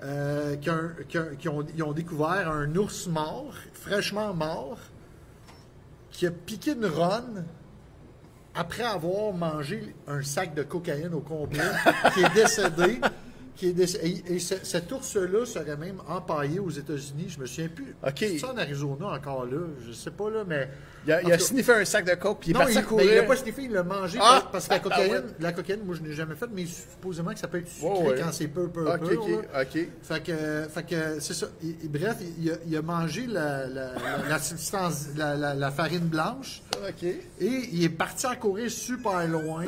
[SPEAKER 2] euh, qu'un- qu'un- qui ont, ils ont découvert un ours mort, fraîchement mort, qui a piqué une ronde après avoir mangé un sac de cocaïne au
[SPEAKER 1] <laughs>
[SPEAKER 2] complet, qui est décédé. Qui est déc- Et, et ce- cet ours-là serait même empaillé aux États-Unis. Je me souviens plus.
[SPEAKER 1] Ok.
[SPEAKER 2] C'est ça en Arizona encore là. Je sais pas là, mais.
[SPEAKER 1] Il a,
[SPEAKER 2] En
[SPEAKER 1] il a
[SPEAKER 2] tout cas,
[SPEAKER 1] sniffé un sac de coke puis il est
[SPEAKER 2] non,
[SPEAKER 1] parti
[SPEAKER 2] il,
[SPEAKER 1] courir.
[SPEAKER 2] mais il a pas sniffé, il l'a mangé
[SPEAKER 1] Ah!
[SPEAKER 2] parce- parce que la
[SPEAKER 1] Ah, ouais.
[SPEAKER 2] cocaïne, la cocaïne, moi je n'ai jamais fait, mais supposément que ça peut être sucré
[SPEAKER 1] Ouais, ouais.
[SPEAKER 2] quand c'est peu, peu,
[SPEAKER 1] Ok,
[SPEAKER 2] peu.
[SPEAKER 1] ok,
[SPEAKER 2] là.
[SPEAKER 1] ok.
[SPEAKER 2] Fait que, fait que c'est ça. Il- il- bref, il, il a, il a mangé la, la- la- la substance, la, la- la farine blanche
[SPEAKER 1] Ok.
[SPEAKER 2] et il est parti à courir super loin.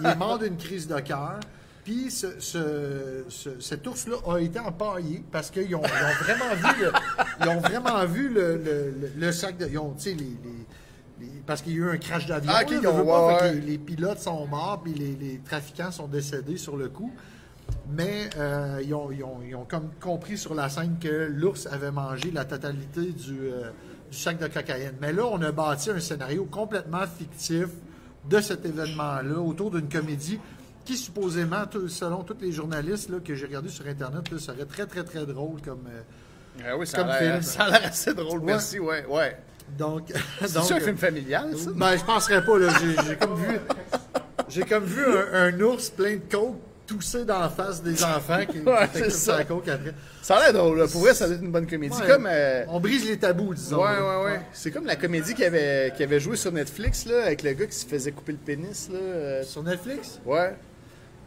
[SPEAKER 2] Il est mort d'une crise de cœur. Puis ce, ce- ce- cet ours-là a été empaillé parce qu'ils ont, ils ont vraiment vu le, ils ont vraiment vu le, le- le- le sac de. Ils ont, tu sais, les, les- les- parce qu'il y a eu un crash d'avion.
[SPEAKER 1] Ah, ok,
[SPEAKER 2] là,
[SPEAKER 1] ils
[SPEAKER 2] veux,
[SPEAKER 1] ont-
[SPEAKER 2] veux pas,
[SPEAKER 1] ouais,
[SPEAKER 2] fait
[SPEAKER 1] ouais.
[SPEAKER 2] que les, les pilotes sont morts puis les, les trafiquants sont décédés sur le coup. Mais euh, ils, ont, ils ont- ils ont comme compris sur la scène que l'ours avait mangé la totalité du, euh, du sac de cocaïne. Mais là, on a bâti un scénario complètement fictif de cet événement-là autour d'une comédie qui, supposément, tout- selon tous les journalistes là, que j'ai regardés sur Internet, là, serait très, très, très drôle comme. euh,
[SPEAKER 1] Ah oui, ça
[SPEAKER 2] Comme
[SPEAKER 1] a l'air-
[SPEAKER 2] film.
[SPEAKER 1] <laughs> ça a l'air assez drôle. Merci, ouais, ouais.
[SPEAKER 2] donc, <laughs> donc, euh,
[SPEAKER 1] C'est un film familial, Ah, ça?
[SPEAKER 2] Ben, je penserais pas, là. J'ai, j'ai comme vu, j'ai comme vu un, un ours plein de coke tousser dans la face des enfants qui
[SPEAKER 1] Ouais,
[SPEAKER 2] qui
[SPEAKER 1] c'est
[SPEAKER 2] étaient
[SPEAKER 1] ça.
[SPEAKER 2] la coke après.
[SPEAKER 1] Ça a l'air drôle. là. Pour vrai, ça doit être une bonne comédie.
[SPEAKER 2] Ouais,
[SPEAKER 1] comme, euh,
[SPEAKER 2] On brise les tabous, disons.
[SPEAKER 1] Ouais,
[SPEAKER 2] là.
[SPEAKER 1] ouais, ouais. C'est comme la comédie qu'il avait, qu'il avait joué sur Netflix, là, avec le gars qui se faisait couper le pénis, là. euh,
[SPEAKER 2] Sur Netflix?
[SPEAKER 1] Ouais.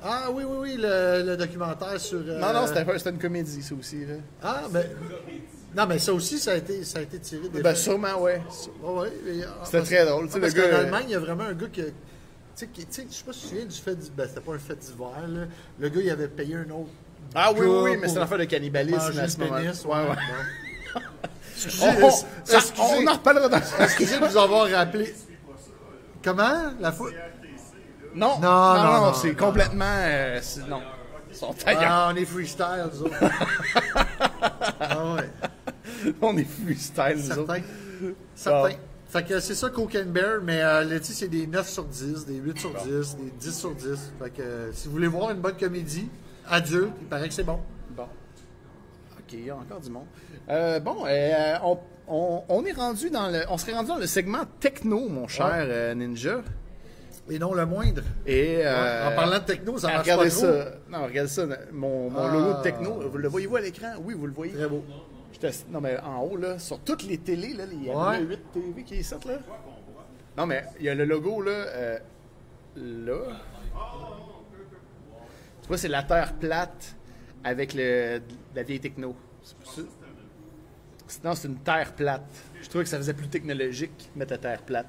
[SPEAKER 2] Ah oui, oui, oui, le, le documentaire sur... euh,
[SPEAKER 1] Non, non, c'était pas- c'était une comédie, ça aussi, là.
[SPEAKER 2] Ah, mais... Non, mais ça aussi, ça a été, ça a été tiré des...
[SPEAKER 1] Ben, sûrement, ouais.
[SPEAKER 2] Ouais, ouais, mais- ah,
[SPEAKER 1] C'était
[SPEAKER 2] parce-
[SPEAKER 1] très drôle, tu sais,
[SPEAKER 2] ah, parce
[SPEAKER 1] le gars,
[SPEAKER 2] qu'en
[SPEAKER 1] euh,
[SPEAKER 2] Allemagne, il y a vraiment un gars qui. a- Tu sais, qui- tu sais, je sais pas si tu te souviens du fait du. Ben, c'était pas un fait d'hiver, là. Le gars, il avait payé un autre.
[SPEAKER 1] Ah oui,
[SPEAKER 2] gars
[SPEAKER 1] oui, oui, mais
[SPEAKER 2] pour
[SPEAKER 1] c'est l'affaire de cannibalisme
[SPEAKER 2] manger
[SPEAKER 1] à ce
[SPEAKER 2] le
[SPEAKER 1] moment-là.
[SPEAKER 2] pénis,
[SPEAKER 1] Ouais, ouais.
[SPEAKER 2] bon. Oh,
[SPEAKER 1] On,
[SPEAKER 2] Excusez,
[SPEAKER 1] on- ça-
[SPEAKER 2] excusez,
[SPEAKER 1] on en reparlera dans
[SPEAKER 2] excusez de vous avoir rappelé. Comment? La fois.
[SPEAKER 1] Non, non,
[SPEAKER 2] Non,
[SPEAKER 1] non,
[SPEAKER 2] non, non,
[SPEAKER 1] c'est
[SPEAKER 2] non.
[SPEAKER 1] complètement. euh, c'est- non. Ils sont ailleurs.
[SPEAKER 2] Ah, on est freestyle, nous autres. ah ouais.
[SPEAKER 1] On est freestyle, nous
[SPEAKER 2] Certain.
[SPEAKER 1] autres.
[SPEAKER 2] Certain. Fait que c'est ça, Coke and Bear, mais euh, Letty, c'est des 9 sur 10, des 8 sur 10, des 10 sur 10. Fait que euh, si vous voulez voir une bonne comédie, adulte, il paraît que c'est bon.
[SPEAKER 1] Bon. OK, il y a encore du monde. Euh, bon, euh, on, on- on est rendu dans le. On serait rendu dans le segment techno, mon cher
[SPEAKER 2] Ouais.
[SPEAKER 1] euh, Ninja.
[SPEAKER 2] Et non le moindre.
[SPEAKER 1] Et, euh,
[SPEAKER 2] en parlant de techno, ça
[SPEAKER 1] ah,
[SPEAKER 2] marche
[SPEAKER 1] regardez
[SPEAKER 2] pas trop.
[SPEAKER 1] ça. Non, regardez ça. Mon, mon
[SPEAKER 2] Ah.
[SPEAKER 1] logo de techno, vous le voyez-vous à l'écran? Oui, vous le voyez.
[SPEAKER 2] Très beau.
[SPEAKER 1] J'étais assis- non, mais en haut, là, sur toutes les télés, là, il y en a
[SPEAKER 2] Ouais.
[SPEAKER 1] 8 TV qui sortent, là. Non, mais il y a le logo, là, euh, là. Tu vois, c'est la Terre plate avec le, la vieille techno. C'est pour ça- Sinon, c'est une Terre plate. Je trouvais que ça faisait plus technologique, mettre la Terre plate.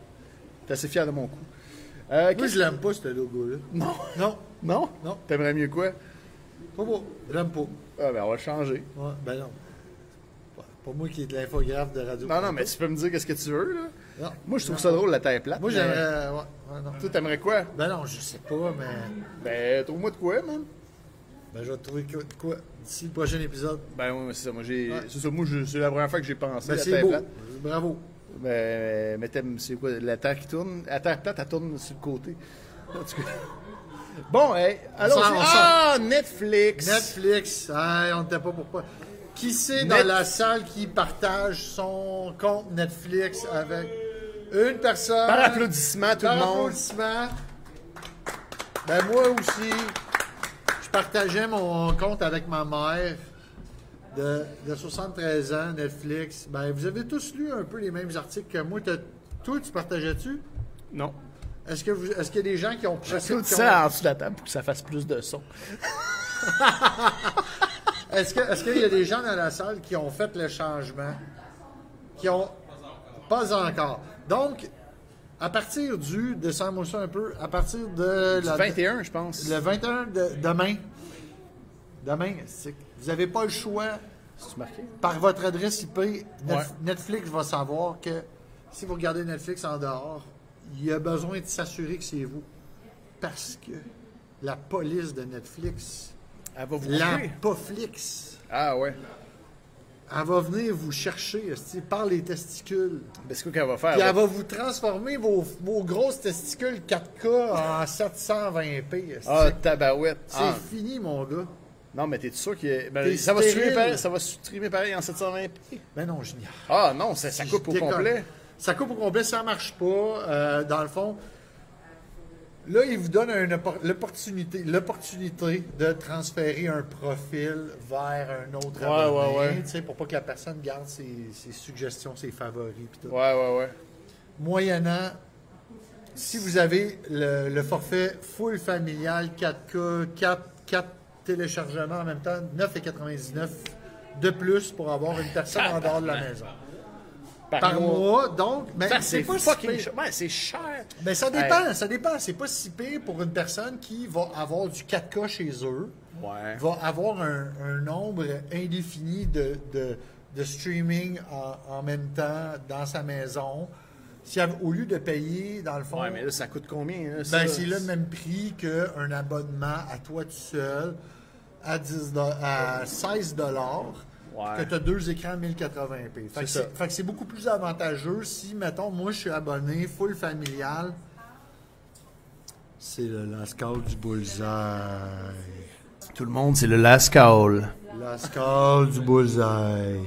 [SPEAKER 1] J'étais assez fier de mon coup. Euh,
[SPEAKER 2] Moi,
[SPEAKER 1] qu'est-ce-
[SPEAKER 2] je l'aime pas, ce logo-là.
[SPEAKER 1] Non.
[SPEAKER 2] Non,
[SPEAKER 1] Non?
[SPEAKER 2] Non.
[SPEAKER 1] T'aimerais mieux quoi?
[SPEAKER 2] pas moi. Je l'aime pas.
[SPEAKER 1] Ah, ben, on va le changer.
[SPEAKER 2] Ouais, ben non. Ouais, Pas moi qui est de l'infographe de radio.
[SPEAKER 1] Non, non, mais tu peux me dire qu'est-ce que tu veux, là.
[SPEAKER 2] Non.
[SPEAKER 1] Moi, je trouve ça drôle, la Terre plate.
[SPEAKER 2] Moi,
[SPEAKER 1] mais-
[SPEAKER 2] j'aimerais. euh, ouais, ouais, non.
[SPEAKER 1] Toi, t'aimerais quoi?
[SPEAKER 2] Ben non, je sais pas, mais.
[SPEAKER 1] Ben, trouve-moi de quoi, man.
[SPEAKER 2] Ben, je vais trouver quoi, quoi d'ici le prochain épisode.
[SPEAKER 1] Ben oui, c'est ça. Moi, j'ai.
[SPEAKER 2] Ouais.
[SPEAKER 1] C'est ça. Moi, je- c'est la première fois que j'ai pensé
[SPEAKER 2] Ben,
[SPEAKER 1] à
[SPEAKER 2] c'est
[SPEAKER 1] Terre
[SPEAKER 2] beau.
[SPEAKER 1] plate.
[SPEAKER 2] Bravo.
[SPEAKER 1] Ben, mais t'aimes, c'est quoi? La Terre qui tourne? La Terre plate, elle tourne sur le côté. En tout cas. Bon, hey, allons-y.
[SPEAKER 2] sort, on
[SPEAKER 1] Ah, Netflix!
[SPEAKER 2] Netflix, hey, on ne pas pourquoi. Qui c'est dans
[SPEAKER 1] Net-
[SPEAKER 2] la salle qui partage son compte Netflix avec une personne?
[SPEAKER 1] Par applaudissement, tout
[SPEAKER 2] Par
[SPEAKER 1] le monde.
[SPEAKER 2] applaudissement. Ben moi aussi, je partageais mon compte avec ma mère de, de 73 ans, Netflix. Ben, vous avez tous lu un peu les mêmes articles que moi. T'as- Toi, tu partageais-tu?
[SPEAKER 1] Non.
[SPEAKER 2] Est-ce que vous, est-ce qu'il y a des gens qui ont
[SPEAKER 1] Tout
[SPEAKER 2] qui ont-
[SPEAKER 1] ça en dessous de la table pour que ça fasse plus de son.
[SPEAKER 2] <laughs> Est-ce que- est-ce qu'il y a des gens dans la salle qui ont fait le changement? Qui ont. Pas encore. Donc, à partir du. De ça un peu. À partir de.
[SPEAKER 1] Du 21, je pense.
[SPEAKER 2] Le 21 de, demain. Demain, c'est- vous n'avez pas le choix.
[SPEAKER 1] C'est marqué?
[SPEAKER 2] Par votre adresse IP, Netf-
[SPEAKER 1] Ouais.
[SPEAKER 2] Netflix va savoir que si vous regardez Netflix en dehors, il a besoin de s'assurer que c'est vous. Parce que la police de Netflix,
[SPEAKER 1] Elle va vous
[SPEAKER 2] la
[SPEAKER 1] couper.
[SPEAKER 2] Poflix,
[SPEAKER 1] Ah ouais.
[SPEAKER 2] elle va venir vous chercher esti, par les testicules.
[SPEAKER 1] Ben, c'est quoi qu'elle va faire?
[SPEAKER 2] Puis
[SPEAKER 1] là?
[SPEAKER 2] elle va vous transformer vos, vos grosses testicules 4K en 720p. esti.
[SPEAKER 1] Ah, tabarouette.
[SPEAKER 2] c'est
[SPEAKER 1] Ah,
[SPEAKER 2] fini, mon gars.
[SPEAKER 1] Non, mais t'es sûr qu'il est. ben,
[SPEAKER 2] T'es
[SPEAKER 1] ça, va streamer
[SPEAKER 2] stérile.
[SPEAKER 1] pareil, ça va streamer pareil en 720p.
[SPEAKER 2] Ben non, génial.
[SPEAKER 1] Ah non, ça, ça coupe au
[SPEAKER 2] Décolle.
[SPEAKER 1] complet.
[SPEAKER 2] Ça coupe au complet, ça marche pas. Euh, dans le fond, là, il vous donne une oppor- l'opportunité, l'opportunité de transférer un profil vers un autre
[SPEAKER 1] Ouais,
[SPEAKER 2] abonné,
[SPEAKER 1] ouais, ouais.
[SPEAKER 2] tu sais, pour pas que la personne garde ses, ses suggestions, ses favoris. pis tout.
[SPEAKER 1] Ouais, ouais, ouais.
[SPEAKER 2] Moyennant, si vous avez le, le forfait full familial 4K, 4, 4 téléchargements en même temps, 9,99 de plus pour avoir une personne en dehors de la maison par mois, donc. Mais
[SPEAKER 1] Ça,
[SPEAKER 2] c'est
[SPEAKER 1] c'est
[SPEAKER 2] pas
[SPEAKER 1] fucking
[SPEAKER 2] si pire.
[SPEAKER 1] cher. Ouais, c'est cher.
[SPEAKER 2] Mais ça dépend, ça dépend. C'est pas si pire pour une personne qui va avoir du 4K chez eux,
[SPEAKER 1] Ouais.
[SPEAKER 2] va avoir un, un nombre indéfini de, de, de streaming en, en même temps dans sa maison. Si elle- au lieu de payer, dans le fond,
[SPEAKER 1] Ouais, mais là, ça coûte combien? Là, ça?
[SPEAKER 2] ben, c'est le même prix qu'un abonnement à toi tout seul à, 10 do- à 16
[SPEAKER 1] Ouais.
[SPEAKER 2] que tu as deux écrans 1080p. Fait que
[SPEAKER 1] ça.
[SPEAKER 2] c'est- fait que c'est beaucoup plus avantageux si, mettons, moi je suis abonné full familial. C'est le Lascal du Bullseye.
[SPEAKER 1] Tout le monde, c'est le last call.
[SPEAKER 2] Lascal du Bullseye.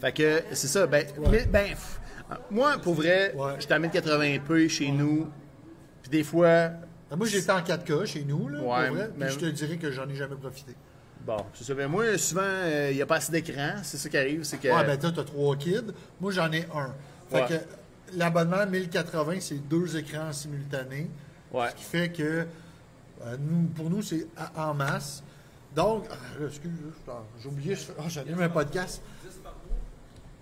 [SPEAKER 1] Fait que c'est ça. Ben, mais- ben, pff, moi, pour vrai,
[SPEAKER 2] Ouais.
[SPEAKER 1] je t'amène 80p chez nous. Puis des fois,
[SPEAKER 2] Ah, Moi j'étais en 4K chez nous, là, pour
[SPEAKER 1] Ouais,
[SPEAKER 2] vrai, puis
[SPEAKER 1] mais-
[SPEAKER 2] je te dirais que j'en ai jamais profité.
[SPEAKER 1] bon, c'est ça. Ben, moi, souvent, euh, il n'y a pas assez d'écran. C'est ça qui arrive. C'est que.
[SPEAKER 2] Ouais, ben toi, t'as trois kids. Moi, j'en ai un. Fait
[SPEAKER 1] Ouais.
[SPEAKER 2] que l'abonnement 1080, c'est deux écrans simultanés.
[SPEAKER 1] Ouais.
[SPEAKER 2] Ce qui fait que euh, nous, pour nous, c'est à- en masse. Donc, ah, là, excuse, putain, j'ai oublié, je- ah, j'anime un podcast.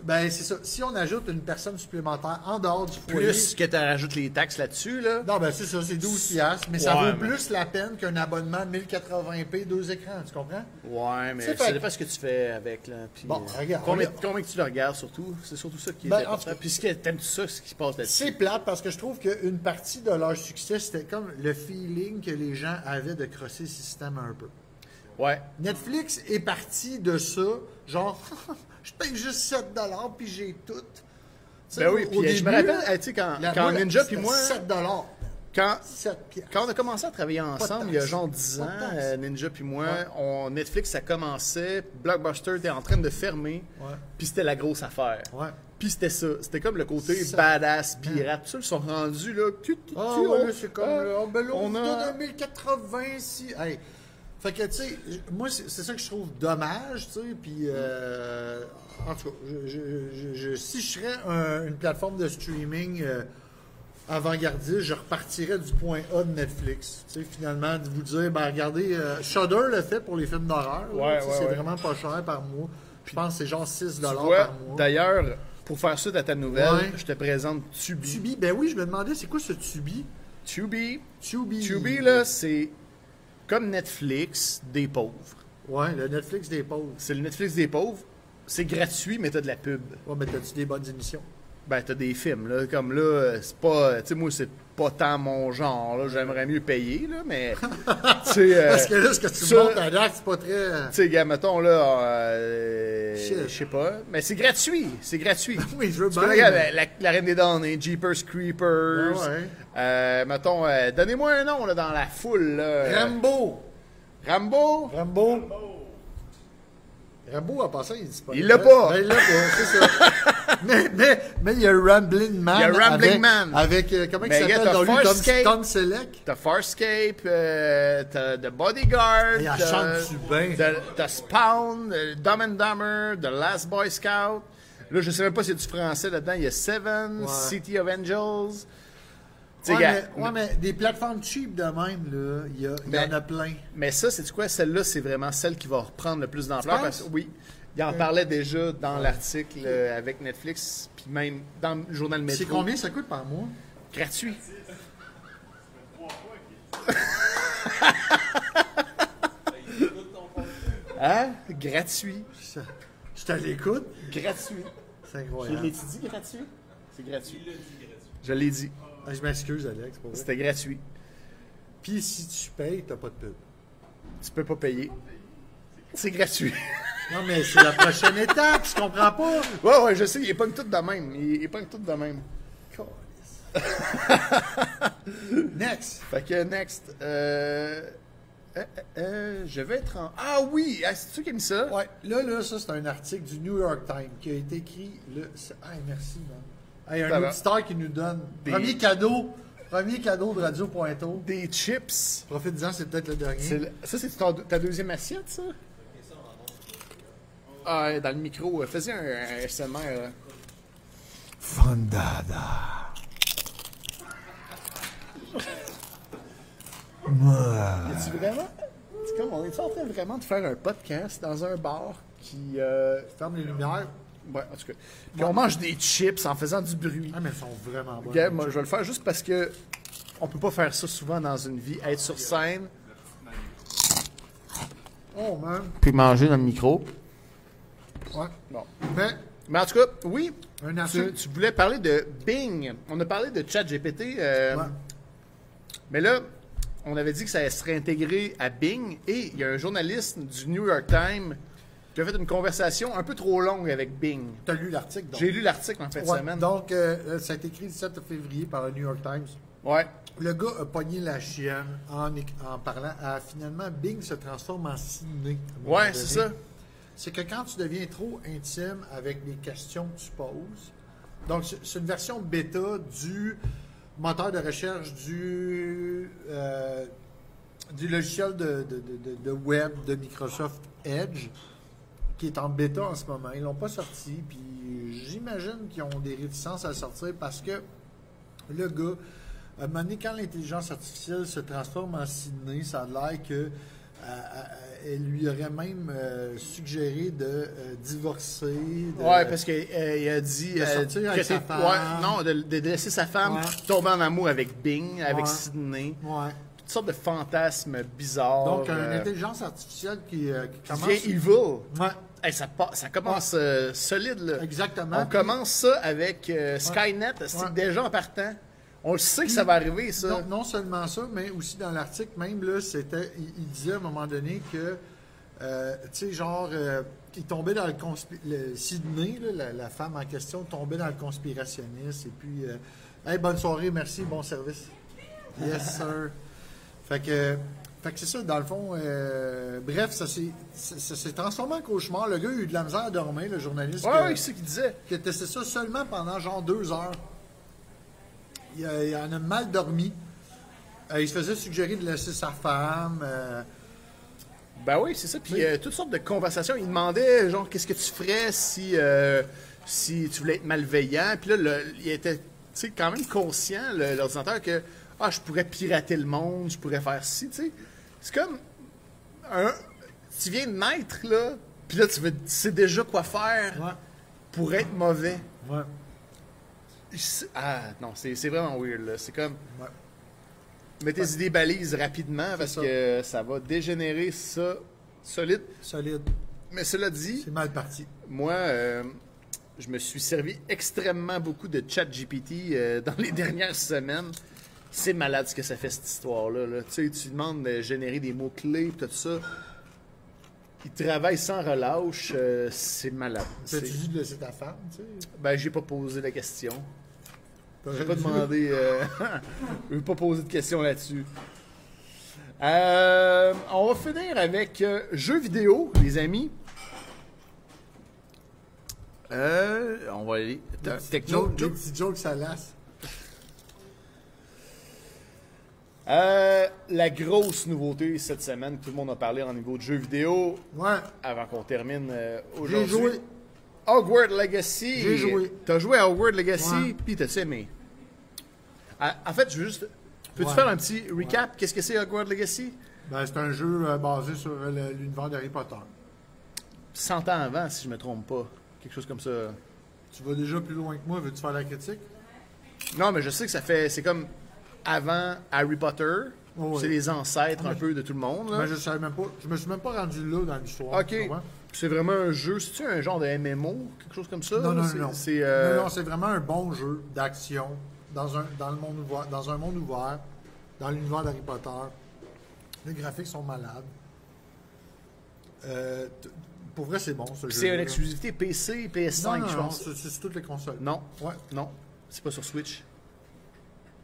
[SPEAKER 2] Ben, c'est ça. Si on ajoute une personne supplémentaire en dehors du foyer.
[SPEAKER 1] plus que tu rajoutes les taxes là-dessus, là.
[SPEAKER 2] Non, ben c'est ça, c'est 12 piastres, mais ça
[SPEAKER 1] Ouais,
[SPEAKER 2] vaut
[SPEAKER 1] mais-
[SPEAKER 2] plus la peine qu'un abonnement 1080p, deux écrans, tu comprends?
[SPEAKER 1] Ouais, mais
[SPEAKER 2] C'est
[SPEAKER 1] ça
[SPEAKER 2] fait-
[SPEAKER 1] dépend ce que tu fais avec. Là, puis,
[SPEAKER 2] Bon,
[SPEAKER 1] euh,
[SPEAKER 2] regarde,
[SPEAKER 1] Combien,
[SPEAKER 2] regarde.
[SPEAKER 1] combien que tu le regardes, surtout. C'est surtout ça qui est
[SPEAKER 2] Ben, en tout
[SPEAKER 1] important.
[SPEAKER 2] cas-
[SPEAKER 1] Puis ce que t'aimes-tu ça, ce qui se passe là-dessus?
[SPEAKER 2] C'est plate parce que je trouve qu'une partie de leur succès, c'était comme le feeling que les gens avaient de crosser le système un peu.
[SPEAKER 1] Ouais.
[SPEAKER 2] Netflix est parti de ça, genre, <laughs> je paye juste 7 puis j'ai tout. Tu sais,
[SPEAKER 1] Ben oui,
[SPEAKER 2] au-
[SPEAKER 1] puis
[SPEAKER 2] au
[SPEAKER 1] euh, je me
[SPEAKER 2] début,
[SPEAKER 1] rappelle, eh, tu sais, quand,
[SPEAKER 2] la-
[SPEAKER 1] quand
[SPEAKER 2] moi,
[SPEAKER 1] Ninja
[SPEAKER 2] c'était
[SPEAKER 1] puis moi,
[SPEAKER 2] 7
[SPEAKER 1] quand,
[SPEAKER 2] 7 piastres.
[SPEAKER 1] Quand on a commencé à travailler ensemble, il y a
[SPEAKER 2] taxe.
[SPEAKER 1] genre 10
[SPEAKER 2] Pas
[SPEAKER 1] ans,
[SPEAKER 2] de taxe.
[SPEAKER 1] euh, Ninja puis moi, on, Netflix, ça commençait, Blockbuster était en train de fermer,
[SPEAKER 2] Ouais.
[SPEAKER 1] puis c'était la grosse affaire.
[SPEAKER 2] Ouais.
[SPEAKER 1] Puis c'était ça. C'était comme le côté
[SPEAKER 2] Ça.
[SPEAKER 1] badass, pirate. Tout ça, ils sont rendus là. tu, tu, tu,
[SPEAKER 2] Ah
[SPEAKER 1] on-
[SPEAKER 2] ouais, c'est comme
[SPEAKER 1] ah,
[SPEAKER 2] là, oh, ben là, on,
[SPEAKER 1] on
[SPEAKER 2] vous
[SPEAKER 1] a...
[SPEAKER 2] donne un 1080 si. Hey. Fait que, tu sais, j- moi, c'est c'est ça que je trouve dommage, tu sais, puis euh, en tout cas, je- je- je- je- si je serais un- une plateforme de streaming euh, avant-gardiste, je repartirais du point A de Netflix, tu sais, finalement, de vous dire, ben regardez, euh, Shudder le fait pour les films d'horreur, là,
[SPEAKER 1] Ouais,
[SPEAKER 2] tu sais,
[SPEAKER 1] ouais,
[SPEAKER 2] c'est
[SPEAKER 1] ouais.
[SPEAKER 2] vraiment pas cher par mois, je pense que c'est genre 6
[SPEAKER 1] Tu
[SPEAKER 2] dollars
[SPEAKER 1] vois,
[SPEAKER 2] par mois.
[SPEAKER 1] D'ailleurs, pour faire suite à ta nouvelle,
[SPEAKER 2] Ouais.
[SPEAKER 1] je te présente Tubi. Tubi,
[SPEAKER 2] Tubi, ben oui, je me demandais, c'est quoi ce Tubi?
[SPEAKER 1] Tubi,
[SPEAKER 2] Tubi.
[SPEAKER 1] là, c'est comme Netflix des pauvres.
[SPEAKER 2] Ouais, le Netflix des pauvres.
[SPEAKER 1] C'est le Netflix des pauvres. C'est gratuit, mais t'as de la pub.
[SPEAKER 2] Ouais, mais t'as-tu des bonnes émissions?
[SPEAKER 1] Ben, t'as des films, là. Comme là, euh, c'est pas. Tu sais, moi, c'est pas tant mon genre, là. J'aimerais mieux payer, là,
[SPEAKER 2] <laughs>
[SPEAKER 1] mais. tu sais. euh,
[SPEAKER 2] Parce que là, ce que tu
[SPEAKER 1] ça-
[SPEAKER 2] montes à date, c'est pas très.
[SPEAKER 1] Tu sais, gars, mettons, là. euh,
[SPEAKER 2] Shit.
[SPEAKER 1] Je sais pas. Mais c'est gratuit. C'est gratuit.
[SPEAKER 2] <laughs> <laughs> Oui, je veux
[SPEAKER 1] Tu peux
[SPEAKER 2] bien,
[SPEAKER 1] regarder
[SPEAKER 2] mais-
[SPEAKER 1] la, la- la Reine des Données, Jeepers Creepers.
[SPEAKER 2] Ben ouais.
[SPEAKER 1] Euh, mettons, euh, donnez-moi un nom, là, dans la foule, là.
[SPEAKER 2] Rambo!
[SPEAKER 1] Rambo.
[SPEAKER 2] Rambo! Rambo, en passant, il est disponible.
[SPEAKER 1] Il l'a pas.
[SPEAKER 2] Ben, il l'a pas, c'est ça.
[SPEAKER 1] <laughs>
[SPEAKER 2] mais, mais, mais il y a Rambling Man.
[SPEAKER 1] Il y a Ramblin'
[SPEAKER 2] avec,
[SPEAKER 1] Man.
[SPEAKER 2] Avec, euh, comment il
[SPEAKER 1] Mais
[SPEAKER 2] s'appelle
[SPEAKER 1] gars,
[SPEAKER 2] dans
[SPEAKER 1] t'as
[SPEAKER 2] lui? Tom,
[SPEAKER 1] Farscape.
[SPEAKER 2] Tom Selleck.
[SPEAKER 1] T'as Farscape, euh, t'as The Bodyguard,
[SPEAKER 2] Et elle
[SPEAKER 1] t'as-
[SPEAKER 2] chante-tu bien?
[SPEAKER 1] t'as- T'as Spawn, euh, Dumb and Dumber, The Last Boy Scout. Là, je sais même pas si c'est du français là-dedans. Il y a Seven,
[SPEAKER 2] Ouais.
[SPEAKER 1] City of Angels. Tu sais,
[SPEAKER 2] Ouais,
[SPEAKER 1] gars,
[SPEAKER 2] mais, ouais, mais des plateformes cheap de même, là, il y, a- il y
[SPEAKER 1] Ben,
[SPEAKER 2] en a plein.
[SPEAKER 1] Mais ça, c'est quoi? Celle-là, c'est vraiment celle qui va reprendre le plus d'ampleur.
[SPEAKER 2] Tu
[SPEAKER 1] Parce,
[SPEAKER 2] penses?
[SPEAKER 1] oui. Il en parlait déjà dans l'article euh, avec Netflix, puis même dans le journal Métro.
[SPEAKER 2] C'est combien ça coûte par mois?
[SPEAKER 1] <laughs> Gratuit. hein? Gratuit.
[SPEAKER 2] Ça- Je te l'écoute.
[SPEAKER 1] Gratuit.
[SPEAKER 2] C'est
[SPEAKER 1] Je
[SPEAKER 2] incroyable.
[SPEAKER 1] l'ai-tu dit gratuit? C'est gratuit. Je l'ai dit.
[SPEAKER 2] Ah, Je m'excuse, Alex. Pour vrai.
[SPEAKER 1] C'était gratuit.
[SPEAKER 2] Puis si tu payes, t'as pas de pub.
[SPEAKER 1] Tu peux pas payer. C'est gratuit. <laughs>
[SPEAKER 2] Non, mais c'est la prochaine étape, je comprends pas.
[SPEAKER 1] ouais, ouais, je sais, il est pas tout de même. Il est pas tout de même.
[SPEAKER 2] Câlisse. Next.
[SPEAKER 1] Fait que next, euh, euh, euh, je vais être en. Ah oui, ah, c'est tu qui a mis ça?
[SPEAKER 2] Ouais, là, là, ça, c'est un article du New York Times qui a été écrit le. Ah, merci, man. Hey,
[SPEAKER 1] Ça
[SPEAKER 2] un
[SPEAKER 1] va.
[SPEAKER 2] auditeur qui nous donne.
[SPEAKER 1] Des-
[SPEAKER 2] Premier cadeau. Premier cadeau de Radio Pointeau.
[SPEAKER 1] Des chips.
[SPEAKER 2] Profite-en, c'est peut-être le
[SPEAKER 1] C'est
[SPEAKER 2] dernier.
[SPEAKER 1] le- Ça, c'est ta, ta deuxième assiette, ça? Ah, dans le micro, euh, fais-y un, un SMR. là.
[SPEAKER 2] Fondada.
[SPEAKER 1] Es-tu vraiment. C'est comme, on est en train vraiment de faire un podcast dans un bar qui. euh,
[SPEAKER 2] Ferme les lumières.
[SPEAKER 1] Ouais, en tout cas. Puis on mange des chips en faisant du bruit.
[SPEAKER 2] Ah, mais elles sont vraiment bonnes.
[SPEAKER 1] Gab, moi, je vais le faire juste parce que on peut pas faire ça souvent dans une vie, être sur scène.
[SPEAKER 2] Oh, man.
[SPEAKER 1] Puis manger dans le micro.
[SPEAKER 2] Ouais.
[SPEAKER 1] Bon.
[SPEAKER 2] Mais,
[SPEAKER 1] Mais en tout cas, oui,
[SPEAKER 2] Un
[SPEAKER 1] tu,
[SPEAKER 2] article.
[SPEAKER 1] tu voulais parler de Bing. On a parlé de ChatGPT, euh,
[SPEAKER 2] ouais.
[SPEAKER 1] mais là, on avait dit que ça serait intégré à Bing. Et il y a un journaliste du New York Times qui a fait une conversation un peu trop longue avec Bing.
[SPEAKER 2] T'as lu l'article, donc.
[SPEAKER 1] J'ai lu l'article en fin de
[SPEAKER 2] Ouais,
[SPEAKER 1] semaine.
[SPEAKER 2] Donc, euh, ça a été écrit le 7 février par le New York Times.
[SPEAKER 1] Ouais.
[SPEAKER 2] Le gars a pogné la chienne en, é- en parlant à finalement Bing se transforme en ciné. à un moment
[SPEAKER 1] Ouais,
[SPEAKER 2] donné.
[SPEAKER 1] c'est ça.
[SPEAKER 2] C'est que quand tu deviens trop intime avec les questions que tu poses, donc c'est c'est une version bêta du moteur de recherche du, euh, du logiciel de, de- de- de- de web de Microsoft Edge qui est en bêta en ce moment. Ils l'ont pas sorti, puis j'imagine qu'ils ont des réticences à le sortir parce que le gars, à un moment donné, quand l'intelligence artificielle se transforme en Sydney, ça a l'air que euh, euh, elle lui aurait même euh, suggéré de euh, divorcer. de-
[SPEAKER 1] Ouais, parce qu'il a dit
[SPEAKER 2] de
[SPEAKER 1] euh,
[SPEAKER 2] sortir avec
[SPEAKER 1] t'es-
[SPEAKER 2] sa femme.
[SPEAKER 1] ouais, non, de, de laisser sa femme
[SPEAKER 2] Ouais.
[SPEAKER 1] tomber en amour avec Bing, avec
[SPEAKER 2] Ouais.
[SPEAKER 1] Sydney,
[SPEAKER 2] Ouais.
[SPEAKER 1] toutes sortes de fantasmes bizarres.
[SPEAKER 2] Donc, une
[SPEAKER 1] euh,
[SPEAKER 2] intelligence artificielle qui, euh, qui
[SPEAKER 1] qui
[SPEAKER 2] commence.
[SPEAKER 1] devient evil.
[SPEAKER 2] Ouais.
[SPEAKER 1] Hey, ça, pa- ça commence euh, solide, là.
[SPEAKER 2] Exactement.
[SPEAKER 1] On
[SPEAKER 2] Puis-
[SPEAKER 1] commence ça avec euh, Skynet, c'est
[SPEAKER 2] Ouais. Mm.
[SPEAKER 1] déjà en partant. On le sait que ça va arriver, ça.
[SPEAKER 2] Non, non seulement ça, mais aussi dans l'article, même là, c'était, il, il disait à un moment donné que, euh, tu sais, genre, euh, il tombait dans le, conspi- le- Sydney, là, la, la femme en question, tombait dans le conspirationniste, et puis, euh, hey, bonne soirée, merci, bon service. Yes, sir. Fait que, fait que c'est ça, dans le fond, euh, bref, ça s'est, ça- ça s'est transformé en cauchemar. Le gars a eu de la misère à dormir, le journaliste.
[SPEAKER 1] Ouais,
[SPEAKER 2] que-
[SPEAKER 1] ouais, c'est ce qu'il disait.
[SPEAKER 2] qui a testé ça seulement pendant genre deux heures. Il, euh, il en a mal dormi. Euh, il se faisait suggérer de laisser sa femme. euh,
[SPEAKER 1] Ben oui, c'est ça. Puis euh, toutes sortes de conversations. Il demandait, genre, qu'est-ce que tu ferais si, euh, si tu voulais être malveillant. Puis là, le- il était tu sais, quand même conscient, le- l'ordinateur, que ah, je pourrais pirater le monde, je pourrais faire ci. tu sais. C'est comme. Un, tu viens de naître, là, puis là, tu, veux, tu sais déjà quoi faire pour être mauvais.
[SPEAKER 2] ouais.
[SPEAKER 1] C'est- Ah non, c'est c'est vraiment weird là. C'est comme.
[SPEAKER 2] Ouais.
[SPEAKER 1] Mettez-y des balises rapidement parce
[SPEAKER 2] ça.
[SPEAKER 1] que ça va dégénérer ça solide.
[SPEAKER 2] Solide.
[SPEAKER 1] Mais cela dit,
[SPEAKER 2] C'est mal parti.
[SPEAKER 1] moi, euh, je me suis servi extrêmement beaucoup de ChatGPT euh, <laughs> dans les dernières semaines. C'est malade ce que ça fait cette histoire-là. là. Tu sais, tu demandes de générer des mots-clés, pis tout ça. Il travaille sans relâche. euh, c'est malade.
[SPEAKER 2] T'as-tu
[SPEAKER 1] C'est-
[SPEAKER 2] dit de laisser ta femme, tu sais?
[SPEAKER 1] Ben, j'ai pas posé la question. J'ai
[SPEAKER 2] T'aurais
[SPEAKER 1] pas
[SPEAKER 2] dû.
[SPEAKER 1] demandé. Euh, <laughs> je veux pas poser de questions là-dessus. Euh, on va finir avec euh, jeux vidéo, les amis. Euh, on va aller.
[SPEAKER 2] Les
[SPEAKER 1] te-
[SPEAKER 2] petits
[SPEAKER 1] Techno.
[SPEAKER 2] jokes- les petits jokes salaces.
[SPEAKER 1] Euh, la grosse nouveauté cette semaine, tout le monde a parlé en niveau de jeux vidéo.
[SPEAKER 2] Ouais.
[SPEAKER 1] Avant qu'on termine euh,
[SPEAKER 2] J'ai
[SPEAKER 1] aujourd'hui.
[SPEAKER 2] joué.
[SPEAKER 1] Hogwarts Legacy.
[SPEAKER 2] J'ai joué.
[SPEAKER 1] T'as joué à Hogwarts Legacy,
[SPEAKER 2] Ouais.
[SPEAKER 1] puis t'as aimé. À- En fait, je veux juste. Peux-tu
[SPEAKER 2] Ouais.
[SPEAKER 1] faire un petit recap? Qu'est-ce que c'est Hogwarts Legacy?
[SPEAKER 2] Ben, c'est un jeu euh, basé sur euh, le- l'univers d'Harry Potter.
[SPEAKER 1] 100 ans avant, si je me trompe pas. Quelque chose comme ça.
[SPEAKER 2] Tu vas déjà plus loin que moi, veux-tu faire la critique?
[SPEAKER 1] Non, mais je sais que ça fait. C'est comme avant Harry Potter.
[SPEAKER 2] Oh, ouais.
[SPEAKER 1] C'est les ancêtres un peu de tout le monde. là.
[SPEAKER 2] Ben, je savais même pas. Je me suis même pas rendu là dans l'histoire.
[SPEAKER 1] Ok.
[SPEAKER 2] tu comprends?
[SPEAKER 1] C'est vraiment un jeu. C'est-tu un genre de MMO? Quelque chose comme ça?
[SPEAKER 2] Non, non,
[SPEAKER 1] C'est-
[SPEAKER 2] non.
[SPEAKER 1] C'est. euh,
[SPEAKER 2] Non, non, c'est vraiment un bon jeu d'action dans un, dans, le monde ouvert, dans un monde ouvert, dans l'univers d'Harry Potter. Les graphiques sont malades. Euh, t- pour vrai, c'est bon, ce jeu.
[SPEAKER 1] c'est une exclusivité PC, PS5,
[SPEAKER 2] Non, non,
[SPEAKER 1] je
[SPEAKER 2] non,
[SPEAKER 1] pense.
[SPEAKER 2] c'est c'est sur toutes les consoles.
[SPEAKER 1] Non.
[SPEAKER 2] Ouais.
[SPEAKER 1] Non. C'est pas sur Switch.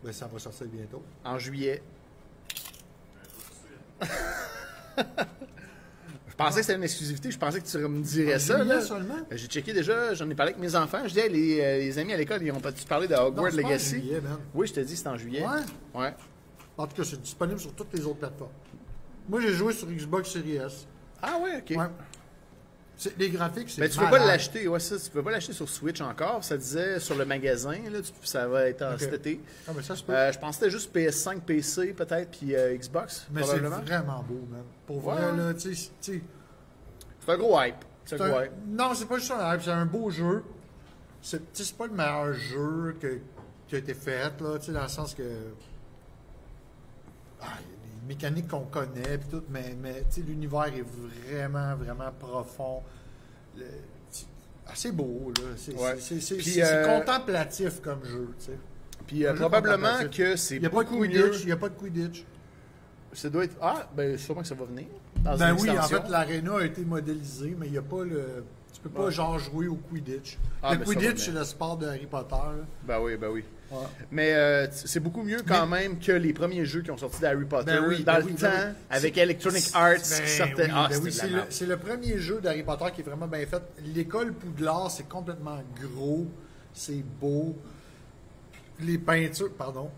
[SPEAKER 2] Ben, ça va sortir bientôt.
[SPEAKER 1] En juillet. <laughs> je pensais que c'était une exclusivité. Je pensais que tu me dirais
[SPEAKER 2] En
[SPEAKER 1] ça.
[SPEAKER 2] juillet
[SPEAKER 1] là.
[SPEAKER 2] seulement?
[SPEAKER 1] Euh, J'ai checké déjà. J'en ai parlé avec mes enfants. Je disais, les, euh, les amis à l'école, ils ont pas dû parler de
[SPEAKER 2] Non,
[SPEAKER 1] Hogwarts
[SPEAKER 2] c'est pas en
[SPEAKER 1] Legacy.
[SPEAKER 2] juillet, man.
[SPEAKER 1] Oui, je te dis, c'est en juillet.
[SPEAKER 2] Ouais?
[SPEAKER 1] Ouais.
[SPEAKER 2] En tout cas, c'est disponible sur toutes les autres plateformes. Moi, j'ai joué sur Xbox Series S.
[SPEAKER 1] Ah ouais, ok.
[SPEAKER 2] Ouais. C'est- Les graphiques, c'est
[SPEAKER 1] Mais tu peux pas
[SPEAKER 2] malade.
[SPEAKER 1] l'acheter, ouais, ça, tu peux pas l'acheter sur Switch encore. Ça disait sur le magasin, là, tu- ça va être en
[SPEAKER 2] Ok.
[SPEAKER 1] cet été.
[SPEAKER 2] Ah, mais ça se peut.
[SPEAKER 1] Euh, je pensais juste PS5, PC peut-être, puis euh, Xbox,
[SPEAKER 2] Mais c'est
[SPEAKER 1] probablement.
[SPEAKER 2] vraiment beau, man. Pour
[SPEAKER 1] Ouais.
[SPEAKER 2] vrai, là, tu sais, tu sais,
[SPEAKER 1] C'est un gros hype. C'est
[SPEAKER 2] c'est
[SPEAKER 1] un gros
[SPEAKER 2] un-
[SPEAKER 1] hype.
[SPEAKER 2] Non, c'est pas juste un hype, c'est un beau jeu. C'est tu sais, c'est pas le meilleur jeu que- qui a été fait, là, tu sais, dans le sens que. Ah, il y a des mécaniques qu'on connaît, puis tout, mais, mais tu sais, l'univers est vraiment, vraiment profond. Le- tu- ah, c'est beau, là. C'est
[SPEAKER 1] Ouais.
[SPEAKER 2] c'est- c'est-
[SPEAKER 1] Puis,
[SPEAKER 2] c'est- c'est
[SPEAKER 1] euh,
[SPEAKER 2] contemplatif comme jeu, tu sais.
[SPEAKER 1] Puis euh,
[SPEAKER 2] Un jeu
[SPEAKER 1] probablement
[SPEAKER 2] contemplatif.
[SPEAKER 1] que c'est
[SPEAKER 2] Il n'y a pas de
[SPEAKER 1] beaucoup
[SPEAKER 2] Quidditch.
[SPEAKER 1] mieux.
[SPEAKER 2] Il n'y a pas de Quidditch.
[SPEAKER 1] Ça doit être. Ah, ben sûrement que ça va venir. Dans
[SPEAKER 2] Ben
[SPEAKER 1] une
[SPEAKER 2] oui, en
[SPEAKER 1] extension.
[SPEAKER 2] fait, l'aréna a été modélisée, mais il n'y a pas le. Tu peux pas genre jouer au Quidditch.
[SPEAKER 1] Ah,
[SPEAKER 2] le
[SPEAKER 1] ben ça va
[SPEAKER 2] Quidditch,
[SPEAKER 1] bien.
[SPEAKER 2] c'est le sport de Harry Potter. là.
[SPEAKER 1] Ben oui, ben oui.
[SPEAKER 2] Ouais.
[SPEAKER 1] Mais euh, t- c'est beaucoup mieux quand même que les premiers jeux qui ont sorti d'Harry Potter
[SPEAKER 2] Ben oui,
[SPEAKER 1] dans
[SPEAKER 2] ben
[SPEAKER 1] le
[SPEAKER 2] oui, ben
[SPEAKER 1] temps,
[SPEAKER 2] oui.
[SPEAKER 1] avec Electronic Arts
[SPEAKER 2] Ben
[SPEAKER 1] qui sortait.
[SPEAKER 2] oui,
[SPEAKER 1] ah,
[SPEAKER 2] ben oui,
[SPEAKER 1] c'était
[SPEAKER 2] c'est
[SPEAKER 1] de la
[SPEAKER 2] le,
[SPEAKER 1] merde.
[SPEAKER 2] c'est le premier jeu d'Harry Potter qui est vraiment bien fait. L'école Poudlard, c'est complètement gros, c'est beau. Les peintures, pardon,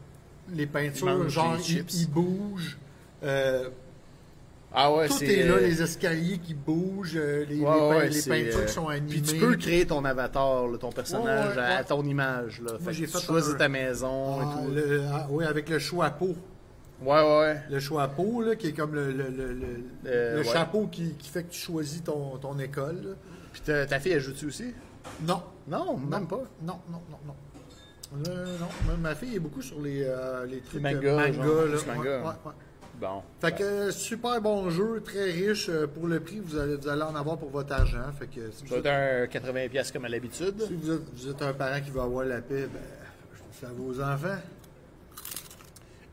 [SPEAKER 2] les
[SPEAKER 1] Il
[SPEAKER 2] peintures,
[SPEAKER 1] mange
[SPEAKER 2] genre,
[SPEAKER 1] des
[SPEAKER 2] ils,
[SPEAKER 1] chips.
[SPEAKER 2] ils bougent. Euh,
[SPEAKER 1] Ah ouais,
[SPEAKER 2] tout
[SPEAKER 1] c'est-
[SPEAKER 2] est là, les escaliers qui bougent, euh, les, les
[SPEAKER 1] Ouais,
[SPEAKER 2] pein-
[SPEAKER 1] ouais,
[SPEAKER 2] les
[SPEAKER 1] c'est,
[SPEAKER 2] peintures
[SPEAKER 1] euh,
[SPEAKER 2] qui sont animées.
[SPEAKER 1] Puis tu peux créer ton avatar, là, ton personnage
[SPEAKER 2] Ouais, ouais,
[SPEAKER 1] à
[SPEAKER 2] ouais.
[SPEAKER 1] ton image. Là. Fait que
[SPEAKER 2] j'ai
[SPEAKER 1] tu
[SPEAKER 2] fait
[SPEAKER 1] choisis
[SPEAKER 2] un-
[SPEAKER 1] ta maison
[SPEAKER 2] Ah,
[SPEAKER 1] et tout.
[SPEAKER 2] le- ah, oui, avec le choix à peau.
[SPEAKER 1] Ouais, ouais.
[SPEAKER 2] Le choix à peau, là, qui est comme le, le- le- le-
[SPEAKER 1] Euh,
[SPEAKER 2] le
[SPEAKER 1] ouais.
[SPEAKER 2] chapeau qui, qui fait que tu choisis ton, ton école. là.
[SPEAKER 1] Puis ta, ta fille, elle joue-tu aussi?
[SPEAKER 2] Non.
[SPEAKER 1] Non, même pas.
[SPEAKER 2] Non, non, non, non. Euh, non, ma- ma fille est beaucoup sur les, euh, les trucs
[SPEAKER 1] Les
[SPEAKER 2] euh,
[SPEAKER 1] mangas,
[SPEAKER 2] manga.
[SPEAKER 1] genre,
[SPEAKER 2] là.
[SPEAKER 1] les mangas.
[SPEAKER 2] Ouais, ouais, ouais.
[SPEAKER 1] Bon.
[SPEAKER 2] Fait que euh, super bon jeu, très riche. euh, Pour le prix, vous allez, vous allez en avoir pour votre argent. Fait que si vous,
[SPEAKER 1] Ça
[SPEAKER 2] êtes,
[SPEAKER 1] va être un 80$ comme à l'habitude.
[SPEAKER 2] si vous êtes- vous êtes un parent qui veut avoir la paix, ben, ça vos enfants.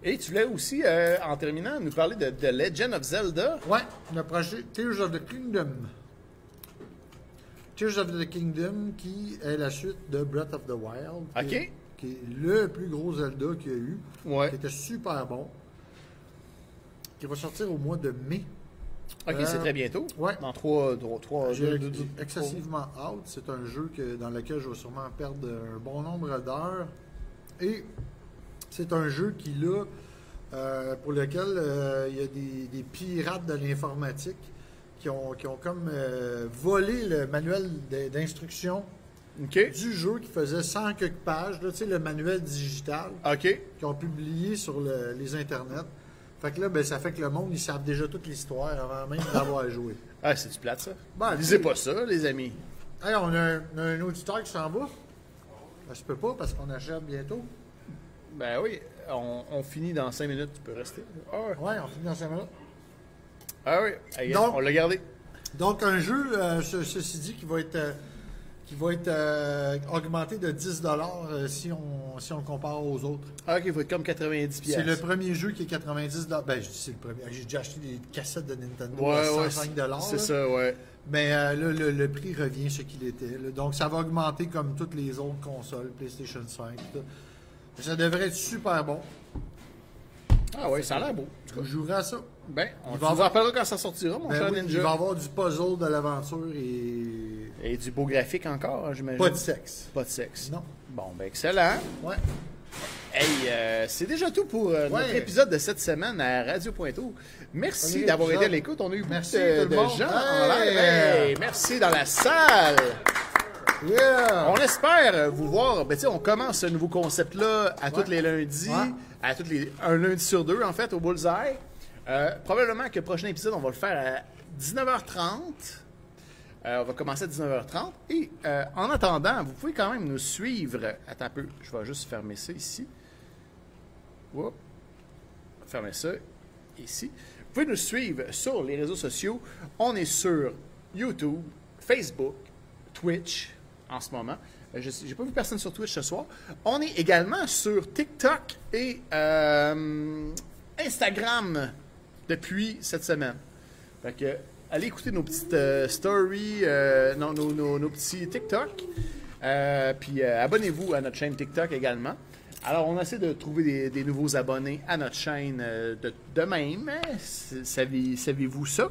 [SPEAKER 1] Et tu voulais aussi, euh, en terminant, nous parler de The Legend of Zelda.
[SPEAKER 2] Ouais, le projet Tears of the Kingdom. Tears of the Kingdom qui est la suite de Breath of the Wild. qui
[SPEAKER 1] Ok.
[SPEAKER 2] est- Qui est, le plus gros Zelda qu'il y a eu.
[SPEAKER 1] Ouais.
[SPEAKER 2] Qui était super bon. Qui va sortir au mois de mai.
[SPEAKER 1] Ok,
[SPEAKER 2] Euh,
[SPEAKER 1] c'est très bientôt.
[SPEAKER 2] ouais.
[SPEAKER 1] Dans trois, trois, trois,
[SPEAKER 2] J'ai
[SPEAKER 1] deux, deux, deux,
[SPEAKER 2] excessivement hâte. C'est un jeu que, dans lequel je vais sûrement perdre un bon nombre d'heures. Et c'est un jeu qui, là, euh, pour lequel euh, il y a des, des pirates de l'informatique qui ont, qui ont comme euh, volé le manuel d'in- d'instruction
[SPEAKER 1] trois. Ok.
[SPEAKER 2] du jeu qui faisait 100 quelques pages, là, tu sais, le manuel digital
[SPEAKER 1] Ok.
[SPEAKER 2] qui ont publié sur le- les internets. Fait que là, ben, ça fait que le monde, ils savent déjà toute l'histoire avant même d'avoir joué.
[SPEAKER 1] Ah, c'est du plat, ça.
[SPEAKER 2] Ben,
[SPEAKER 1] Lisez
[SPEAKER 2] tu-
[SPEAKER 1] pas ça, les amis.
[SPEAKER 2] Hey, on a un, on a un auditeur qui s'en va. Ça se peut pas parce qu'on achète bientôt.
[SPEAKER 1] Ben oui, on, on finit dans cinq minutes. Tu peux rester. Ah ouais.
[SPEAKER 2] Ouais, on finit dans 5 minutes.
[SPEAKER 1] Ah oui. Hey,
[SPEAKER 2] Donc-
[SPEAKER 1] on l'a gardé.
[SPEAKER 2] Donc, un jeu, euh, ce- ceci dit, qui va être, euh, qui va être euh, augmenté de 10 euh, si, on, si on le compare aux autres.
[SPEAKER 1] Ah, ok, il faut être comme 90$.
[SPEAKER 2] C'est le premier jeu qui est 90 Ben, je dis c'est le premier. J'ai déjà acheté des cassettes de Nintendo à
[SPEAKER 1] Ouais, ouais.
[SPEAKER 2] 105
[SPEAKER 1] c'est- C'est
[SPEAKER 2] là.
[SPEAKER 1] ça, ouais.
[SPEAKER 2] Mais euh, là, le, le prix revient ce qu'il était. là. Donc, ça va augmenter comme toutes les autres consoles, PlayStation 5. tout ça. Mais Ça devrait être super bon.
[SPEAKER 1] Ah ouais, ça a l'air beau.
[SPEAKER 2] Je jouerai à ça.
[SPEAKER 1] Ben, on
[SPEAKER 2] Il
[SPEAKER 1] vous
[SPEAKER 2] va avoir-
[SPEAKER 1] rappellera quand ça sortira, mon
[SPEAKER 2] Ben
[SPEAKER 1] cher
[SPEAKER 2] oui, il
[SPEAKER 1] Ninja.
[SPEAKER 2] va avoir du puzzle de l'aventure et
[SPEAKER 1] Et du beau graphique encore, hein, j'imagine.
[SPEAKER 2] pas de sexe.
[SPEAKER 1] Pas de sexe.
[SPEAKER 2] Non.
[SPEAKER 1] Bon, ben excellent.
[SPEAKER 2] Ouais.
[SPEAKER 1] Hey, euh, c'est déjà tout pour euh, notre
[SPEAKER 2] Ouais.
[SPEAKER 1] épisode de cette semaine à Radio Pointeau. Merci
[SPEAKER 2] Premier
[SPEAKER 1] d'avoir été à
[SPEAKER 2] épisode.
[SPEAKER 1] l'écoute. On a eu beaucoup
[SPEAKER 2] Merci,
[SPEAKER 1] de,
[SPEAKER 2] tout le
[SPEAKER 1] de
[SPEAKER 2] monde.
[SPEAKER 1] gens en
[SPEAKER 2] Hey.
[SPEAKER 1] live. Hey, merci dans la salle.
[SPEAKER 2] Yeah!
[SPEAKER 1] On espère vous voir. Ben, tu sais, on commence ce nouveau concept-là à tous les lundis,
[SPEAKER 2] Ouais.
[SPEAKER 1] à tous les, un lundi sur deux, en fait, au Bullseye. Euh, probablement que le prochain épisode, on va le faire à 19h30. Euh, on va commencer à 19h30. Et euh, en attendant, vous pouvez quand même nous suivre. Attends un peu, je vais juste fermer ça ici. Oups. Fermer ça ici. Vous pouvez nous suivre sur les réseaux sociaux. On est sur YouTube, Facebook, Twitch en ce moment. Euh, Je n'ai pas vu personne sur Twitch ce soir. On est également sur TikTok et euh, Instagram depuis cette semaine. Fait que, allez écouter nos petites euh, stories, euh, non, nos, nos- nos petits TikTok. Euh, puis euh, abonnez-vous à notre chaîne TikTok également. Alors, on essaie de trouver des, des nouveaux abonnés à notre chaîne euh, de, de même. hein. S- savez- Savez-vous ça?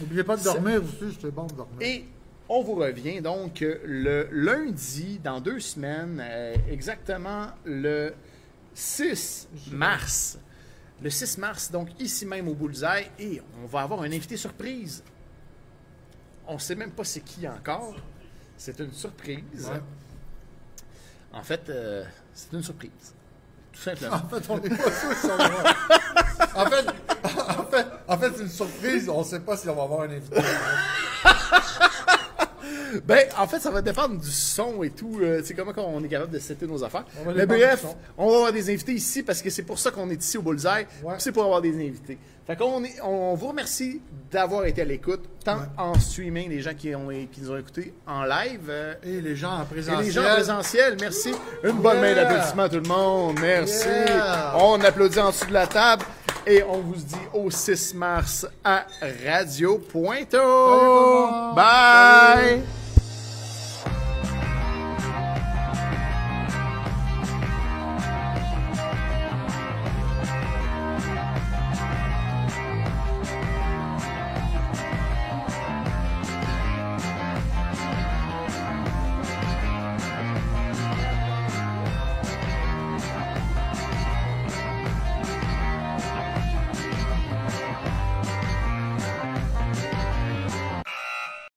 [SPEAKER 2] N'oubliez pas de dormir aussi, c'était bon de dormir.
[SPEAKER 1] Et on vous revient donc euh, le lundi, dans deux semaines, euh, exactement le 6 mars. Le 6 mars, donc ici même au Bullseye, et on va avoir un invité surprise. On ne sait même pas c'est qui encore. C'est une surprise.
[SPEAKER 2] Ouais.
[SPEAKER 1] En fait, euh, c'est une surprise. Tout simplement.
[SPEAKER 2] <laughs> En fait, on n'est pas sûr si on va avoir- <laughs> En fait, en fait, en fait c'est une surprise. On ne sait pas si on va avoir un invité.
[SPEAKER 1] Ben, en fait, ça va dépendre du son et tout. euh, tu sais, comment on est capable de setter nos affaires.
[SPEAKER 2] On va
[SPEAKER 1] Mais
[SPEAKER 2] dépendre du
[SPEAKER 1] bref,
[SPEAKER 2] son.
[SPEAKER 1] on va avoir des invités ici parce que c'est pour ça qu'on est ici au Bullseye.
[SPEAKER 2] Ouais.
[SPEAKER 1] puis C'est pour avoir des invités. Fait qu'on est, on vous remercie d'avoir été à l'écoute, tant
[SPEAKER 2] Ouais.
[SPEAKER 1] en streaming, les gens qui, ont, qui nous ont écoutés en live. euh,
[SPEAKER 2] Et les gens en
[SPEAKER 1] et
[SPEAKER 2] présentiel.
[SPEAKER 1] les gens présentiels, merci. Une bonne main
[SPEAKER 2] Yeah.
[SPEAKER 1] d'applaudissement à tout le monde. Merci.
[SPEAKER 2] Yeah.
[SPEAKER 1] On applaudit en dessous de la table. Et on vous dit au 6 mars à Radio
[SPEAKER 2] Salut
[SPEAKER 1] Pointo.
[SPEAKER 2] tout le monde.
[SPEAKER 1] Bye.
[SPEAKER 2] Salut.